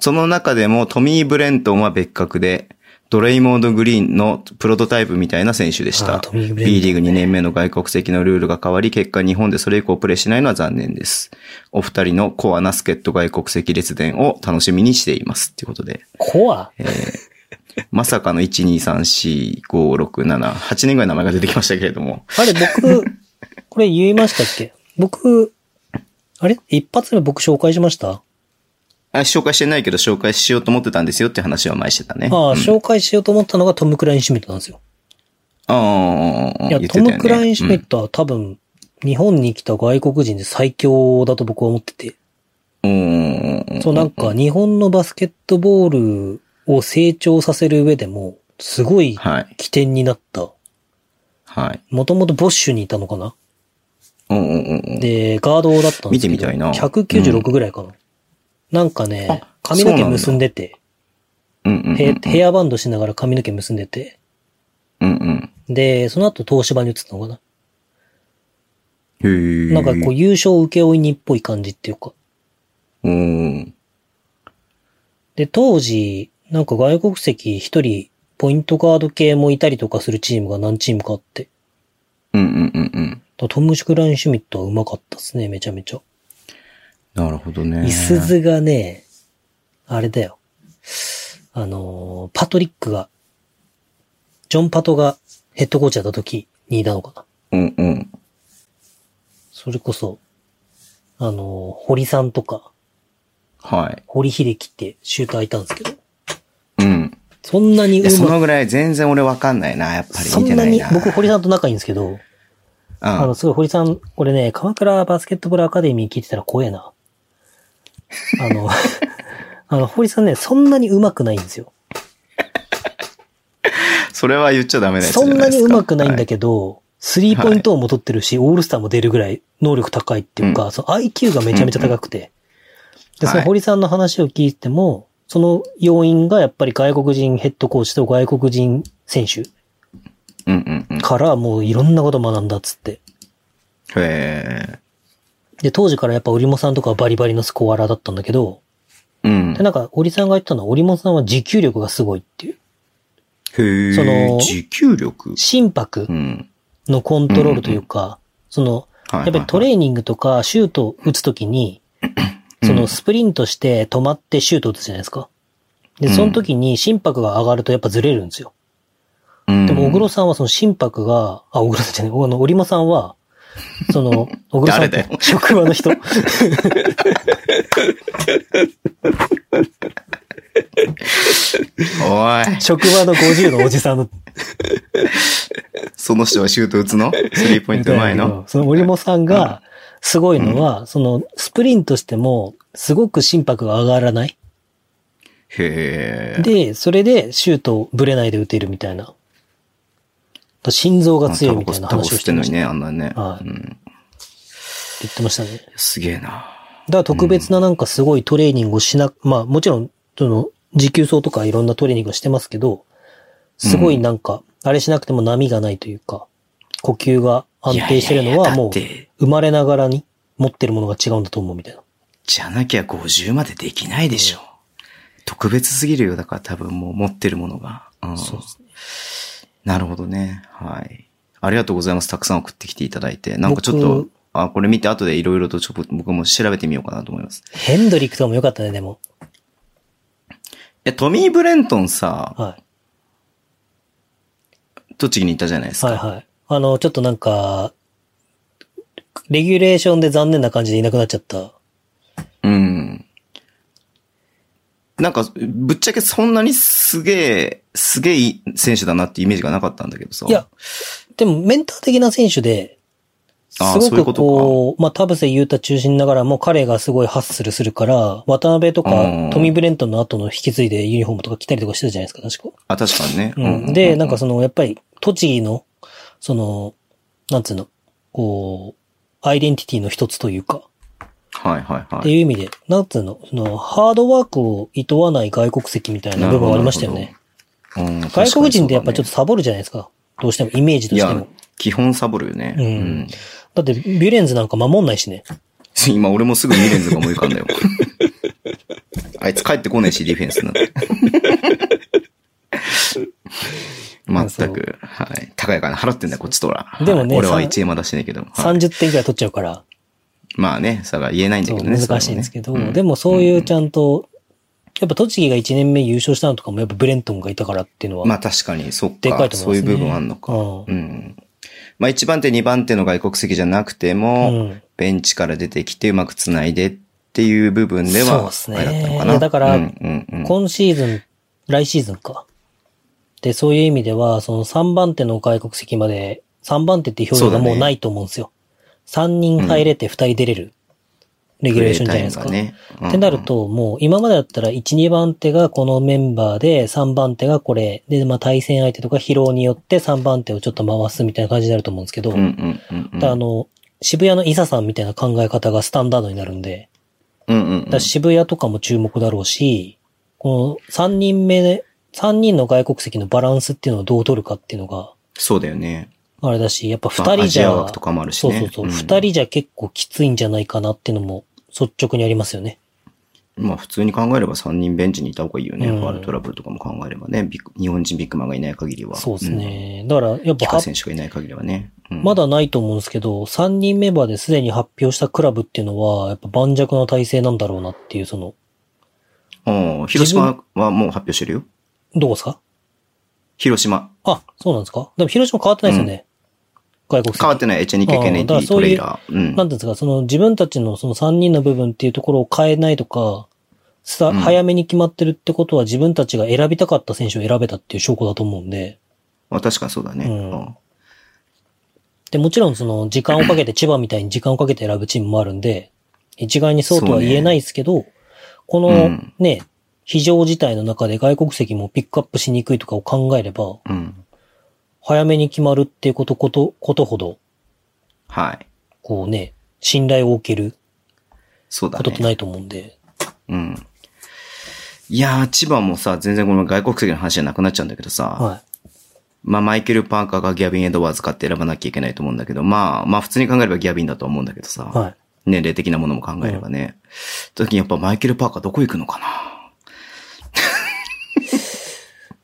S2: その中でもトミー・ブレントンは別格で、ドレイモンド・グリーンのプロトタイプみたいな選手でし
S3: あー
S2: た
S3: ト。ミーブレントンね
S2: B リーグ2年目の外国籍のルールが変わり、結果日本でそれ以降プレーしないのは残念です。お二人のコアな助っ人外国籍列伝を楽しみにしています。ということで、
S3: コア
S2: まさかの1、2、3、4、5、6、7、8年ぐらい名前が出てきましたけれども。
S3: あれ、 僕、これ言いましたっけ僕、あれ一発目僕紹介しました
S2: あ紹介してないけど紹介しようと思ってたんですよって話は前してたね。
S3: ああ、
S2: うん
S3: 紹介しようと思ったのがトム・クライン・シュミットなんですよ。
S2: ああ、
S3: い
S2: 言
S3: や、
S2: ってた
S3: ト
S2: よね。
S3: ム・クラインシュミ
S2: う
S3: ットは多分、日本に来た外国人で最強だと僕は思ってて。
S2: んうん。
S3: そう、なんか、日本のバスケットボールを成長させる上でも、すごい
S2: はい。
S3: 起点になった。
S2: はい。
S3: もともとボッシュにいたのかな
S2: うんうんうんうん。
S3: で、ガードだったんですけど。
S2: 見てみたいな
S3: 196ぐらいかな。なんかね
S2: あ、
S3: 髪の毛結んでて、
S2: うんうんうんうん。
S3: ヘヘアバンドしながら髪の毛結んでて、
S2: うんうん。
S3: で、その後東芝に移ったのかな
S2: へえ。
S3: なんかこう優勝請負人っぽい感じっていうか。
S2: う。うん。
S3: で、当時、なんか外国籍一人、ポイントガード系もいたりとかするチームが何チームかあって。
S2: うんうんうんうん。
S3: トム・シュクライン・シュミットはうまかったですね、めちゃめちゃ。
S2: なるほどね。
S3: いすずがね、あれだよ。あのー、パトリックが、ジョン・パトがヘッドコーチだった時にいたのかな。
S2: うんうん。
S3: それこそ、あのー、堀さんとか、
S2: はい。
S3: 堀秀樹ってシューターいたんですけど、
S2: うん。
S3: そんなに
S2: いうや、そ
S3: ま
S2: のぐらい全然俺わかんないな、やっぱり
S3: そ
S2: 見
S3: ん
S2: てな
S3: ないに
S2: な。、
S3: 僕堀さんと仲いいんですけど、あの、すごい、堀さん、俺ね、鎌倉バスケットボールアカデミー聞いてたら怖えな。あの、 あの、堀さんね、そんなに上手くないんですよ。
S2: うん。それは言っちゃダメなやつじ
S3: そ
S2: ゃ
S3: ん
S2: な
S3: ない
S2: で
S3: に
S2: すか。
S3: 上手くないんだ
S2: け
S3: けど、スリーポイントをも取ってるし、オールスターも出るぐらい能力高いっていうか、その IQ がめちゃめちゃ高くて。で、そ
S2: は
S3: の
S2: い
S3: 堀さんの話を聞いても、その要因がやっぱり外国人ヘッドコーチと外国人選手
S2: ど。うんうんうん。
S3: からもういろんなこと学んだっつって。
S2: へえ。
S3: で、当時からやっぱ織茂さんとかはバリバリのスコアラーだったんだけど、
S2: うん。
S3: で、なんか、織さんが言ったのは、織本さんは持久力がすごいっていう。
S2: へえ。
S3: その
S2: 持久力
S3: 心拍
S2: うん。
S3: のコントロールというか、その、
S2: はいはいはい。
S3: やっぱりトレーニングとかシュートを打つときに、そのスプリントして止まってシュートを打つじゃないですか。で、
S2: うん
S3: その時に心拍が上がるとやっぱずれるんですよ。
S2: うん、
S3: でも、小黒さんはその心拍が、あ、小黒さんじゃない、あの、織茂さんは、その、小黒さん
S2: 誰
S3: って
S2: だよ、
S3: 職場の人。
S2: おい。
S3: 職場の50のおじさんの
S2: その人はシュート打つのスリーポイント前の
S3: その森本さんが、すごいのは、その、スプリントしても、すごく心拍が上がらない。
S2: へえ。
S3: で、それで、シュートをぶれないで打てるみたいな。心臓が強いみたいな
S2: タバコ
S3: 話
S2: 吸
S3: を
S2: っ
S3: して
S2: てんの
S3: まし
S2: に
S3: た。
S2: ね、あんなね。
S3: はい
S2: うん。
S3: 言ってましたね。だか
S2: すげえな。
S3: ら特別ななんかすごいトレーニングをしな、まあもちろん、その、持久走とかいろんなトレーニングをしてますけど、すごいなんか、あれしなくても波がないというか、呼吸が安定してるのはもう
S2: いやいやいやだって、
S3: 生まれながらに持ってるものが違うんだと思うみたいな。
S2: じゃなきゃ50までできないでしょ。特別すぎるよ。だから多分もう持ってるものが。うん。
S3: そうです
S2: なるほどね。はい。ありがとうございます。たくさん送ってきていただいて。なんかちょっと
S3: 僕、
S2: あ、これ見て後でいろいろとちょっと僕も調べてみようかなと思います。
S3: ヘンドリックとかも良かったね、でも。
S2: え、トミー・ブレントンさ、
S3: は
S2: 栃木に行ったじゃないで
S3: い。
S2: すか。
S3: はいはい。あの、ちょっとなんか、レギュレーションで残念な感じでいなくなっちゃった。
S2: うん。なんか、ぶっちゃけそんなにすげえ、すげえいい選手だなってイメージがなかったんだけどさ。
S3: いや、でもメンター的な選手で、す
S2: あー
S3: ご
S2: そういうこ
S3: く
S2: とか
S3: こう、まあ、田臥勇太中心ながらも彼がすごいハッスルするから、渡辺とか
S2: うん
S3: トミー・ブレントンの後の引き継いでユニフォームとか着たりとかしてたじゃないですか、確か。
S2: あ、確かにね。
S3: うん。で、なんか、その、やっぱり、栃木の、その、なんつうの、こう、アイデンティティの一つというか、
S2: はいはい
S3: っ
S2: は
S3: て
S2: い。
S3: いう意味で、なんつうの、その、ハードワークを厭わない外国籍みたいな部分はありましたよね。
S2: うん。確かに
S3: 外国人ってやっぱちょっ
S2: そ
S3: とサボるじゃないですか。どうしても、イメージと
S2: う
S3: し
S2: だ
S3: て
S2: ねいや
S3: も。、
S2: 基本サボるよね。
S3: うん
S2: うん。
S3: だって、ビュレンズなんか守んないしね。
S2: 今俺もすぐミレンズが思い浮かんだよ。 あいつ帰ってこねえし、ディフェンスなん て。全く、はい。高いから払ってんだよ、こっちとら。
S3: でも
S2: は
S3: ね
S2: い俺は
S3: さ
S2: 1円も出してないけど。はい
S3: 30点くらい取っちゃうから、
S2: まあね、さが言えないんだ
S3: そ
S2: け
S3: う、
S2: どね。
S3: 難しいんですけど、
S2: それはね
S3: でもそう
S2: うん
S3: いうちゃんと、やっぱ栃木が1年目優勝したのとかも、やっぱブレントンがいたからっていうのは、
S2: まあ確かに、そっ
S3: で
S2: か
S3: かいと
S2: そ
S3: 思
S2: う
S3: いますね
S2: いう部分あんのか。
S3: うん
S2: うん。まあ1番手、2番手の外国籍じゃなくても、
S3: うん
S2: ベンチから出てきてうまく繋いでっていう部分では、
S3: そうっすね
S2: あれだったのか
S3: い
S2: な。
S3: やだから
S2: うんうんうん
S3: 今シーズン、来シーズンか。で、そういう意味では、その3番手の外国籍まで、3番手っていう表現がもうないと思うんですよ。3人入れて2人出れる、レギュレーションじゃないですか。
S2: プレイタイムがね。うん
S3: ってなる、と、もう今までだったら1、2番手がこのメンバーで、3番手がこれ、で、まあ対戦相手とか疲労によって3番手をちょっと回すみたいな感じになると思うんですけど、
S2: うんうんうんうん。
S3: だあの、渋谷のイサさんみたいな考え方がスタンダードになるんで、
S2: うんうんうん
S3: だ渋谷とかも注目だろうし、この3人目で、3人の外国籍のバランスっていうのをどう取るかっていうのが、
S2: そうだよね。
S3: あれだし、やっぱ
S2: まあ
S3: 2人
S2: ア
S3: じ
S2: ジ
S3: ゃ、
S2: ア枠とかもあるし
S3: そう
S2: ね。
S3: そうそう、
S2: ん
S3: 2人じゃ結構きついんじゃないかなっていうのも率直にありますよね。
S2: まあ普通に考えれば3人ベンチにいた方がいいよね。
S3: うん
S2: ファールトラブルとかも考えればね。ビッグ日本人ビッグマンがいない限りは。
S3: そうです
S2: ん。
S3: ね。だから、やっ
S2: キ
S3: ぱ
S2: カ
S3: は、
S2: 選手がいない限りはね。うん
S3: まだないと思うんですけど、3人メンバーですでに発表したクラブっていうのは、やっぱ盤石な体制なんだろうなっていう、その、
S2: うん広島はもう発表してるよ。
S3: どこですか
S2: 広島。
S3: あ、そうなんですかでも広島変わってないですよね。外国籍。
S2: 変わってない。エチェニケ・ケネデ
S3: ああだから
S2: ィ、
S3: そ
S2: ト
S3: う
S2: レ
S3: い
S2: イ
S3: う
S2: ラー。うん。
S3: なんていうんですか、その自分たちのその3人の部分っていうところを変えないとか、さ、
S2: うん
S3: 早めに決まってるってことは自分たちが選びたかった選手を選べたっていう証拠だと思うんで、
S2: まあ確かにそうだね。
S3: うん
S2: うん
S3: で、もちろんその時間をかけて、千葉みたいに時間をかけて選ぶチームもあるんで、一概にそうとは言えないですけど、こ
S2: う
S3: の
S2: ん
S3: ね、非常事態の中で外国籍もピックアップしにくいとかを考えれば、
S2: うん。
S3: 早めに決まるっていうことこと、ことほど、
S2: はい。
S3: こうね、信頼を受ける
S2: そうだ
S3: ことって
S2: ね。
S3: ないと思うんで、
S2: うん。いやー、千葉もさ、全然この外国籍の話じゃなくなっちゃうんだけどさ。
S3: は
S2: まあ、マイケル・パーカーかギャビン・エドワーズかって選ばなきゃいけないと思うんだけど、まあ、まあ、普通に考えればギャビンだと思うんだけどさ、
S3: い。はい。
S2: 年齢的なものも考えればね。時にやっぱマイケル・パーカーどこ行くのかな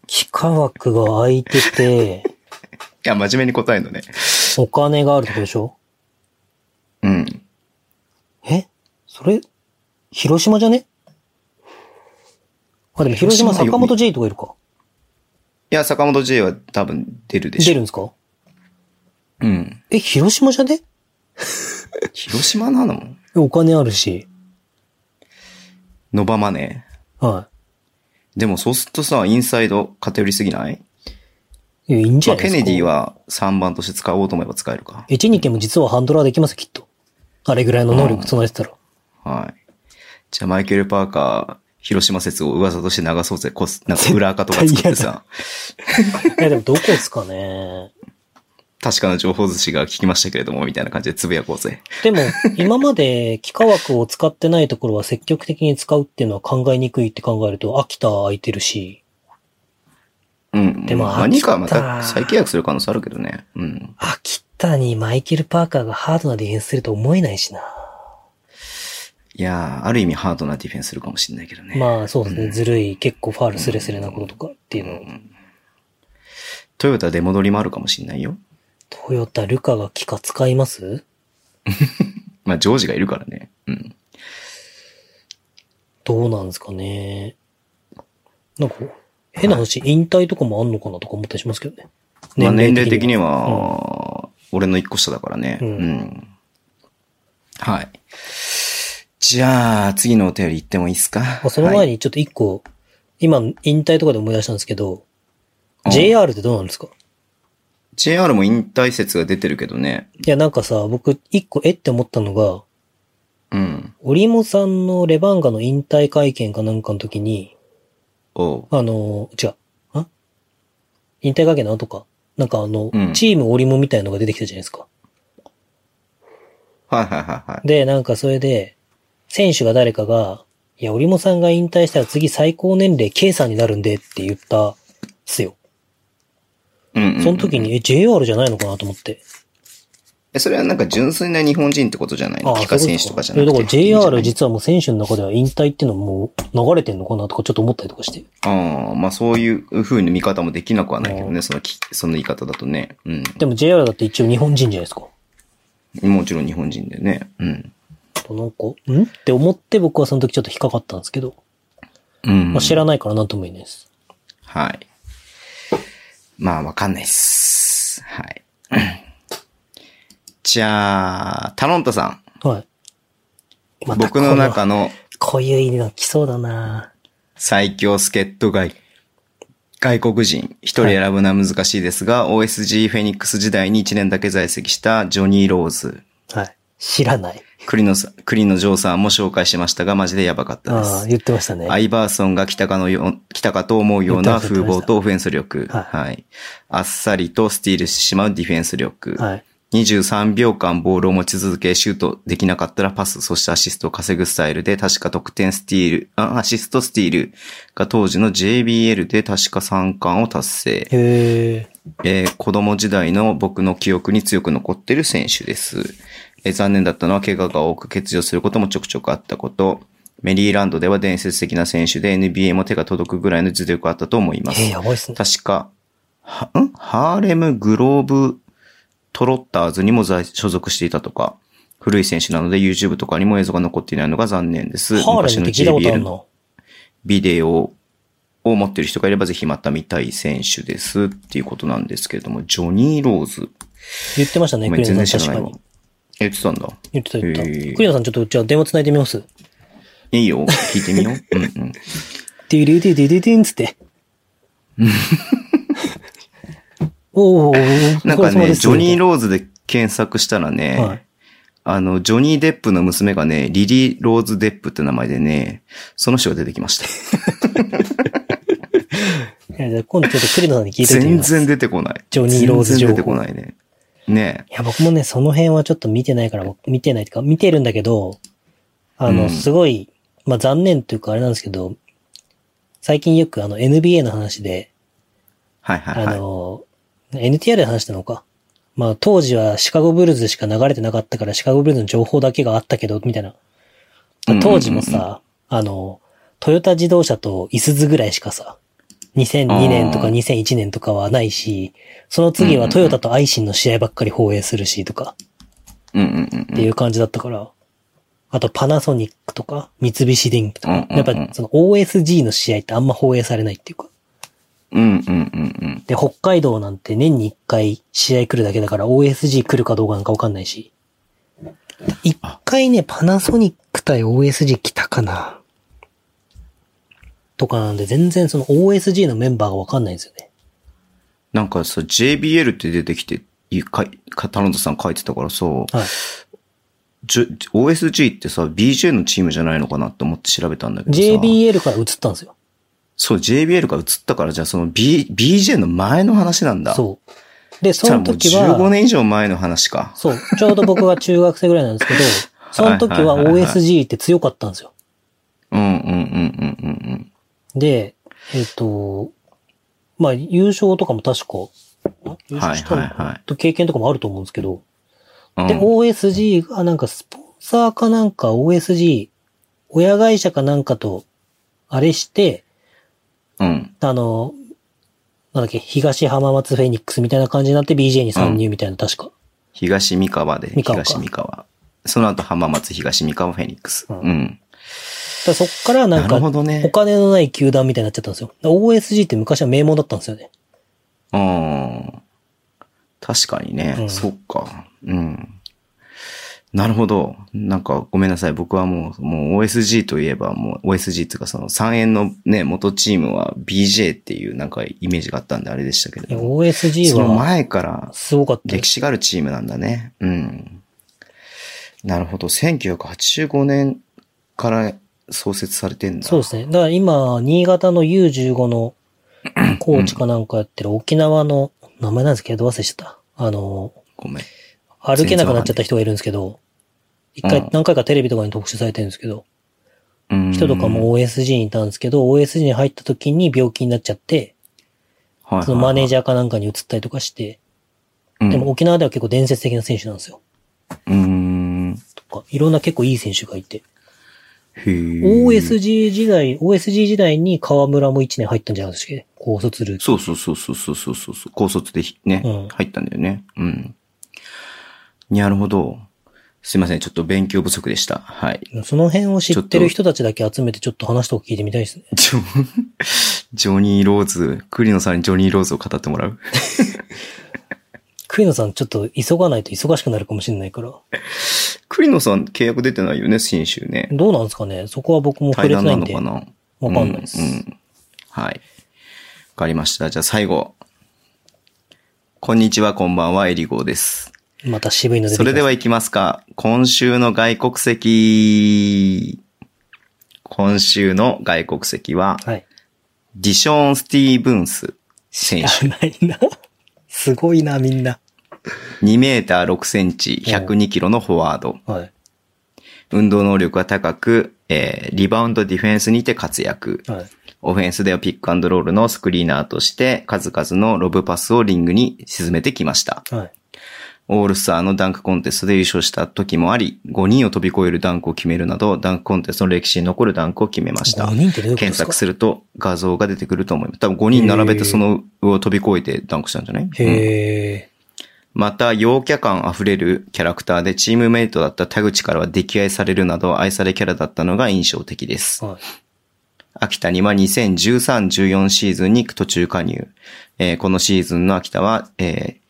S3: 幾何枠が空いてて、
S2: いや、真面目に答えるのね。
S3: お金があるとこでしょ
S2: うん。
S3: えそれ、広島じゃねあ、でも広島
S2: 広島よ
S3: 坂本 J とかいるか。
S2: いや、坂本 J は多分出るでし
S3: 出
S2: ょ。
S3: るんですか
S2: うん。
S3: え、広島じゃね
S2: 広島なの
S3: お金あるし。
S2: ノバマネ
S3: は
S2: ー。でもそうするとさ、インサイド偏りすぎない
S3: い。いや、いいんじ
S2: ま
S3: ゃ
S2: あ、
S3: ないで
S2: ケ
S3: すか。
S2: ネディ。は3番として使おうと思えば使えるか。
S3: エチェニケも実はハンドラーできますよ、きっと。あれぐらいの能力備えてた ら。
S2: はい。じゃあ、マイケル・パーカー、広島説を噂として流そうぜ。こすなんか裏垢とか作って
S3: 絶対嫌
S2: さ。
S3: いや、でもどこですかね。
S2: 確かな情報寿司が聞きましたけれども、みたいな感じでつぶやこうぜ。
S3: でも、今まで、幾何枠を使ってないところは積極的に使うっていうのは考えにくいって考えると、秋田空いてるし、
S2: うん。
S3: でも
S2: まあ、
S3: 飽き
S2: 2
S3: た
S2: かまた再契約する可能性あるけどね。うん。
S3: 秋田にマイケル・パーカーがハードなディフェンスすると思えないしな。
S2: いやー、ある意味ハードなディフェンスするかもしれないけどね。
S3: まあそうですね、
S2: うん
S3: ずるい、結構ファールスレスレなこととかっていうのを、
S2: トヨタ出戻りもあるかもしれないよ。
S3: トヨタ、ルカが機か使います
S2: まあ、ジョージがいるからね。うん。
S3: どうなんですかね。なんか、変な話、引退とかもあんのかなとか思ったりしますけどね。
S2: まあ、年齢的に
S3: は。
S2: は、俺の1個下だからね。う。
S3: うんん
S2: はい。じゃあ、次のお便り行ってもいいっすか
S3: まあ、その前
S2: に、
S3: にちょっと一個、今、引退とかで思い出したんですけど、
S2: うん
S3: JR ってどうなんですか
S2: JR も引退説が出てるけどね。
S3: いや、なんかさ、僕、一個、えって思ったのが、
S2: うん。
S3: オリモさんのレバンガの引退会見かなんかの時に、
S2: おう。
S3: あの、違う。ん引退会見の後か。なんかあの、
S2: うん
S3: チームオリモみたいのが出てきたじゃないですか。
S2: はいはいはいはい。
S3: で、なんかそれで、選手が誰かが、いや、オリモさんが引退したら次最高年齢 K さんになるんでって言ったっすよ。
S2: うんうんうん
S3: その時に、え、JR じゃないのかなと思って。
S2: え、それはなんか純粋な日本人ってことじゃないの帰化選手とかじゃなくて。
S3: そういうことかい
S2: いいん
S3: やだ
S2: じ
S3: か
S2: ゃな
S3: ら JR
S2: い
S3: 実はもう選手の中では引退っていうのももう流れてんのかなとかちょっと思ったりとかして。
S2: ああ、まあそういう風に見方もできなくはないけど
S3: う
S2: ね、そのき、その言い方だとね。うん。
S3: でも JR だって一応日本人じゃないですか。
S2: もちろん日本人でね。うん。
S3: なんか、んって思って僕はその時ちょっと引っかかったんですけど。
S2: うん。
S3: まあ、知らないからなんとも言えないです。
S2: はい。まあわかんないっす。はい。 じゃあ、タロンタさ
S3: はい。
S2: ん。僕の中
S3: の。
S2: の
S3: こういう意味が来そうだな
S2: 最強助っ人がい外国人、一人選ぶのは難しいですが、OSG フェニックス時代に1年だけ在籍したジョニー・ローズ、
S3: はい。知らない。
S2: 栗野さん、栗野ジョーさんも紹介しましたが、マジでやばかったで
S3: ああ、
S2: す。
S3: 言ってましたね。
S2: アイバーソンが来たかのよう、来たかと思うような風貌とオフェンス力。
S3: はい
S2: はい。あっさりとスティールしてしまうディフェンス力。
S3: はい。
S2: 23秒間ボールを持ち続け、シュートできなかったらパス、そしてアシストを稼ぐスタイルで、確か得点スティール、あアシストスティールが当時の JBL で確か3冠を達成。
S3: へえ。
S2: えー子供時代の僕の記憶に強く残ってる選手です。えー残念だったのは怪我が多く欠場することもちょくちょくあったこと。メリーランドでは伝説的な選手で NBA も手が届くぐらいの実力があったと思いま
S3: えー、
S2: す。
S3: やばいっすね。
S2: 確か、はんハーレムグローブトロッターズにも在所属していたとか、古い選手なので YouTube とかにも映像が残っていないのが残念です。
S3: ハー
S2: 昔
S3: レムっ
S2: の
S3: て聞いたことある
S2: JBL
S3: な。
S2: ビデオを持ってる人がいればぜひまた見たい選手ですっていうことなんですけれども、ジョニー・ローズ。
S3: 言ってましたね、
S2: ご
S3: ク
S2: めん
S3: リ
S2: 全
S3: ア
S2: 然
S3: さ
S2: 知ら
S3: ん確
S2: ない
S3: か
S2: わ
S3: に。。
S2: 言ってたんだ。
S3: 言ってた言って
S2: へー
S3: た。クリアさんちょっと、じゃあ電話繋いでみます。
S2: いいよ。聞いてみよう。うん うん。
S3: ディリディディディディンっつって。おーおーおー
S2: なんかね、ジョニー・
S3: ロ
S2: ローズで検索したらね、
S3: はい
S2: あの、ジョニー・デップの娘がね、リリー・ローズ・デップって名前でね、その人が出てきました。
S3: いやじゃあ今度ちょっとクリアさんに聞いてみ
S2: 全
S3: ます。
S2: 然出てこない。
S3: ジョニーローズ情
S2: 全然
S3: 報
S2: 出てこないね。ねえ。
S3: いや、僕もね、その辺はちょっと見てないから、僕見てないというか、見てるんだけど、あ
S2: う
S3: の、
S2: ん
S3: すごい、まあ残念というかあれなんですけど、最近よくあの NBA の話で、
S2: はいはい
S3: あ
S2: はい。
S3: の、NTR で話したのか。まあ当時はシカゴブルーズしか流れてなかったからシカゴブルーズの情報だけがあったけど、みたいな
S2: うんうんうんう。ん
S3: 当時もさ、あの、トヨタ自動車とイスズぐらいしかさ、2002年とか
S2: あー
S3: 2001年とかはないし、その次はトヨタとアイシンの試合ばっかり放映するしとか、
S2: うんうんうん
S3: っていう感じだったから、あとパナソニックとか三菱電機と
S2: うんうん
S3: か、
S2: うん
S3: やっぱその OSG の試合ってあんま放映されないっていうか、
S2: うん。うんうんうんうん。
S3: で、北海道なんて年に一回試合来るだけだから OSG 来るかどうかなんかわかんないし。一回ね、パナソニック対 OSG 来たかなとかなんで、全然その OSG のメンバーがわかんないんですよね。
S2: なんかさ、JBL って出てきて、いかいかタロントさん書いてたからさ、
S3: はい。
S2: じゅ OSG ってさ、BJ のチームじゃないのかなって思って調べたんだけどさ。
S3: JBL から移ったんですよ。
S2: そう、JBL が映ったから、じゃあその、B、BJ の前の話なんだ。
S3: そう。で、
S2: じ
S3: そ
S2: ゃあ
S3: の
S2: もう
S3: 時は、
S2: 15年以上前の話か。
S3: そう、ちょうど僕が中学生ぐらいなんですけ ど、その時は
S2: はいはいはいはい
S3: OSG って強かったんですよ。
S2: うんうんうんうんうんうん。
S3: で、えっ、と、まあ、優勝とかも確か、ん優勝したの
S2: はいはいはい
S3: と経験とかもあると思うんですけど、
S2: うん
S3: で、OSG がなんかスポンサーかなんか OSG、親会社かなんかと、あれして、
S2: うん。
S3: あの、なんだっけ、東浜松フェニックスみたいな感じになって BJ に参入みたいな、確か。
S2: 東三河で、
S3: 三河か
S2: 東三河。その後浜松東三河フェニックス。
S3: う
S2: うんん。
S3: だからそっからなん
S2: な
S3: か
S2: る、ほどね
S3: お。金のない球団みたいになっちゃったんですよ。だから OSG って昔は名門だったんですよね。
S2: うん。確かにね、
S3: うん
S2: そっか。うん。なるほど。なんかごめんなさい。僕はもう、もう OSG といえばもう OSG っていうかその3円のね、元チームは BJ っていうなんかイメージがあったんであれでしたけ
S3: いや
S2: ど。
S3: OSG
S2: その
S3: は、
S2: 前から
S3: すごかったで
S2: 歴
S3: す
S2: 史があるチームなんだね。うん。なるほど。1985年から創設されてんだ。
S3: そうですね。だから今、新潟の U15 のコーチかなんかやっ てる沖縄の、名前なんですけど、忘れしてた。あの、
S2: ごめん。
S3: 歩けなくなっちゃった人がいるんですけど、一
S2: う
S3: 回
S2: ん、
S3: 何回かテレビとかに特集されてるんですけど、
S2: うん
S3: 人とか、も OSG にいたんですけど、OSG に入った時に病気になっちゃって、
S2: はい
S3: そのマネージ
S2: ャ
S3: ャーかなんかに移ったりとかして、
S2: ー
S3: でも、沖縄では結構伝説的な選手なんですよ。
S2: うん。うん
S3: とか、いろんな結構いい選手がいて。
S2: へー
S3: OSG 時代、OSG 時代に河村も1年入ったんじゃないですか高卒ルーキー
S2: そうそうそうそうそうそうそう。高卒でひね、
S3: うん
S2: 入ったんだよね。うん。なるほど。すいません。ちょっと勉強不足でした。はい。
S3: その辺を知ってる人たちだけ集めてちょっと話とか聞いてみたいですね。
S2: ジョジョニー・ローズ、栗野さんにジョニー・ローズを語ってもらう
S3: クイノさんちょっと急がないと忙しくなるかもしれないから。
S2: 栗野さん契約出てないよね、新州ね。
S3: どうなんですかねそこは僕も
S2: 対
S3: 触れて
S2: 談
S3: な
S2: ない
S3: ん
S2: の
S3: で。
S2: か
S3: わ
S2: なわ
S3: かんないです。
S2: うんうんはい。かりました。じゃあ最後。こんにちは、こんばんは、エリゴーです。
S3: また渋いの出てき
S2: そ
S3: ま
S2: れ
S3: す
S2: では行きますか。今週の外国籍。今週の外国籍は、
S3: はい。
S2: ディショーン・スティーブンス選 手。
S3: 知らないな。すごいな、みんな。
S2: 2メーター6センチ、102キロのフォワード。
S3: はい。
S2: 運動能力が高く、えーリバウンドディフェンスにて活躍。
S3: はい。
S2: オフェンスではピックアンドロールのスクリーナーとして、数々のロブパスをリングに沈めてきました。
S3: はい。
S2: オールスターのダンクコンテストで優勝した時もあり、5人を飛び越えるダンクを決めるなど、ダンクコンテストの歴史に残るダンクを決めました
S3: 5。人ってどういうことで
S2: 検
S3: すか
S2: 索すると画像が出てくると思います。多分5人並べ
S3: へー
S2: てその上を飛び越えてダンクしたんじゃない、うん
S3: へえ。
S2: また、陽キャ感あふれるキャラクターでチームメイトだった田口からは溺愛されるなど愛されキャラだったのが印象的です。
S3: はい。
S2: 秋田には2013-14シーズンに途中加入。えーこのシーズンの秋田は、えー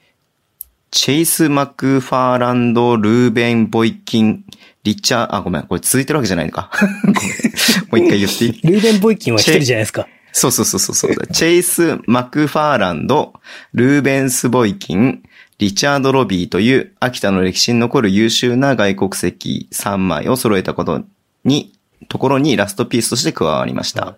S2: チェイス・マクファーランド、ルーベン・ボイキン、リッチャー、あ、ごめん、これ続いてるわけじゃないのか。 ごめんもう一回言っていい
S3: ルーベン・ボイキンは一人じゃないですか。
S2: そうそうそうそうそう。チェイス・マクファーランド、ルーベンス・ボイキン、リチャード・ロビーという秋田の歴史に残る優秀な外国籍3枚を揃えたことに、ところにラストピースとして加わりました。
S3: はい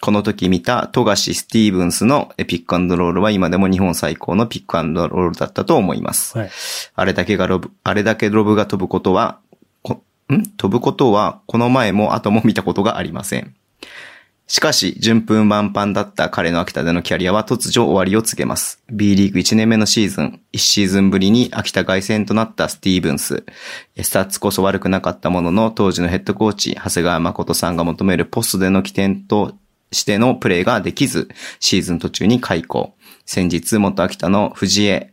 S2: この時見た富樫スティーブンスのピックアンドロールは今でも日本最高のピックアンドロールだったと思います。
S3: はい。
S2: あれだけがロブ、あれだけロブが飛ぶことは、こん飛ぶことは、この前も後も見たことがありません。しかし、順風満帆だった彼の秋田でのキャリアは突如終わりを告げます。B リーグ1年目のシーズン、1シーズンぶりに秋田凱旋となったスティーブンス。スタッツこそ悪くなかったものの、当時のヘッドコーチ、長谷川誠さんが求めるポストでの起点としてのプレーができず、シーズン途中に開校。先日、元秋田の藤江、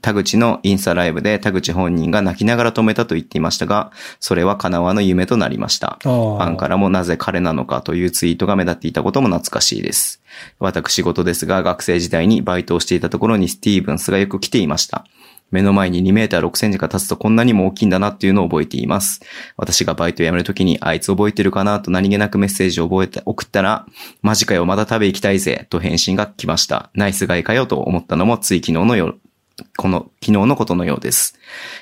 S2: 田口のインスタライブで田口本人が泣きながら止めたと言っていましたが、それは叶わぬ夢となりました。
S3: あ
S2: フ
S3: ー
S2: ァンからもなぜ彼なのかというツイートが目立っていたことも懐かしいです。私事ですが、学生時代にバイトをしていたところにスティーブンスがよく来ていました。目の前に2メーター6センチが立つとこんなにも大きいんだなっていうのを覚えています。私がバイトを辞めるときに、あいつ覚えてるかなと何気なくメッセージを覚えて送ったら、マジかよ、まだ食べ行きたいぜ、と返信が来ました。ナイスガイかよと思ったのもつい昨日の夜、この、昨日のことのようです。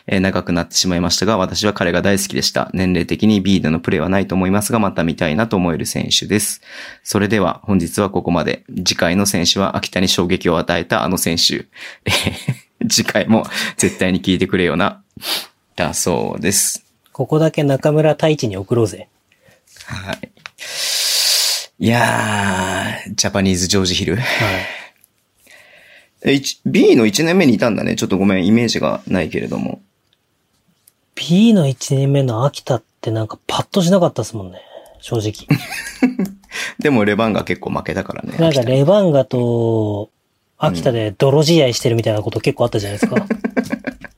S2: えー長くなってしまいましたが、私は彼が大好きでした。年齢的に B でのプレーはないと思いますが、また見たいなと思える選手です。それでは、本日はここまで。次回の選手は秋田に衝撃を与えたあの選手。えー次回も絶対に聞いてくれよな。だそうです。
S3: ここだけ中村太一に送ろうぜ。
S2: はい。いやー、ジャパニーズジョージヒル。
S3: はい。
S2: え、一 B の1年目にいたんだね。ちょっとごめん、イメージがないけれども。
S3: B の1年目の秋田ってなんかパッとしなかったですもんね。正直。
S2: でも、レバンが結構負けたからね。
S3: なんかレバンガと秋田で泥試合してるみたいなこと結構あったじゃないですか。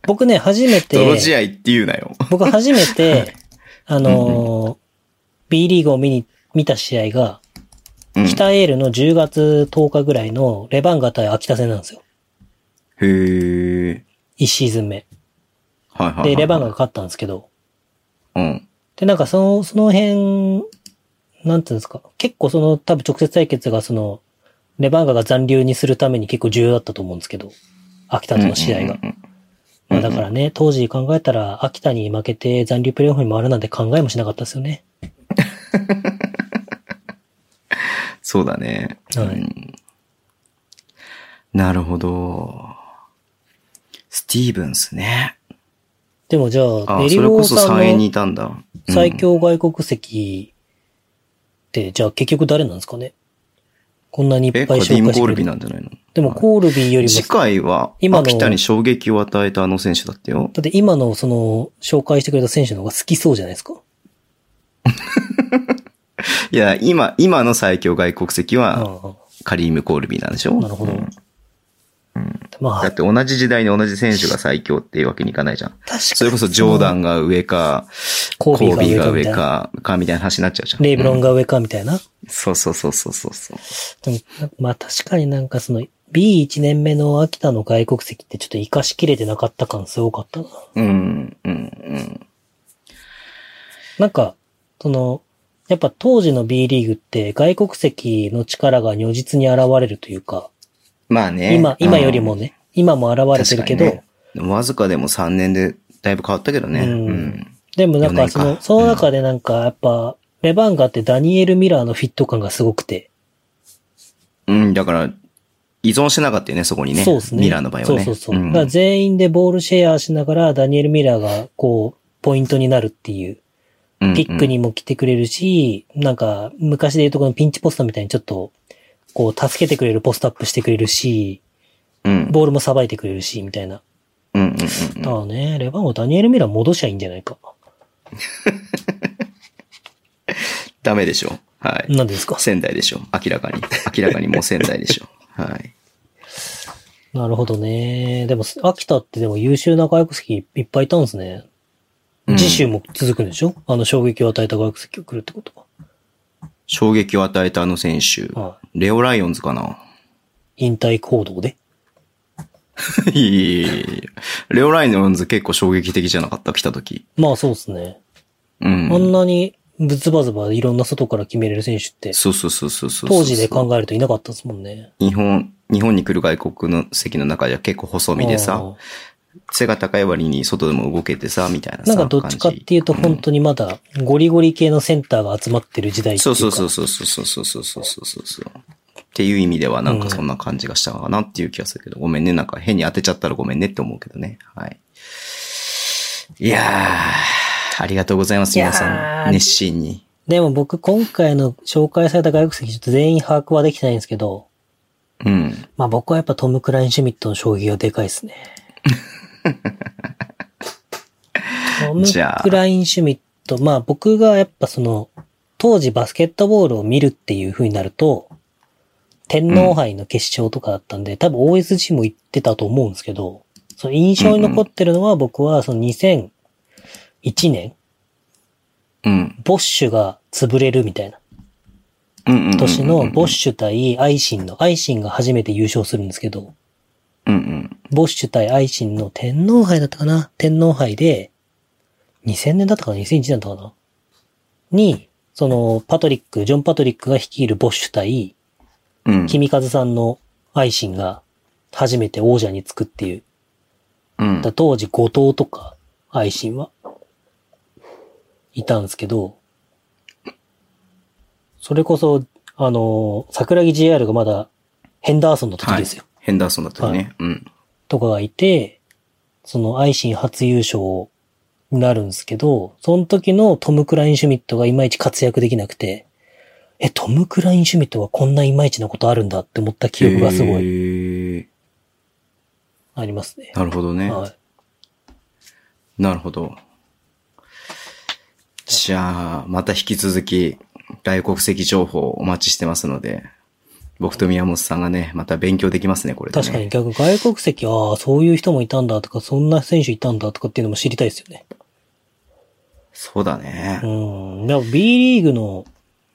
S3: 僕ね、初めて、
S2: 泥試合って言うなよ。
S3: 僕初めて、あのー B リーグを見に、見た試合が、
S2: うん、
S3: 北エールの10月10日ぐらいのレバンガ対秋田戦なんですよ。
S2: へー。
S3: 1シーズン目。
S2: はいはいはい、
S3: で、レバンガが勝ったんですけど、
S2: うん。
S3: で、なんかその、その辺、なんていうんですか、結構その、多分直接対決がその、レバンガが残留にするために結構重要だったと思うんですけど、秋田との試合が
S2: うん。うん
S3: まあだからね、当時考えたら、秋田に負けて残留プレーオフに回るなんて考えもしなかったですよね。
S2: そうだね。
S3: はい
S2: うんなるほど。スティーブンスね。
S3: でもじゃあ、
S2: あ
S3: ベ、リ
S2: それ
S3: ゴ
S2: こ
S3: ー
S2: そ
S3: さん
S2: 3円にい
S3: の
S2: たんだ。うん
S3: 最。強外国籍って、じゃあ結局誰なんですかねこんなにい
S2: え、
S3: っ
S2: カ
S3: ぱい
S2: デ
S3: 紹介し
S2: ィ
S3: て
S2: ム・コー
S3: く
S2: ル
S3: れ
S2: ビー
S3: る
S2: なんじゃないの
S3: でもコールビーよりも
S2: 次回は、
S3: 今の
S2: 秋田に衝撃を与えたあの選手だったよ。
S3: だって今のその、紹介してくれた選手の方が好きそうじゃないですか。
S2: いや、今、今の最強外国籍は、
S3: あ
S2: カリーム・コールビーなんでしょ
S3: あ、なるほど。
S2: うん
S3: ま
S2: だ
S3: あ
S2: っ、て同じ時代に同じ選手が最強っていうわけにいかないじゃん。
S3: 確かに。
S2: それこそジョーダンが上か、
S3: コ
S2: コ
S3: ービー
S2: ー
S3: が
S2: ビ
S3: 上
S2: ー
S3: か
S2: が上
S3: みたい
S2: か、
S3: な
S2: かみたいな話になっちゃうじゃん。
S3: レイブロン
S2: が。
S3: が上かみたいな。
S2: そうそうそうそうそうそう。
S3: でもまあ確かになんかその B1 年目の秋田の外国籍ってちょっと活かしきれてなかった感すごかったな。
S2: うん、うん、うん。
S3: なんか、その、やっぱ当時の B リーグって外国籍の力が如実に現れるというか、
S2: まあね。
S3: 今、今よりも
S2: ね。
S3: ね、今も現れてるけど、
S2: 確かにね、わずかでも3年でだいぶ変わったけどね。う。
S3: うんんでもなん
S2: 四
S3: か
S2: 年
S3: そ
S2: か
S3: の、その中でなんかやっぱ、レバンガってダニエル・ミラーのフィット感がすごくて、
S2: うん、だから、依存してなかったよね、そこにね。
S3: そうですね。
S2: ミラーの場合はね。
S3: そうそうそう。
S2: ん
S3: だから全員でボールシェアしながら、ダニエル・ミラーがこう、ポイントになるっていう、ピック。にも来てくれるし、なんか、昔で言うとこのピンチポストみたいにちょっと、こう、助けてくれるポストアップしてくれるし、
S2: うんうん。
S3: ボールもさばいてくれるし、みたいな。
S2: うんうんうん
S3: だからね、レバンガダニエル・ミラー戻しゃいいんじゃないか。
S2: ダメでしょ。はい。
S3: なんでですか
S2: 仙台でしょ。明らかに。明らかにもう仙台でしょ。はい。
S3: なるほどね。でも、秋田ってでも優秀な外国籍いっぱいいたんですね。
S2: うん
S3: 次週も続くんでしょ、あの衝撃を与えた外国籍が来るってことは。
S2: 衝撃を与えたあの選手。
S3: は
S2: レオライオンズかな
S3: 引退行動で。
S2: いやいやいやいやレオライオンズ結構衝撃的じゃなかった来た時。
S3: まあそうですね。
S2: う
S3: あん
S2: ん。
S3: なにぶつばずばいろんな外から決めれる選手って、
S2: そうそうそうそうそうそう。
S3: 当時で考えるといなかったですもんね。
S2: 日本、日本に来る外国の席の中じゃ結構細身でさ、背が高い割に外でも動けてさ、みたいな
S3: な
S2: さ。
S3: んかどっちかっていうと
S2: 感じ
S3: 本当にまだゴリゴリ系のセンターが集まってる時代っていう
S2: そ
S3: か。
S2: うそうそうそうそうそうそうそうそうそうっていう意味ではなんかそんな感じがしたかなっていう気がするけど、ごめんね。なんか変に当てちゃったらごめんねって思うけどね。はい。いやー、ありがとうございます、
S3: いや
S2: 皆
S3: ー
S2: さん。熱心に。
S3: でも僕今回の紹介された外国籍ちょっと全員把握はできてないんですけど、
S2: うん。
S3: まあ僕はやっぱトム・クライン・シュミットの衝撃がでかいですね。 トム・
S2: じゃあ
S3: クライン・シュミット、まあ僕がやっぱその、当時バスケットボールを見るっていう風になると、天皇杯の決勝とかだったんで、多分 OSG も行ってたと思うんですけど、その印象に残ってるのは僕はその2001年、
S2: うん。
S3: ボッシュが潰れるみたいな。
S2: うんうんうん。
S3: 年のボッ
S2: ュ。
S3: シュ対アイシンの、アイシンが初めて優勝するんですけど、
S2: うんうん。
S3: ボッシュ対アイシンの天皇杯だったかな天皇杯で、2000年だったかな ?2001 年だったかなに、その、パトリック、ジョン・パトリックが率いるボッシュ対、
S2: うん。
S3: 君和さんのアイシンが初めて王者につくっていう。
S2: うん
S3: だ。当時、後藤とか、アイシンは、いたんですけど、それこそ、あの、桜木 JR がまだ、ヘンダーソンの時
S2: はい
S3: ですよ。。
S2: ヘンダーソンだったよね。うん。
S3: とかがいて、そのアイシン初優勝になるんですけど、その時のトム・クライン・シュミットがいまいち活躍できなくて、え、トム・クライン・シュミットはこんないまいちなことあるんだって思った記憶がすごい
S2: い。
S3: ありますね。
S2: なるほどね。
S3: はい。
S2: なるほど。じゃあ、また引き続き、外国籍情報お待ちしてますので、僕と宮本さんがね、また勉強できますね、これで、ね。
S3: 確かに逆、外国籍、ああ、そういう人もいたんだとか、そんな選手いたんだとかっていうのも知りたいですよね。
S2: そうだね
S3: う。ん。でも B リーグの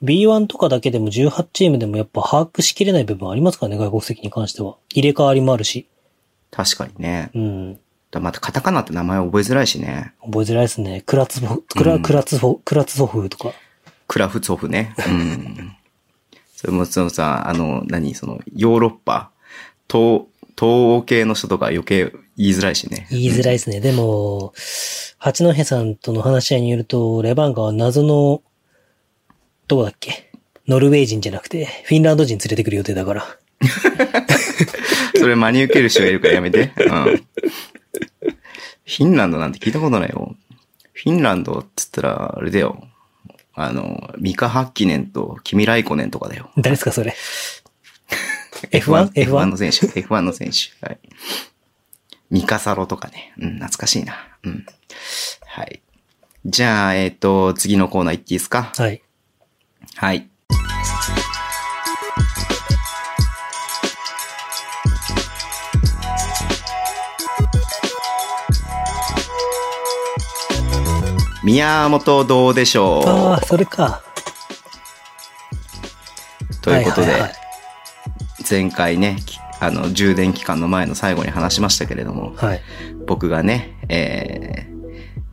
S3: B1 とかだけでも18チームでもやっぱ把握しきれない部分ありますからね、外国籍に関しては。入れ替わりもあるし。
S2: 確かにね。
S3: うん。
S2: だまたカタカナって名前覚えづらいしね。
S3: 覚えづらいですね。クラツボ、クラ、
S2: うん
S3: クラツボ、クラツソフとか。
S2: クラフツォフね。うん。それもそのさ、あの、何、その、ヨーロッパ、東、東欧系の人とか余計言いづらいしね。
S3: 言いづらいですね。でも、八戸さんとの話し合いによると、レバンガは謎の、どこだっけノルウェー人じゃなくて、フィンランド人連れてくる予定だから。
S2: それ真に受ける人がいるからやめて。うん。フィンランドなんて聞いたことないよ。フィンランドっつったら、あれだよ。あの、ミカ・ハッキネンとキミ・ライコネンとかだよ。
S3: 誰ですか、それ。F1
S2: F1 の選手。F1 の選手。はい。ミカサロとかね。うん、懐かしいな。うん。はい。じゃあ、えっ、と、次のコーナー行っていいですか
S3: はい。
S2: はい。宮本どうでしょ
S3: ああ、それか。
S2: うということ
S3: はは
S2: で、前回ね、きあの、充電期間の前の最後に話しましたけれども、
S3: はいはい。
S2: 僕がね、えー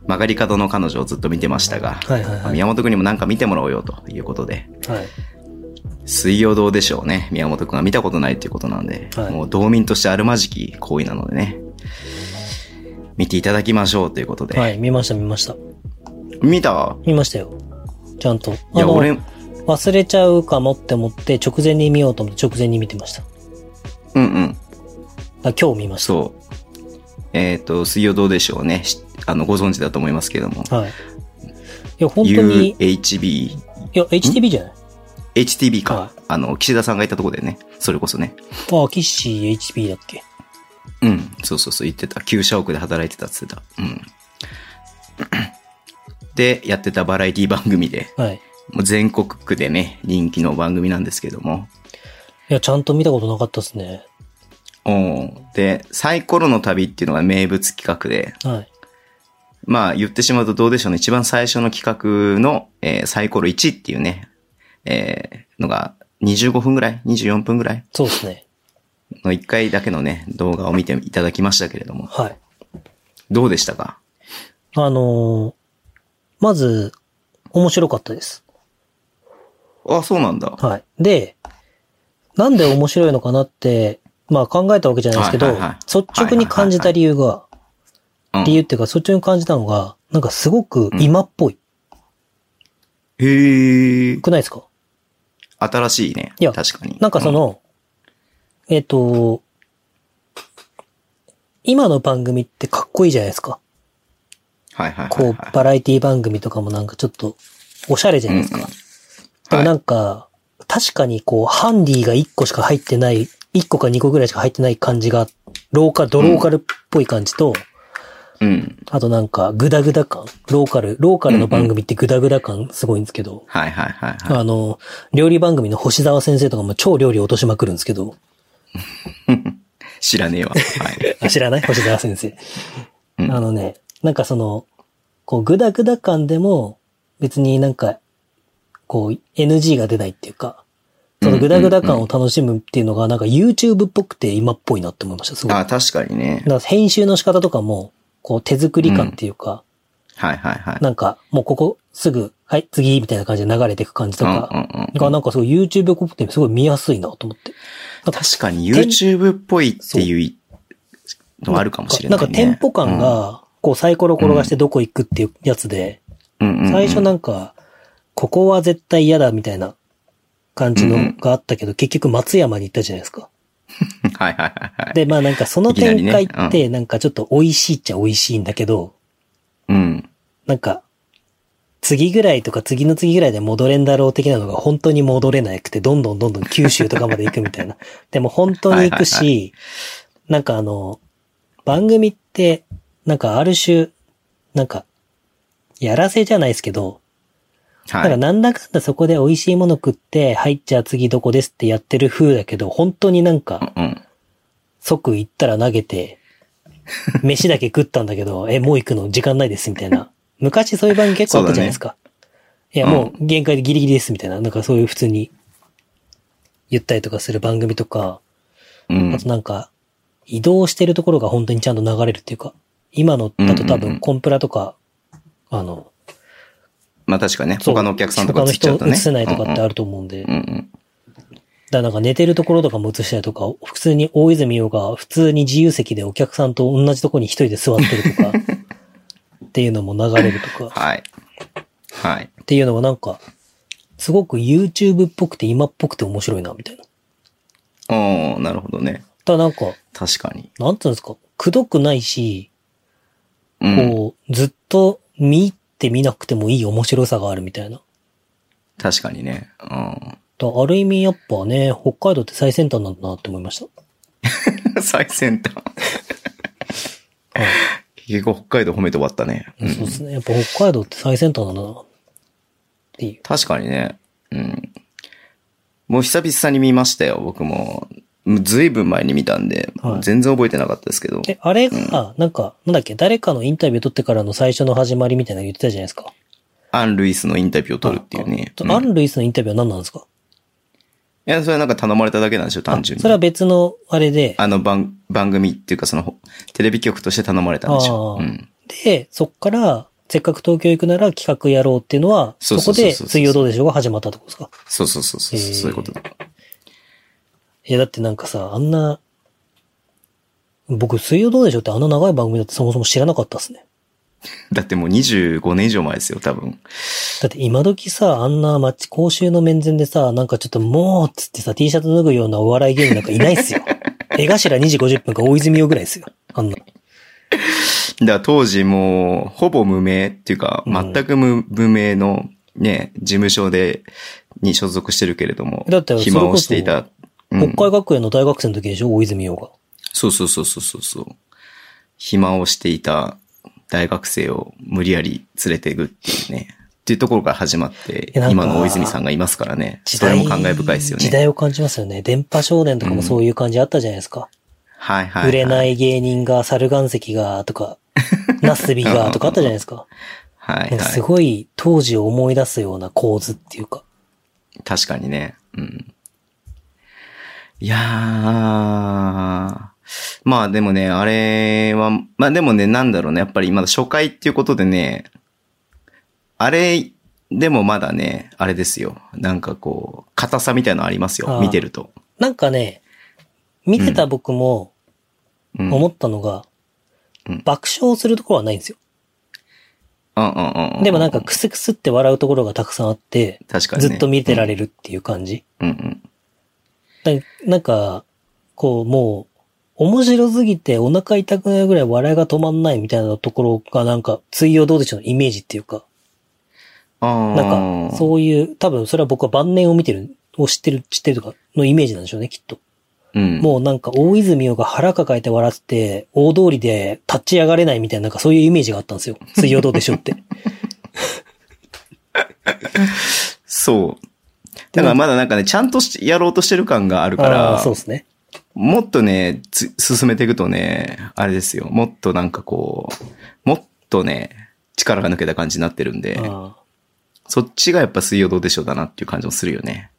S2: 曲がり角の彼女をずっと見てましたが、
S3: はいはいはい
S2: 宮本くんにもなんか見てもらおうよということで、
S3: はい。
S2: 水曜どうでしょうね。宮本くんが見たことないということなんで、
S3: はい
S2: もう道民としてあるまじき行為なのでね、見ていただきましょうということで。
S3: はい、見ました見ました。
S2: 見た
S3: 見ましたよ。ちゃんと。
S2: い
S3: あ
S2: や、
S3: の、
S2: 俺、
S3: 忘れちゃうかもって思って、直前に見ようと思って直前に見てました。
S2: うんうん、
S3: あ今日見まし
S2: そう。えっ、と、水曜どうでしょうね。しあの、ご存知だと思いますけども。
S3: た。はい。いや、本当に、い
S2: UHB、
S3: や、HTB じゃない
S2: HTB か、
S3: はい
S2: あの、岸田さんがいたとこでね、それこそね。
S3: ああ、キッシー HTB だっけ
S2: うん、そうそうそう、言ってた。旧社屋で働いてたって言ってた。うん。 で、やってたバラエティ番組で、
S3: はい。
S2: もう全国区でね、人気の番組なんですけども。
S3: いや、ちゃんと見たことなかったですね。
S2: おーで、サイコロの旅っていうのが名物企画で、
S3: はい。
S2: まあ言ってしまうとどうでしょうね。一番最初の企画の、えーサイコロ1っていうね、えーのが25分ぐらい ?24 分ぐらい
S3: そうですね。
S2: の1回だけのね、動画を見ていただきましたけれども、
S3: はい。
S2: どうでしたか
S3: あのーまず、面白かったです。
S2: あ、そうなんだ。
S3: はい。で、なんで面白いのかなって、まあ考えたわけじゃないですけど、
S2: はいはいはい
S3: 率直に感じた理由が、
S2: うん
S3: 理由っていうか率直に感じたのが、なんかすごく今っぽい。
S2: へえ。
S3: くないですか
S2: 新しいね。
S3: いや
S2: 確かに。
S3: なんかその、えっ、と、今の番組ってかっこいいじゃないですか。
S2: うん、はいはいはい
S3: こ、
S2: はいう
S3: バラエティ番組とかもなんかちょっと、おしゃれじゃないですか。
S2: うんうん
S3: でも
S2: はい
S3: なんか、確かにこう、ハンディが1個しか入ってない、1個か2個ぐらいしか入ってない感じが、ローカル、ドローカルっぽい感じと、
S2: うん。
S3: あとなんか、グダグダ感。ローカル、ローカルの番組ってグダグダ感すごいんですけど、
S2: はいはいはいはい。
S3: あの、料理番組の星沢先生とかも超料理落としまくるんですけど、
S2: 知らねえ わ。はい。
S3: あ知らない星沢先生。あ
S2: うん
S3: のね、なんかその、こう、グダグダ感でも、別になんか、こう、NG が出ないっていうか、そのグダグダ感を楽しむっていうのが、なんか YouTube っぽくて今っぽいなって思いました、すごい。だ
S2: あ、確かにね。
S3: から編集の仕方とかも、こう、手作り感っていうか、
S2: はいはいはい。
S3: なんか、もうここすぐ、はい、次、みたいな感じで流れていく感じと
S2: うんう
S3: か、
S2: んうん、
S3: がなんかすごい YouTube っぽくて、すごい見やすいなと思って。
S2: 確かに YouTube っぽいっていうのはあるかもしれない、ね。
S3: んかテンポ感が、こうサイコロ転がしてどこ行くっていうやつで、
S2: うん、うんうんうん
S3: 最初なんか、ここは絶対嫌だみたいな感じ
S2: うんう
S3: の
S2: ん
S3: があったけど、結局松山に行ったじゃないですか。
S2: はいはいはいはい。
S3: で、まあなんかその
S2: いきなり
S3: 展
S2: ね
S3: 開って、なんかちょっと美味しいっちゃ美味しいんだけど、
S2: うん。
S3: なんか、次ぐらいとか次の次ぐらいで戻れんだろう的なのが本当に戻れなくて、どんどんどんどん九州とかまで行くみたい な。でも本当に行く
S2: はいは
S3: し、なんかあの、番組って、なんかある種、なんか、やらせじゃないですけど、
S2: は
S3: なんか
S2: い。
S3: なんだかんだそこで美味しいもの食って、はい、じゃあ次どこですってやってる風だけど、本当になんか、
S2: うんうん。
S3: 即行ったら投 げて、飯だけ食ったんだけど、え、もう行くの時間ないです、みたいな。昔そういう番組結構あったじゃないですか。いや、もう限界でギリギリです、みたいな。なんかそういう普通に言ったりとかする番組とか、
S2: うん
S3: あとなんか、移動してるところが本当にちゃんと流れるっていうか、今のだと多分コンプラとか、あの、
S2: まあ確かにね、
S3: そう
S2: 他のお客さんとか
S3: 他の
S2: 映っちゃうと
S3: 人
S2: ね。
S3: 映せないとかってあ
S2: る。
S3: ると思うんで、
S2: うんうん。
S3: だからなんか寝てるところとかも映したりとか、普通に大泉洋が普通に自由席でお客さんと同じとこに一人で座ってるとか、 っていうのも流れるとか、
S2: はい。はい。
S3: っていうのがなんか、すごく YouTube っぽくて今っぽくて面白いな、みたいな。
S2: おーなるほどね。
S3: ただなんか、
S2: 確かに。
S3: なんていうんですか、くどくないし、
S2: うん。
S3: こう、ずっと見入って見なくてもいい面白さがあるみたいな。
S2: 確かにね。うん。
S3: だからある意味やっぱね、北海道って最先端なんだなって思いました。
S2: 最先端。
S3: はい
S2: 結構北海道褒めて終わったね。うん
S3: そうですね。やっぱ北海道って最先端なんだな。っていう。
S2: 確かにね。うん。もう久々に見ましたよ、僕も。ずいぶん前に見たんで、
S3: はい
S2: 全然覚えてなかったですけど。
S3: え、あれが、なんか、なんだっけ、誰かのインタビュー取ってからの最初の始まりみたいなの言ってたじゃないですか。
S2: アン・ルイスのインタビューを取るっていうね。
S3: あア
S2: うんい
S3: ン・ルイスのインタビューは何なんですか
S2: や、それはなんか頼まれただけなんですよ、単純
S3: あそれは
S2: に。
S3: 別の、あれで、
S2: あの番番組っていうか、その、テレビ局として頼まれたんでしょ。
S3: あ
S2: う
S3: ー
S2: ん。
S3: で、そっから、せっかく東京行くなら企画やろうっていうのは、
S2: そ
S3: そう
S2: そ
S3: こ
S2: うそうそう
S3: で水曜どうでしょうが始まったとこですか。
S2: そうそうそうそう、
S3: へー
S2: そういうことだ。
S3: いや、だってなんかさ、あんな、僕、水曜どうでしょうってあんな長い番組だってそもそも知らなかったっすね。
S2: だってもう25年以上前ですよ、多分。
S3: だって今時さ、あんな街、公衆の面前でさ、なんかちょっともうっつってさ、T シャツ脱ぐようなお笑い芸人なんかいないっ すよ。絵頭2時50分か大泉洋ぐらいですよ。あんな。
S2: だから当時もう、ほぼ無名っていうか、
S3: うん
S2: 全く無無名のね、事務所で、に所属してるけれども、
S3: だってそれこそ
S2: 暇をしていた。うん
S3: 国会学園の大学生の時でしょ大泉洋が。
S2: そうそうそうそうそうそう。暇をしていた大学生を無理やり連れていくっていうね。っていうところから始まって
S3: えなん、か
S2: 今の大泉さんがいますからね。それも感慨深いですよ
S3: 時
S2: ね。
S3: 代を感じますよね。電波少年とかもそういう感じあったじゃないですか。
S2: はいはい、はい。
S3: 売れない芸人が、猿岩石が、とか、ナスビが、とかあったじゃないですか。
S2: はい、
S3: なんかす
S2: は
S3: ごい当時を思い出すような構図っていうか。
S2: い。確かにね。うん。いやー。まあでもね、あれは、まあでもね、なんだろうね。やっぱりまだ初回っていうことでね、あれでもまだね、あれですよ。なんかこう、硬さみたいなのあります
S3: あ
S2: よ。
S3: ー
S2: 見てると。
S3: なんかね、見てた僕も
S2: うん。
S3: 思ったの
S2: う
S3: が、
S2: ん
S3: 爆笑するところはないんですよ。
S2: うんうんうんうん。
S3: でもなんかクスクスって笑うところがたくさんあって、
S2: 確かに、ね、
S3: ずっと見てられるっていう感じ。
S2: うんうん。
S3: だなんか、こうもう、面白すぎてお腹痛くなるぐらい笑いが止まんないみたいなところがなんか、水曜どうでしょうのイメージっていうか、
S2: ああ。
S3: なんか、
S2: う。
S3: そういう、多分それは僕は晩年を見てる、を知ってる、知ってるとか、のイメージなんでしょうね、きっと。
S2: うん。
S3: もうなんか、大泉洋が腹抱えて笑ってて、大通りで立ち上がれないみたいな、なんかそういうイメージがあったん ですよ。水曜どうでしょうって。
S2: そう。だからまだなんかね、ちゃんとしやろうとしてる感があるか
S3: ああー、
S2: ら
S3: そう、ですね。
S2: もっとね、つ進めていくとね、あれですよ。もっとなんかこう、もっとね、力が抜けた感じになってるんで、
S3: ああ
S2: そっちがやっぱ水曜どうでしょうだなっていう感じもするよね。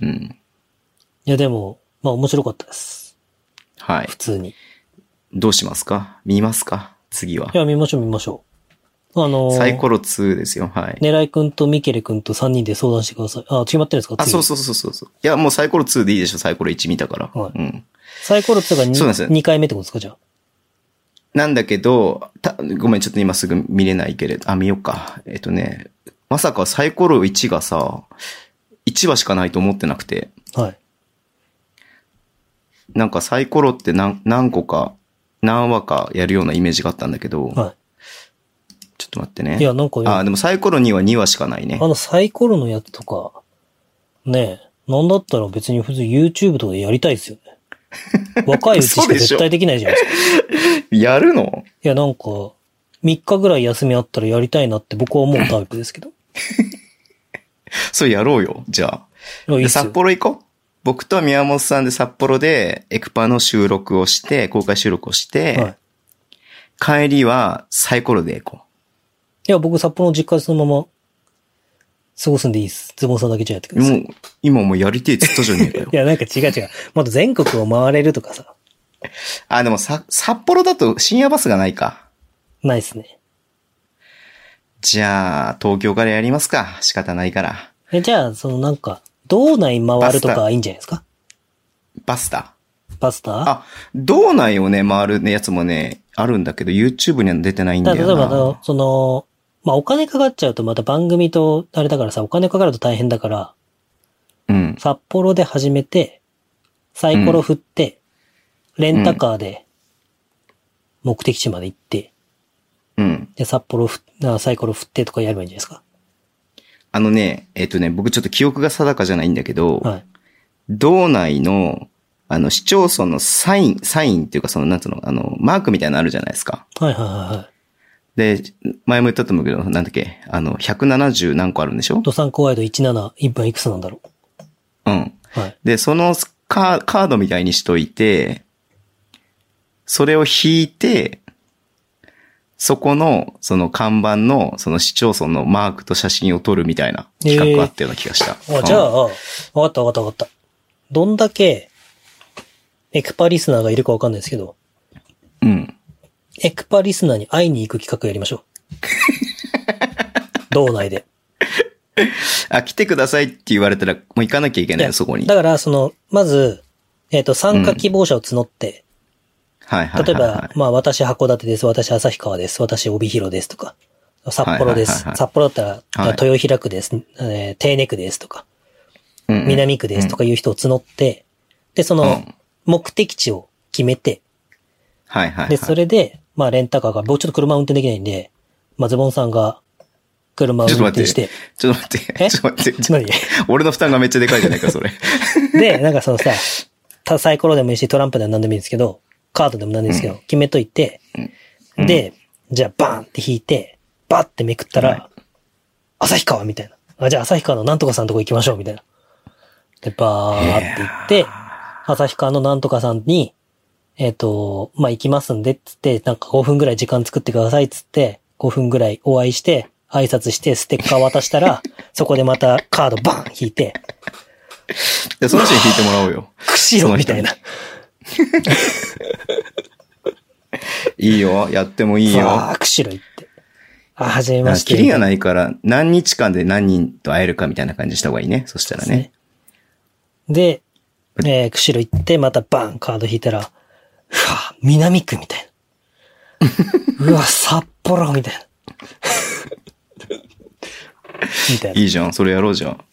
S2: うん。
S3: いや、でも、まあ面白かったです。
S2: はい
S3: 普。通に。。
S2: どうしますか見ますか次はい
S3: や、見ましょう見ましょう。あのー、
S2: サイコロ2ですよ。はい。
S3: 狙い君とミケレ君と3人で相談してください。あ、決まってるんですか
S2: あ、そう
S3: う。
S2: そうそうそうそう。いや、もうサイコロ2でいいでしょ。サイコロ1見たから。
S3: はい
S2: うん。
S3: サイコロ2がに
S2: そうなんですよ
S3: 2, 回目ってことですかじゃあ。
S2: なんだけど、た、ごめん、ちょっと今すぐ見れないけれど、あ、見ようか。えっとね、まさかサイコロ1がさ、1話しかないと思ってなくて、
S3: はい。
S2: なんかサイコロって何、何個か、何話かやるようなイメージがあったんだけど、
S3: は
S2: ちょっと待ってね。
S3: い。いや、なんかね、
S2: あ、でもサイコロ2は2話しかないね
S3: あ。のサイコロのやつとか、ねえ、なんだったら別に普通 YouTube とかでやりたいです よね。若いうちしか絶対できないじゃないですか。
S2: やるの
S3: いや、なんか、3日ぐらい休みあったらやりたいなって僕は思うタイプです けど。
S2: それやろうよ、じゃ
S3: いや、いい
S2: あ。
S3: っすよ
S2: 札。幌行こう。僕と宮本さんで札幌でエクパの収録をして、公開収録をして、
S3: はい。
S2: 帰りはサイコロで行こ
S3: いや、僕札幌の実家でそのまま過ごすんでいいです。ズボンさんだけじゃやってく
S2: う。
S3: ださい。
S2: もう、今もうやりてえって言ったじゃねえかよ
S3: い。や、なんか違う違う。まだ全国を回れるとかさ、
S2: あ、でもさ、札幌だと深夜バスがないか。
S3: ないっすね。
S2: じゃあ、東京からやりますか。仕方ないから。
S3: え、じゃあ、そのなんか、道内回るとかいいんじゃないですか
S2: バスタ。
S3: パスタ
S2: あ、道内をね、回るね、やつもね、あるんだけど、YouTube には出てないんだ
S3: だから例え
S2: よ
S3: ばあの
S2: な。、
S3: その、まあ、お金かかっちゃうとまた番組と、あれだからさ、お金かかると大変だから、
S2: うん。
S3: 札幌で始めて、サイコロ振って、レンタカーで、目的地まで行って、
S2: うん。
S3: で、札幌ふ、あサイコロ振ってとかやればいいんじゃないですか。
S2: あのね、えっ、とね、僕ちょっと記憶が定かじゃないんだけど、
S3: はい。
S2: 道内の、あの、市町村のサイン、サインっていうか、その、なんつうの、あの、マークみたいなのあるじゃないですか。
S3: はいはいはいはい。
S2: で、前も言ったと思うけど、なんだっけ、あの、170何個あるんでしょ
S3: ドサンコワイド17、一分いくつなんだろ
S2: うん。
S3: う。はい。
S2: で、そのカーカードみたいにしといて、それを引いて、そこの、その看板の、その市町村のマークと写真を撮るみたいな企画があったような気がした。
S3: あ、じゃあ、
S2: うん
S3: わかったわかったわかった。どんだけ、エクパリスナーがいるかわかんないですけど、
S2: うん。
S3: エクパリスナーに会いに行く企画やりましょ道内で。
S2: あ、来てくださいって言われたら、もう行かなきゃいけない
S3: いや
S2: よ、そこに。
S3: だ
S2: はい
S3: から、その、まず、えっ、と、参加希望者を募って、
S2: はいはいはい。
S3: 例えば、まあ、私函館です、私旭川です、私帯広ですとか、札幌です、
S2: はいはいはいはい
S3: 札幌だったら、
S2: はい
S3: 豊平区です、えー手根区ですとか、
S2: うんうん
S3: 南区ですとかいう人を募って、で、そうの
S2: ん、
S3: 目的地を決めて、
S2: はいはいはい。
S3: で、それで、まあ、レンタカーが、僕ちょっと車運転できないんで、まあ、ズボンさんが、車を運転して、
S2: ちょっと待って。
S3: え
S2: ちょっと待 って。ちょ
S3: 何
S2: 俺の負担がめっちゃでかいじゃないか、そ れ。
S3: で、なんかそのさ、たサイコロでもいいし、トランプでも何でもいいんですけど、カードでも何でもいいんですけど、決めといて、
S2: うん
S3: で、じゃあバーンって引いて、バッてめくったら、
S2: はい
S3: 旭川みたいな。あ、じゃあ旭川のなんとかさんのとこ行きましょう、みたいな。で、バーって行っ
S2: い
S3: て
S2: や、
S3: 旭川のなんとかさんに、えっ、と、まあ、行きますんで、つって、なんか5分ぐらい時間作ってください、つって、5分ぐらいお会いして、挨拶して、ステッカー渡し たら、そこでまたカードバーン引い
S2: い
S3: て、
S2: やその人に聞いてもらおうよ。
S3: 釧路みたいな。
S2: いいよ。やってもいい
S3: あ
S2: よ。
S3: あ、釧路行って。あ、はじめ
S2: なん
S3: ま
S2: か
S3: して。
S2: キリがないから、何日間で何人と会えるかみたいな感じした方がいいね。そしたらね。
S3: で、えー、釧路行って、またバンカード引いたら、うわ、南区みたい な。うわ、札幌みたいな。みたい
S2: い
S3: な。
S2: いじゃん。それやろうじゃん。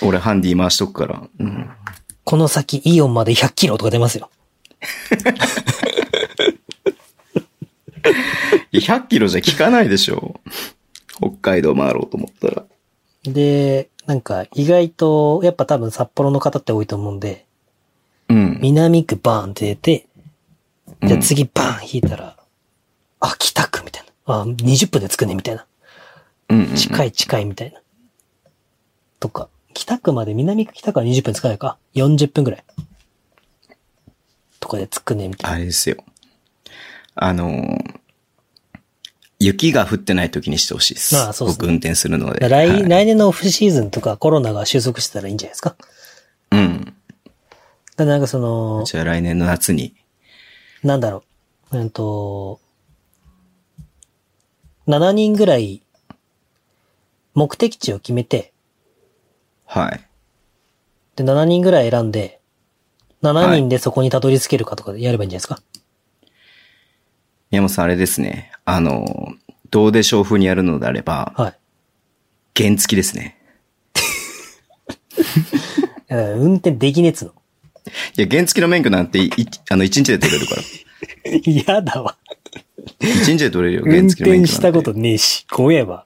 S2: 俺ハンディ回しとくから。うん。
S3: この先、イオンまで100キロとか出ますよ。
S2: いや100キロじゃ効かないでしょ。北海道回ろうと思ったら。
S3: で、なんか、意外と、やっぱ多分札幌の方って多いと思うんで、
S2: うん。
S3: 南区バーンって出て、
S2: う
S3: じゃあ
S2: ん
S3: 次バーン引いたら、あ、北区みたいな。あ、20分で着くね、みたいな。
S2: うんうんうん
S3: 近い近いみたいな。とか。北区まで、南区北区は20分つかないか。40分ぐらい。とかで着くね、みたい
S2: あれですよ。あのー雪が降ってない時にしてほしいです。
S3: ああそうですね
S2: 僕運転するので。
S3: な。来、
S2: はい
S3: 来年のオフシーズンとかコロナが収束してたらいいんじゃないですか。だか
S2: うん。
S3: らなんかその、
S2: じゃあ来年の夏に。
S3: なんだろう。うんと、7人ぐらい、目的地を決めて、
S2: はい。
S3: で、7人ぐらい選んで、7
S2: はい
S3: 人でそこにたどり着けるかとかでやればいいんじゃないですか。
S2: 宮本さんあれですね。あのーどうでしょう風にやるのであれば、
S3: はい。
S2: 原付きですね。
S3: いや運転できねえ っつうの。
S2: いや、原付きの免許なんてい、いあの、一日で取れ るから。
S3: 嫌だわ。
S2: 一日で取れるよ、
S3: 運
S2: 原付きの免許なん
S3: 転
S2: て。
S3: したことねえし、怖えわ。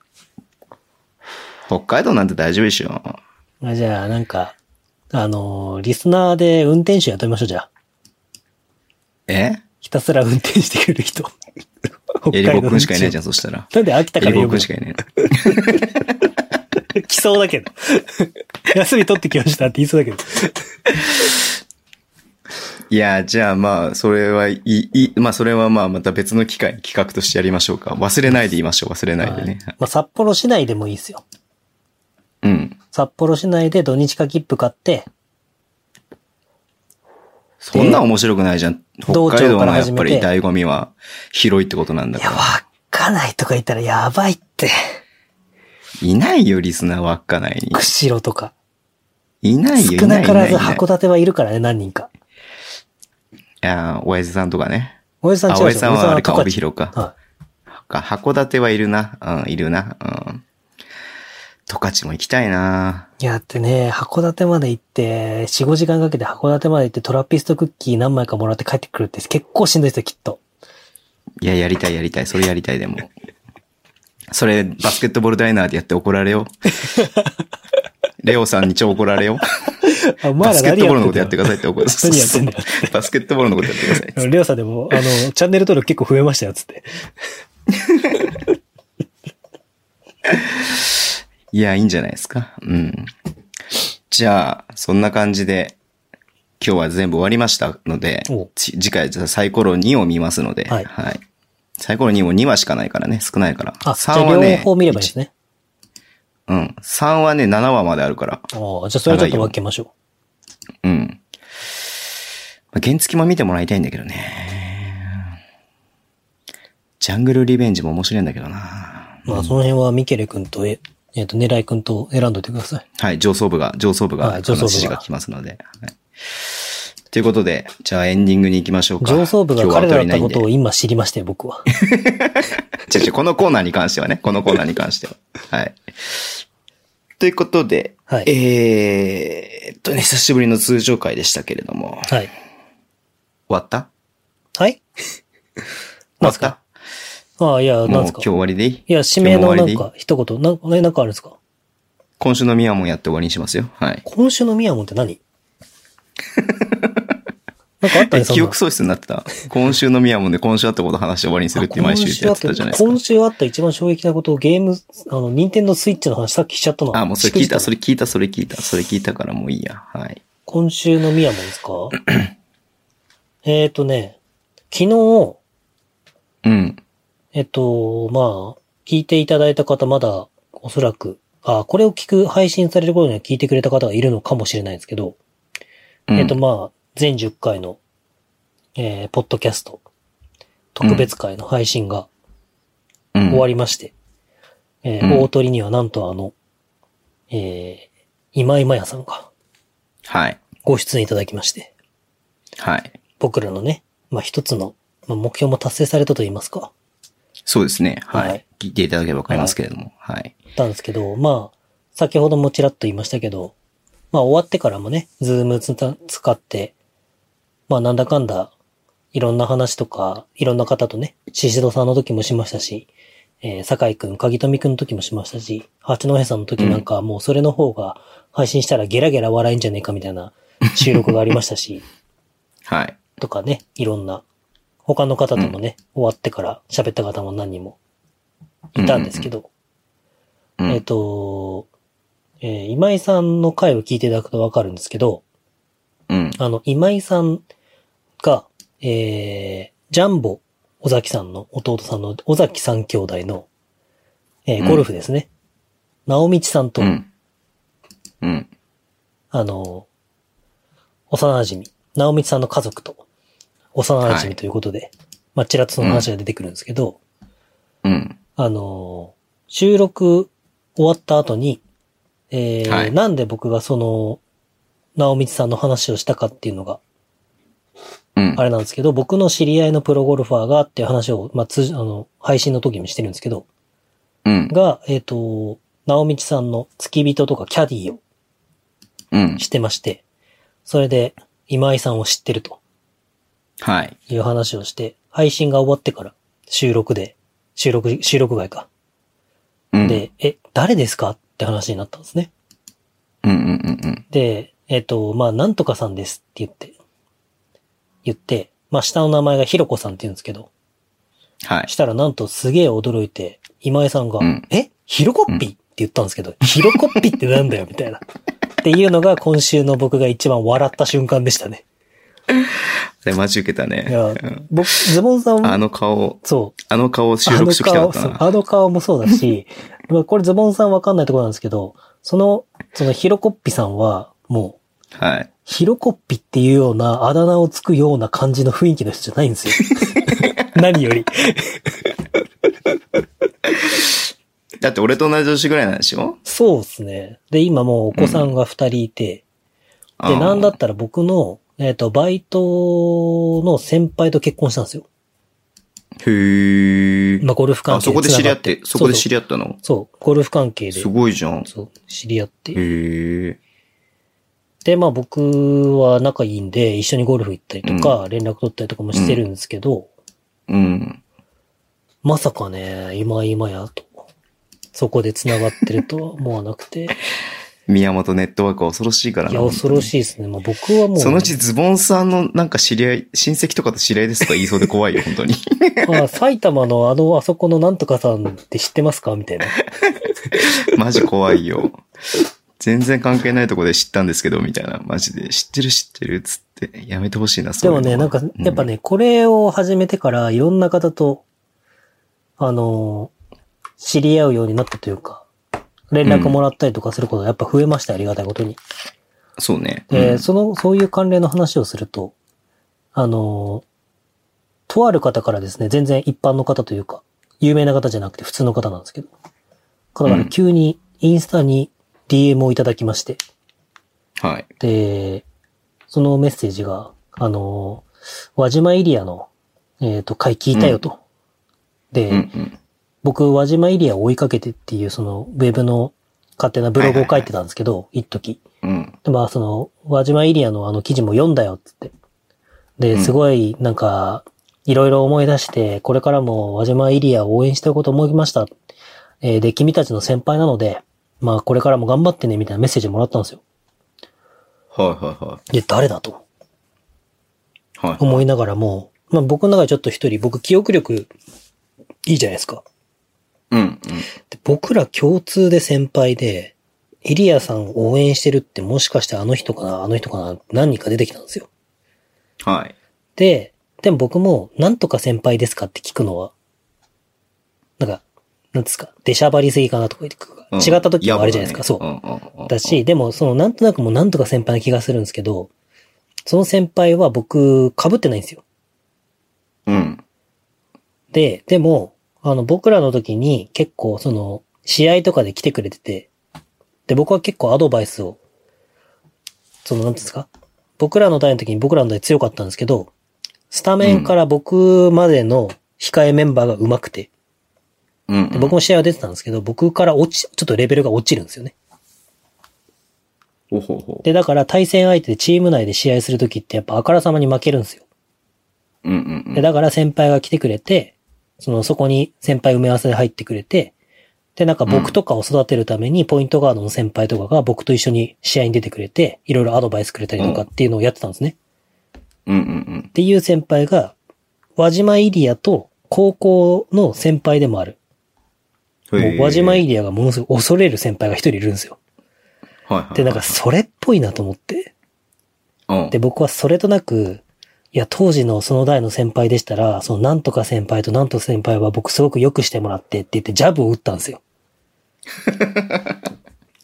S2: 北海道なんて大丈夫でしょ。
S3: あじゃあ、なんか、あのーリスナーで運転手雇いましょう、じゃあ。
S2: え
S3: ひたすら運転してく る人。北
S2: えりぼくんしかいないじゃ
S3: ん。
S2: ん、そしたら。
S3: なんで秋田
S2: え
S3: か
S2: り
S3: ら
S2: ぼくん
S3: 呼ぶの
S2: しかいない。
S3: 来そうだけど。 休み取ってきましたって言いそうだけど。
S2: いや、じゃあまあ、それはいい、いいまあそれはまあまた別の機会、企画としてやりましょうか。忘れないで言いましょう、忘れないでね。
S3: まあ、札幌市内でもいいですよ。
S2: うん。
S3: 札幌市内で土日か切符買って、
S2: そんな面白くないじゃん。北
S3: 道
S2: 海
S3: 庁
S2: 道
S3: か
S2: の
S3: ら
S2: やっ
S3: 始
S2: ぱ
S3: め
S2: り
S3: て
S2: 醍醐味は広いってことなんだ
S3: い
S2: か
S3: や、
S2: ら。
S3: わかないとか言ったらやばいって。
S2: いないよ、リスナーはっかないに。
S3: 釧路とか。
S2: いないよ、い
S3: 少
S2: な
S3: ないからず
S2: いないいない
S3: 函館はいるからね、何人か。
S2: いや、おやじさんとかね。
S3: おやじさん違う
S2: あ
S3: でしょ
S2: おやじさんはあれか、
S3: おや
S2: 帯
S3: じさんは
S2: 広か。
S3: 十勝はい。
S2: か函館はいるな。うん、いるな。うん。十勝も行きたいな。
S3: いや、だってね、函館まで行って、4、5時間かけて函館まで行ってトラピストクッキー何枚かもらって帰ってくるって結構しんどいですよ、きっと。
S2: いや、やりたい、やりたい。それやりたい、でも。それ、バスケットボールダイナーでやって怒られよう。 レオさんに超怒られよう。
S3: あ、お
S2: バスケットボールのことやって
S3: ん
S2: く
S3: だ
S2: ださいって怒る。
S3: 何やってんだよ
S2: バスケットボールのことやってくださいっつっ
S3: よ。
S2: て。
S3: レオさんでも、あの、チャンネル登録結構増えましたよ、つって。
S2: いや、いいんじゃないですか。うん。じゃあ、そんな感じで、今日は全部終わりましたので
S3: お、
S2: ち次回、じゃあサイコロ2を見ますので、
S3: はい
S2: サイコロ2も2話しかないからね、少ないから。
S3: あ、じゃ
S2: 3
S3: あ
S2: は
S3: 両
S2: ね、
S3: 方見ればいいですね。
S2: 一うん。3はね、7話まであるから。
S3: ああ、じゃあそれはちょっと分けましょ
S2: うん。まあ原付も見てもらいたいんだけどね。ジャングルリベンジも面白いんだけどな。
S3: う。まあ、その辺はミケレ君と、え、えっ、と、狙い君と選んどいてください。
S2: はい、上層部が、上層部が、
S3: は
S2: あ
S3: い
S2: の
S3: 上層部が
S2: 指示が来ますので。はいということで、じゃあエンディングに行きましょうか。
S3: 上層部が
S2: 今日は
S3: 彼らだ
S2: お便り
S3: ったこ
S2: ないんで
S3: とを今知りまして、僕は。
S2: 違う違う、このコーナーに関してはね、このコーナーに関しては。はい。ということで、
S3: はい
S2: えーっとね、久しぶりの通常会でしたけれども、終
S3: はい。
S2: わった
S3: はい
S2: 終わ
S3: なん
S2: っ
S3: すか
S2: た
S3: ああ、いや、
S2: も
S3: な
S2: うん今
S3: すか
S2: 日終わりでいい
S3: いや、指名の
S2: 今日
S3: なん
S2: も終わ
S3: か、一言、な、えなんかあるんですか
S2: 今週のミヤモンやって終わりにしますよ。はい。
S3: 今週のミヤモンって何 なんかあったね、そん
S2: 記
S3: な
S2: 憶喪失になってた。今週のミヤモンで今週あったこと話して終わりにするって毎週やってたじゃないですか
S3: 今。週あった一番衝撃なことをゲーム、あの、任天堂スイッチの話さっきしちゃったの。
S2: あ、もうそれ聞いた、そ
S3: れ。
S2: れ聞いた、それ聞いた、それ聞いたからもういいや。はい。
S3: 今週のミヤモ ンですかえっとね、昨日、
S2: うん。
S3: えっと、まあ、聞いていただいた方まだ、おそらく、あ、これを聞く、配信される頃には聞いてくれた方がいるのかもしれないんですけど、
S2: うん
S3: えっと、まあ、全10回の、えーポッドキャスト、特別会の配信が
S2: うん
S3: 終わりまして、えー
S2: うん
S3: 大鳥にはなんとあの、えー今井まやさんが
S2: はい。
S3: ご出演いただきまして、
S2: はい。
S3: 僕らのね、まあ、一つの、まあ、目標も達成されたと言いますか、
S2: そうですね。はい。
S3: はい
S2: 聞いていただければわかりますけれども。はい。
S3: ったんですけど、まあ、先ほどもちらっと言いましたけど、まあ終わってからもね、ズームつた使って、まあなんだかんだ、いろんな話とか、いろんな方とね、シシドさんの時もしましたし、えー、酒井くん、鍵富くんの時もしましたし、八戸さんの時なんかはもうそれの方が配信したらゲラゲラ笑えんじゃねえかみたいな収録がありました し、
S2: はい。
S3: とかね、いろんな、他の方ともね、終わってから喋った方も何人もいたんですけど、
S2: うん
S3: えっ、と、えー今井さんの回を聞いていただくとわかるんですけど、
S2: うん。
S3: あの、今井さんが、えージャンボ、尾崎さんの弟さんの、尾崎三兄弟の、えー
S2: うん
S3: ゴルフですね。直道さんと、
S2: うん。うん。
S3: あの、幼馴染み、直道さんの家族と、幼馴染
S2: はい
S3: みということで、まあ、ちらっとその話が出てくるんですけど、
S2: うん。
S3: あの、収録終わった後に、えー
S2: はい
S3: なんで僕がその、直道さんの話をしたかっていうのが、
S2: うん。
S3: あれなんですけど、僕の知り合いのプロゴルファーがっていう話を、まあ、通じ、あの、配信の時にしてるんですけど、
S2: うん。
S3: が、えっ、と、直道さんの付き人とかキャディーを
S2: うん。
S3: してまして、それで今井さんを知ってると
S2: はい。
S3: いう話をして、配信が終わってから収録で、収録、収録外か。
S2: うん。
S3: で、え、誰ですかって話になったんですね。
S2: うんうんうんうん。
S3: で、えっ、と、まあ、なんとかさんですって言って、言って、まあ、下の名前がひろこさんって言うんですけど、
S2: はい。
S3: したらなんとすげえ驚いて、今井さんが、
S2: うん
S3: えひろこっぴって言ったんですけど、ひろこっぴってなんだよ、みたいな。っていうのが今週の僕が一番笑った瞬間でしたね。
S2: で、待ち受けた
S3: い
S2: ね。
S3: や
S2: うん、
S3: 僕、ズボンさん
S2: あ
S3: も、
S2: の顔、
S3: そう、
S2: あの顔収録してきたかった
S3: あ
S2: な。
S3: の顔そうあの顔もそうだし、まあこれズボンさんわかんないところなんですけど、その、そのひろこっぴさんは、もう、
S2: はい。
S3: ヒロコッピっていうようなあだ名をつくような感じの雰囲気の人じゃないん ですよ。何より。
S2: だって俺と同じ年ぐらいなんでしょ
S3: そうですね。で、今もうお子さんが二人いて、で、なんだったら僕の、えっ、と、バイトの先輩と結婚したんですよ。
S2: へー。
S3: まあ、ゴルフ関
S2: あ、
S3: 係
S2: そこで知り合って、そこで知
S3: り合
S2: り合ったの、
S3: って。そうそう、ゴルフ関係です
S2: ごいじゃん。
S3: そう、知り合って。
S2: へえ。
S3: で、まあ、僕は仲いいんで、一緒にゴルフ行ったりとか、連絡取ったりとかもしてるんですけど、
S2: うん。
S3: まさかね、今今やと、そこで繋がってるとは思わなくて。
S2: 宮本ネットワークは恐ろしいから
S3: い
S2: な。
S3: や、恐ろしいですね。まあ、僕はもう、
S2: そのうちズボンさんのなんか知り合い、親戚とかと知り合いですとか言いそうで怖いよ、本 当に。
S3: あ埼玉のあの、あそこのなんとかさんって知ってますかみたいな。
S2: マジ怖いよ。全然関係ないとこで知ったんですけど、みたいな。マジで、知ってる知ってるっつって、やめてほしいな、そ
S3: で
S2: ういう
S3: も
S2: の
S3: ね、なんか、やっぱ、ね、これを始めてから、いろんな方と、あのー、知り合うようになったというか、連絡もらったりとかすることがやっぱ増えました、ありがたいことに。
S2: うんそうね。
S3: で、
S2: うん
S3: その、そういう関連の話をすると、あのー、とある方からですね、全然一般の方というか、有名な方じゃなくて普通の方なんですけど。だか
S2: う
S3: ら
S2: ん
S3: 急にインスタに DM をいただきまして、
S2: はい。
S3: で、そのメッセージが、あの、輪島エリアの、えっ、と、会聞いたよと。で、
S2: うんうん。
S3: 僕、輪島エリアを追いかけてっていう、その、ウェブの勝手なブログを書いてたんですけど、一時。
S2: うん。
S3: でまあ、その、輪島エリアのあの記事も読んだよっつって。で、
S2: うん
S3: すごい、なんか、いろいろ思い出して、これからも輪島エリアを応援していこうと思いました。えーで、君たちの先輩なので、まあ、これからも頑張ってね、みたいなメッセージもらったんですよ。
S2: はいはいは
S3: で、誰だと
S2: い。はい。
S3: 思いながらも、まあ、僕の中でちょっと一人、僕、記憶力、いいじゃないですか。
S2: うんうん。
S3: で僕ら共通で先輩で、エリアさんを応援してるってもしかしてあの人かな、あの人かな、何人か出てきたんですよ。
S2: はい。
S3: で、でも僕も、なんとか先輩ですかって聞くのは、なんか、なんですか、出しゃばりすぎかなとか言ってくる
S2: うん
S3: 違った時もあるじゃないですか、そう。
S2: んうんうん
S3: だし、でもその、なんとなくもうなんとか先輩な気がするんですけど、その先輩は僕、被ってないんですよ。
S2: うん。
S3: で、でも、あの、僕らの時に結構その、試合とかで来てくれてて、で、僕は結構アドバイスを、その、なんていうんですか僕らの代の時に僕らの代強かったんですけど、スタメンから僕までの控えメンバーが上手くて、
S2: うんう
S3: で
S2: ん。
S3: 僕も試合は出てたんですけど、僕から落ち、ちょっとレベルが落ちるんですよね。
S2: ほほほ。
S3: で、だから対戦相手でチーム内で試合する時ってやっぱあからさまに負けるんですよ。
S2: うんうんうん。
S3: で、だから先輩が来てくれて、その、そこに先輩埋め合わせで入ってくれて、で、なんか僕とかを育てるために、ポイントガードの先輩とかが僕と一緒に試合に出てくれて、いろいろアドバイスくれたりとかっていうのをやってたんですね。
S2: うんうん
S3: っていう先輩が、輪島イリアと高校の先輩でもある。
S2: う
S3: も
S2: ん。
S3: う
S2: へー
S3: 輪島イリアがものすごい恐れる先輩が一人いるんですよ。
S2: はいはい。
S3: で、なんかそれっぽいなと思って。
S2: うん、
S3: で、僕はそれとなく、いや、当時のその代の先輩でしたら、そのなんとか先輩となんとか先輩は僕すごく良くしてもらってって言ってジャブを打ったんですよ。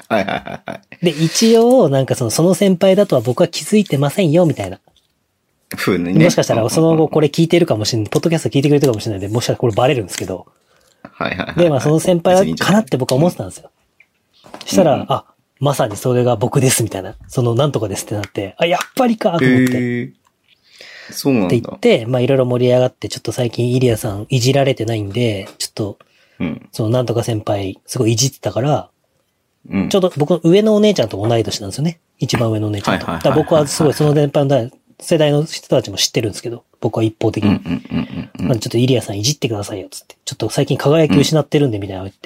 S2: はいはいはいはい。
S3: で、一応、なんかその、その先輩だとは僕は気づいてませんよ、みたいな。
S2: ふうにね。
S3: もしかした
S2: うんうんう
S3: ら、
S2: ん
S3: その後これ聞いてるかもしれない。ポッドキャスト聞いてくれてるかもしれないんで、もしかしたらこれバレるんですけど。
S2: はいはいはい。
S3: で、まあその先輩
S2: 別にいいんじゃ
S3: か
S2: な
S3: ないって僕は思ってたんですよ。した
S2: うんう
S3: ら
S2: ん、
S3: あ、まさにそれが僕です、みたいな。そのなんとかですってなって、あ、やっぱりか、と思って。
S2: へーそうなん
S3: っ
S2: だ。
S3: て言って、まあいろいろ盛り上がって、ちょっと最近イリアさんいじられてないんで、ちょっと、
S2: うん。
S3: そのなんとか先輩、すごいいじってたから、
S2: うん。
S3: ちょうど僕の上のお姉ちゃんと同い年なんですよね。一番上のお姉ちゃんと。
S2: はいはいはいはい
S3: だから僕はすごいその年配の代世代の人たちも知ってるんですけど、僕は一方的
S2: うんう
S3: に。
S2: んうんうんう
S3: な
S2: ん。
S3: んでちょっとイリアさんいじってくださいよ、つって。ちょっと最近輝き失ってるんで、みたいな の言っ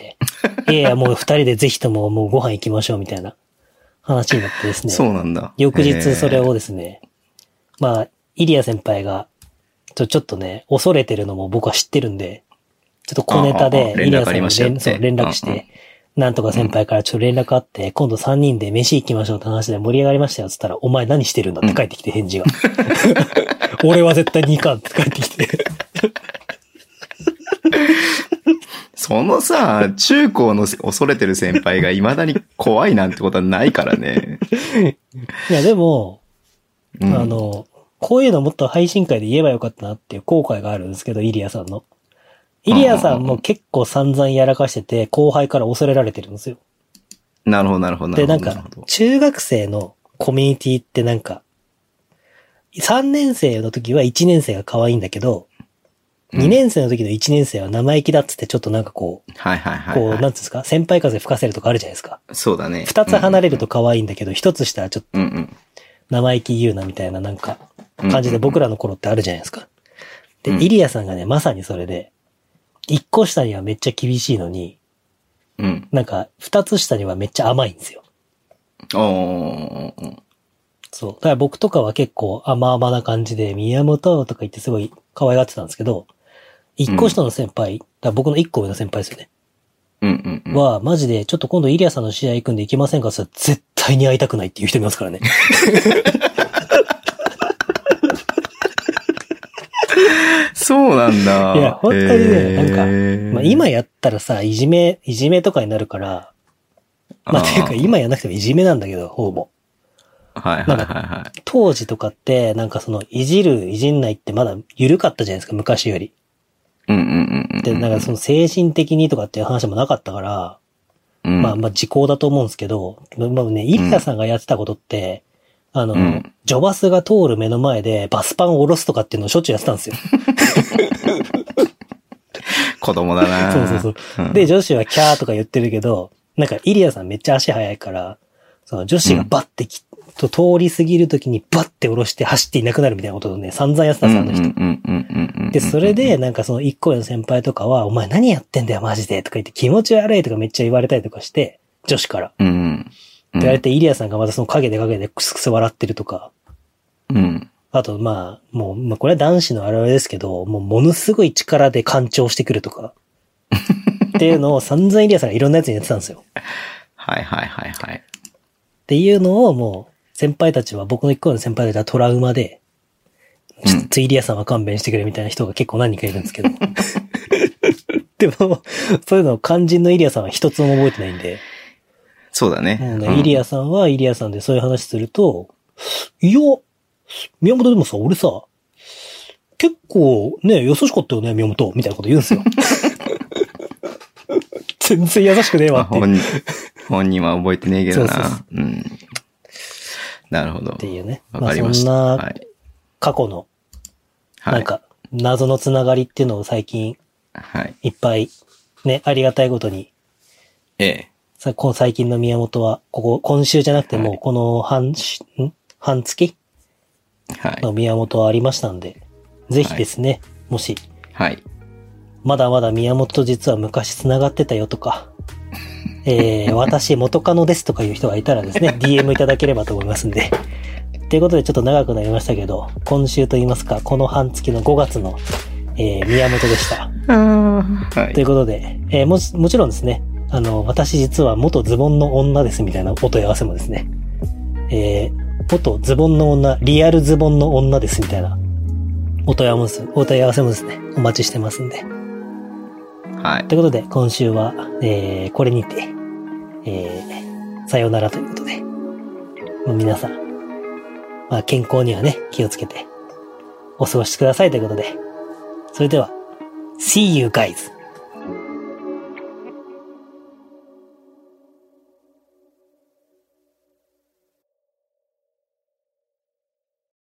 S3: て。いやいや、もう二人でぜひとももうご飯行きましょう、みたいな話になってです ね。
S2: そうなんだ。
S3: 翌日それ
S2: へー。
S3: をですね、まあ、イリア先輩が、ちょ、ちょっとね、恐れてるのも僕は知ってるんで、ちょっと小ネタ
S2: あああ連絡
S3: で、イリアさ
S2: あ
S3: ん
S2: り
S3: に
S2: ましたよね
S3: 連そう連絡し
S2: うんうん
S3: て、なんとか先輩からちょっと連絡あって、今度3人で飯行きましょうって話で盛り上がりましたよって言ったら、お前何してるんだって帰ってきて返 事が。俺は絶対に行かんって帰ってきて。
S2: そのさ、中高の恐れてる先輩が未だに怖いなんてことはないからね。
S3: いや、でも、
S2: う
S3: あ
S2: ん、
S3: の、こういうのもっと配信会で言えばよかったなっていう後悔があるんですけど、イリアさんの。イリアさんも結構散々やらかしてて、後輩から恐れられてるんですよ。
S2: なるほどなるほど。
S3: で、なん
S2: る
S3: か
S2: ほど、
S3: 中学生のコミュニティってなんか、3年生の時は1年生が可愛いんだけど、
S2: うん
S3: 2年生の時の1年生は生意気だっつってちょっとなんかこう、
S2: はいはいはい
S3: こう、
S2: は、
S3: ないんていうんですか、先輩風吹かせるとかあるじゃないですか。
S2: そうだね。
S3: 2つ離れると可愛いんだけど、1つしたらちょっと
S2: うんうん。
S3: 生意気言うなみたいななんか、感じで僕らの頃ってあるじゃないですか。で、
S2: うん
S3: イリアさんがね、まさにそれで、1個下にはめっちゃ厳しいのに、
S2: うんうん。
S3: なんか、2つ下にはめっちゃ甘いんですよ。
S2: うん。おー。
S3: そう。だから僕とかは結構甘々な感じで、宮本とか言ってすごい可愛がってたんですけど、一個下の先輩、だから僕の一個上の先輩ですよね。
S2: うんうんうん。
S3: は、マジで、ちょっと今度イリアさんの試合行くんで行きませんかって言ったら絶対に会いたくないっていう人いますからね。
S2: そうなんだ。
S3: いや本当にねなんか
S2: ん
S3: まあ今やったらさ、いじめ、いじめとかになるから、まあ
S2: あー
S3: というか今やんなくてもいじめなんだけど、ほぼ。
S2: はいはいはいは
S3: 当時とかって、なんかその、いじる、いじんないってまだ緩かったじゃないですか、昔より。
S2: い。うんうんうんうん。
S3: で、なんかその精神的にとかっていう話もなかったから、
S2: うん、
S3: まあまあ時効だと思うんですけど、まあね、イリアさんがやってたことって、あの、
S2: うん
S3: ジョバスが通る目の前でバスパンを下ろすとかっていうのをしょっちゅうやってたんですよ。
S2: 子供だな
S3: そうそうそう。
S2: ん
S3: で、女子はキャーとか言ってるけど、なんかイリアさんめっちゃ足速いから、その女子がバッてき、と通り過ぎるときにバッて下ろして走っていなくなるみたいなことをね、散々やってた
S2: うんん
S3: です
S2: う
S3: よ、あ
S2: ん
S3: の
S2: う
S3: 人。
S2: んうんうんうん。
S3: で、それで、なんかその一個上の先輩とかは、お前何やってんだよ、マジでとか言って気持ち悪いとかめっちゃ言われたりとかして、女子から。
S2: うんうん、
S3: って言われて、イリアさんがまたその影で影でクスクス笑ってるとか。
S2: うん。
S3: あと、まあ、もう、まあ、これは男子のあれですけど、もう、ものすごい力で干潮してくる とか。っていうのを散々イリアさんがいろんなやつにやってたんですよ。っ
S2: はいはいはいはい。
S3: ていうのをもう、先輩たちは、僕の一個上の先輩たちはトラウマで、ちょっとイリアさんは勘弁してくれみたいな人が結構何人かいるんですけど。 でも、そういうのを肝心のイリアさんは一つも覚えてないんで。
S2: そうだね。
S3: もうね、イリアさんはイリアさんでそういう話すると、いや、宮本でもさ、俺さ、結構ね、優しかったよね、宮本、みたいなこと言うんで すよ。全然優しくねえ
S2: ま
S3: わ
S2: あ
S3: っていう。
S2: 本人、本人は覚えてねえけどな。
S3: そうそうそ
S2: うん。なるほど。
S3: っていうね。
S2: わ
S3: ま
S2: か
S3: あ
S2: り
S3: そ
S2: まし
S3: ん
S2: た。
S3: な
S2: はい。
S3: 過去の、
S2: はい。
S3: なんか、謎のつながりっていうのを最近
S2: はい。
S3: いっぱい、ね、ありがたいことに、
S2: ええ。
S3: さこの最近の宮本は、ここ、今週じゃなくても
S2: は
S3: う
S2: い
S3: この半し、ん半月
S2: はい。
S3: の宮本はありましたんで、ぜひですね、もし
S2: はい。
S3: まだまだ宮本と実は昔繋がってたよ とか、えー、私元カノですとかいう人がいたらです ね、DM いただければと思いますんで。ということでちょっと長くなりましたけど、今週といいますか、この半月の5月の、えー、宮本でした。
S2: あーは
S3: とい
S2: い。
S3: うことで、えーもし、もちろんですね、あの、私実は元ズボンの女ですみたいなお問い合わせもですね、えー、元ズボンの女、リアルズボンの女ですみたいなお問い合わせ、お問い合わせもですね、お待ちしてますんで。
S2: はい。
S3: ということで、今週は、えー、これにて、えー、さようならということで、もう皆さん、まあ、健康にはね、気をつけて、お過ごしくださいということで、それでは、See you guys!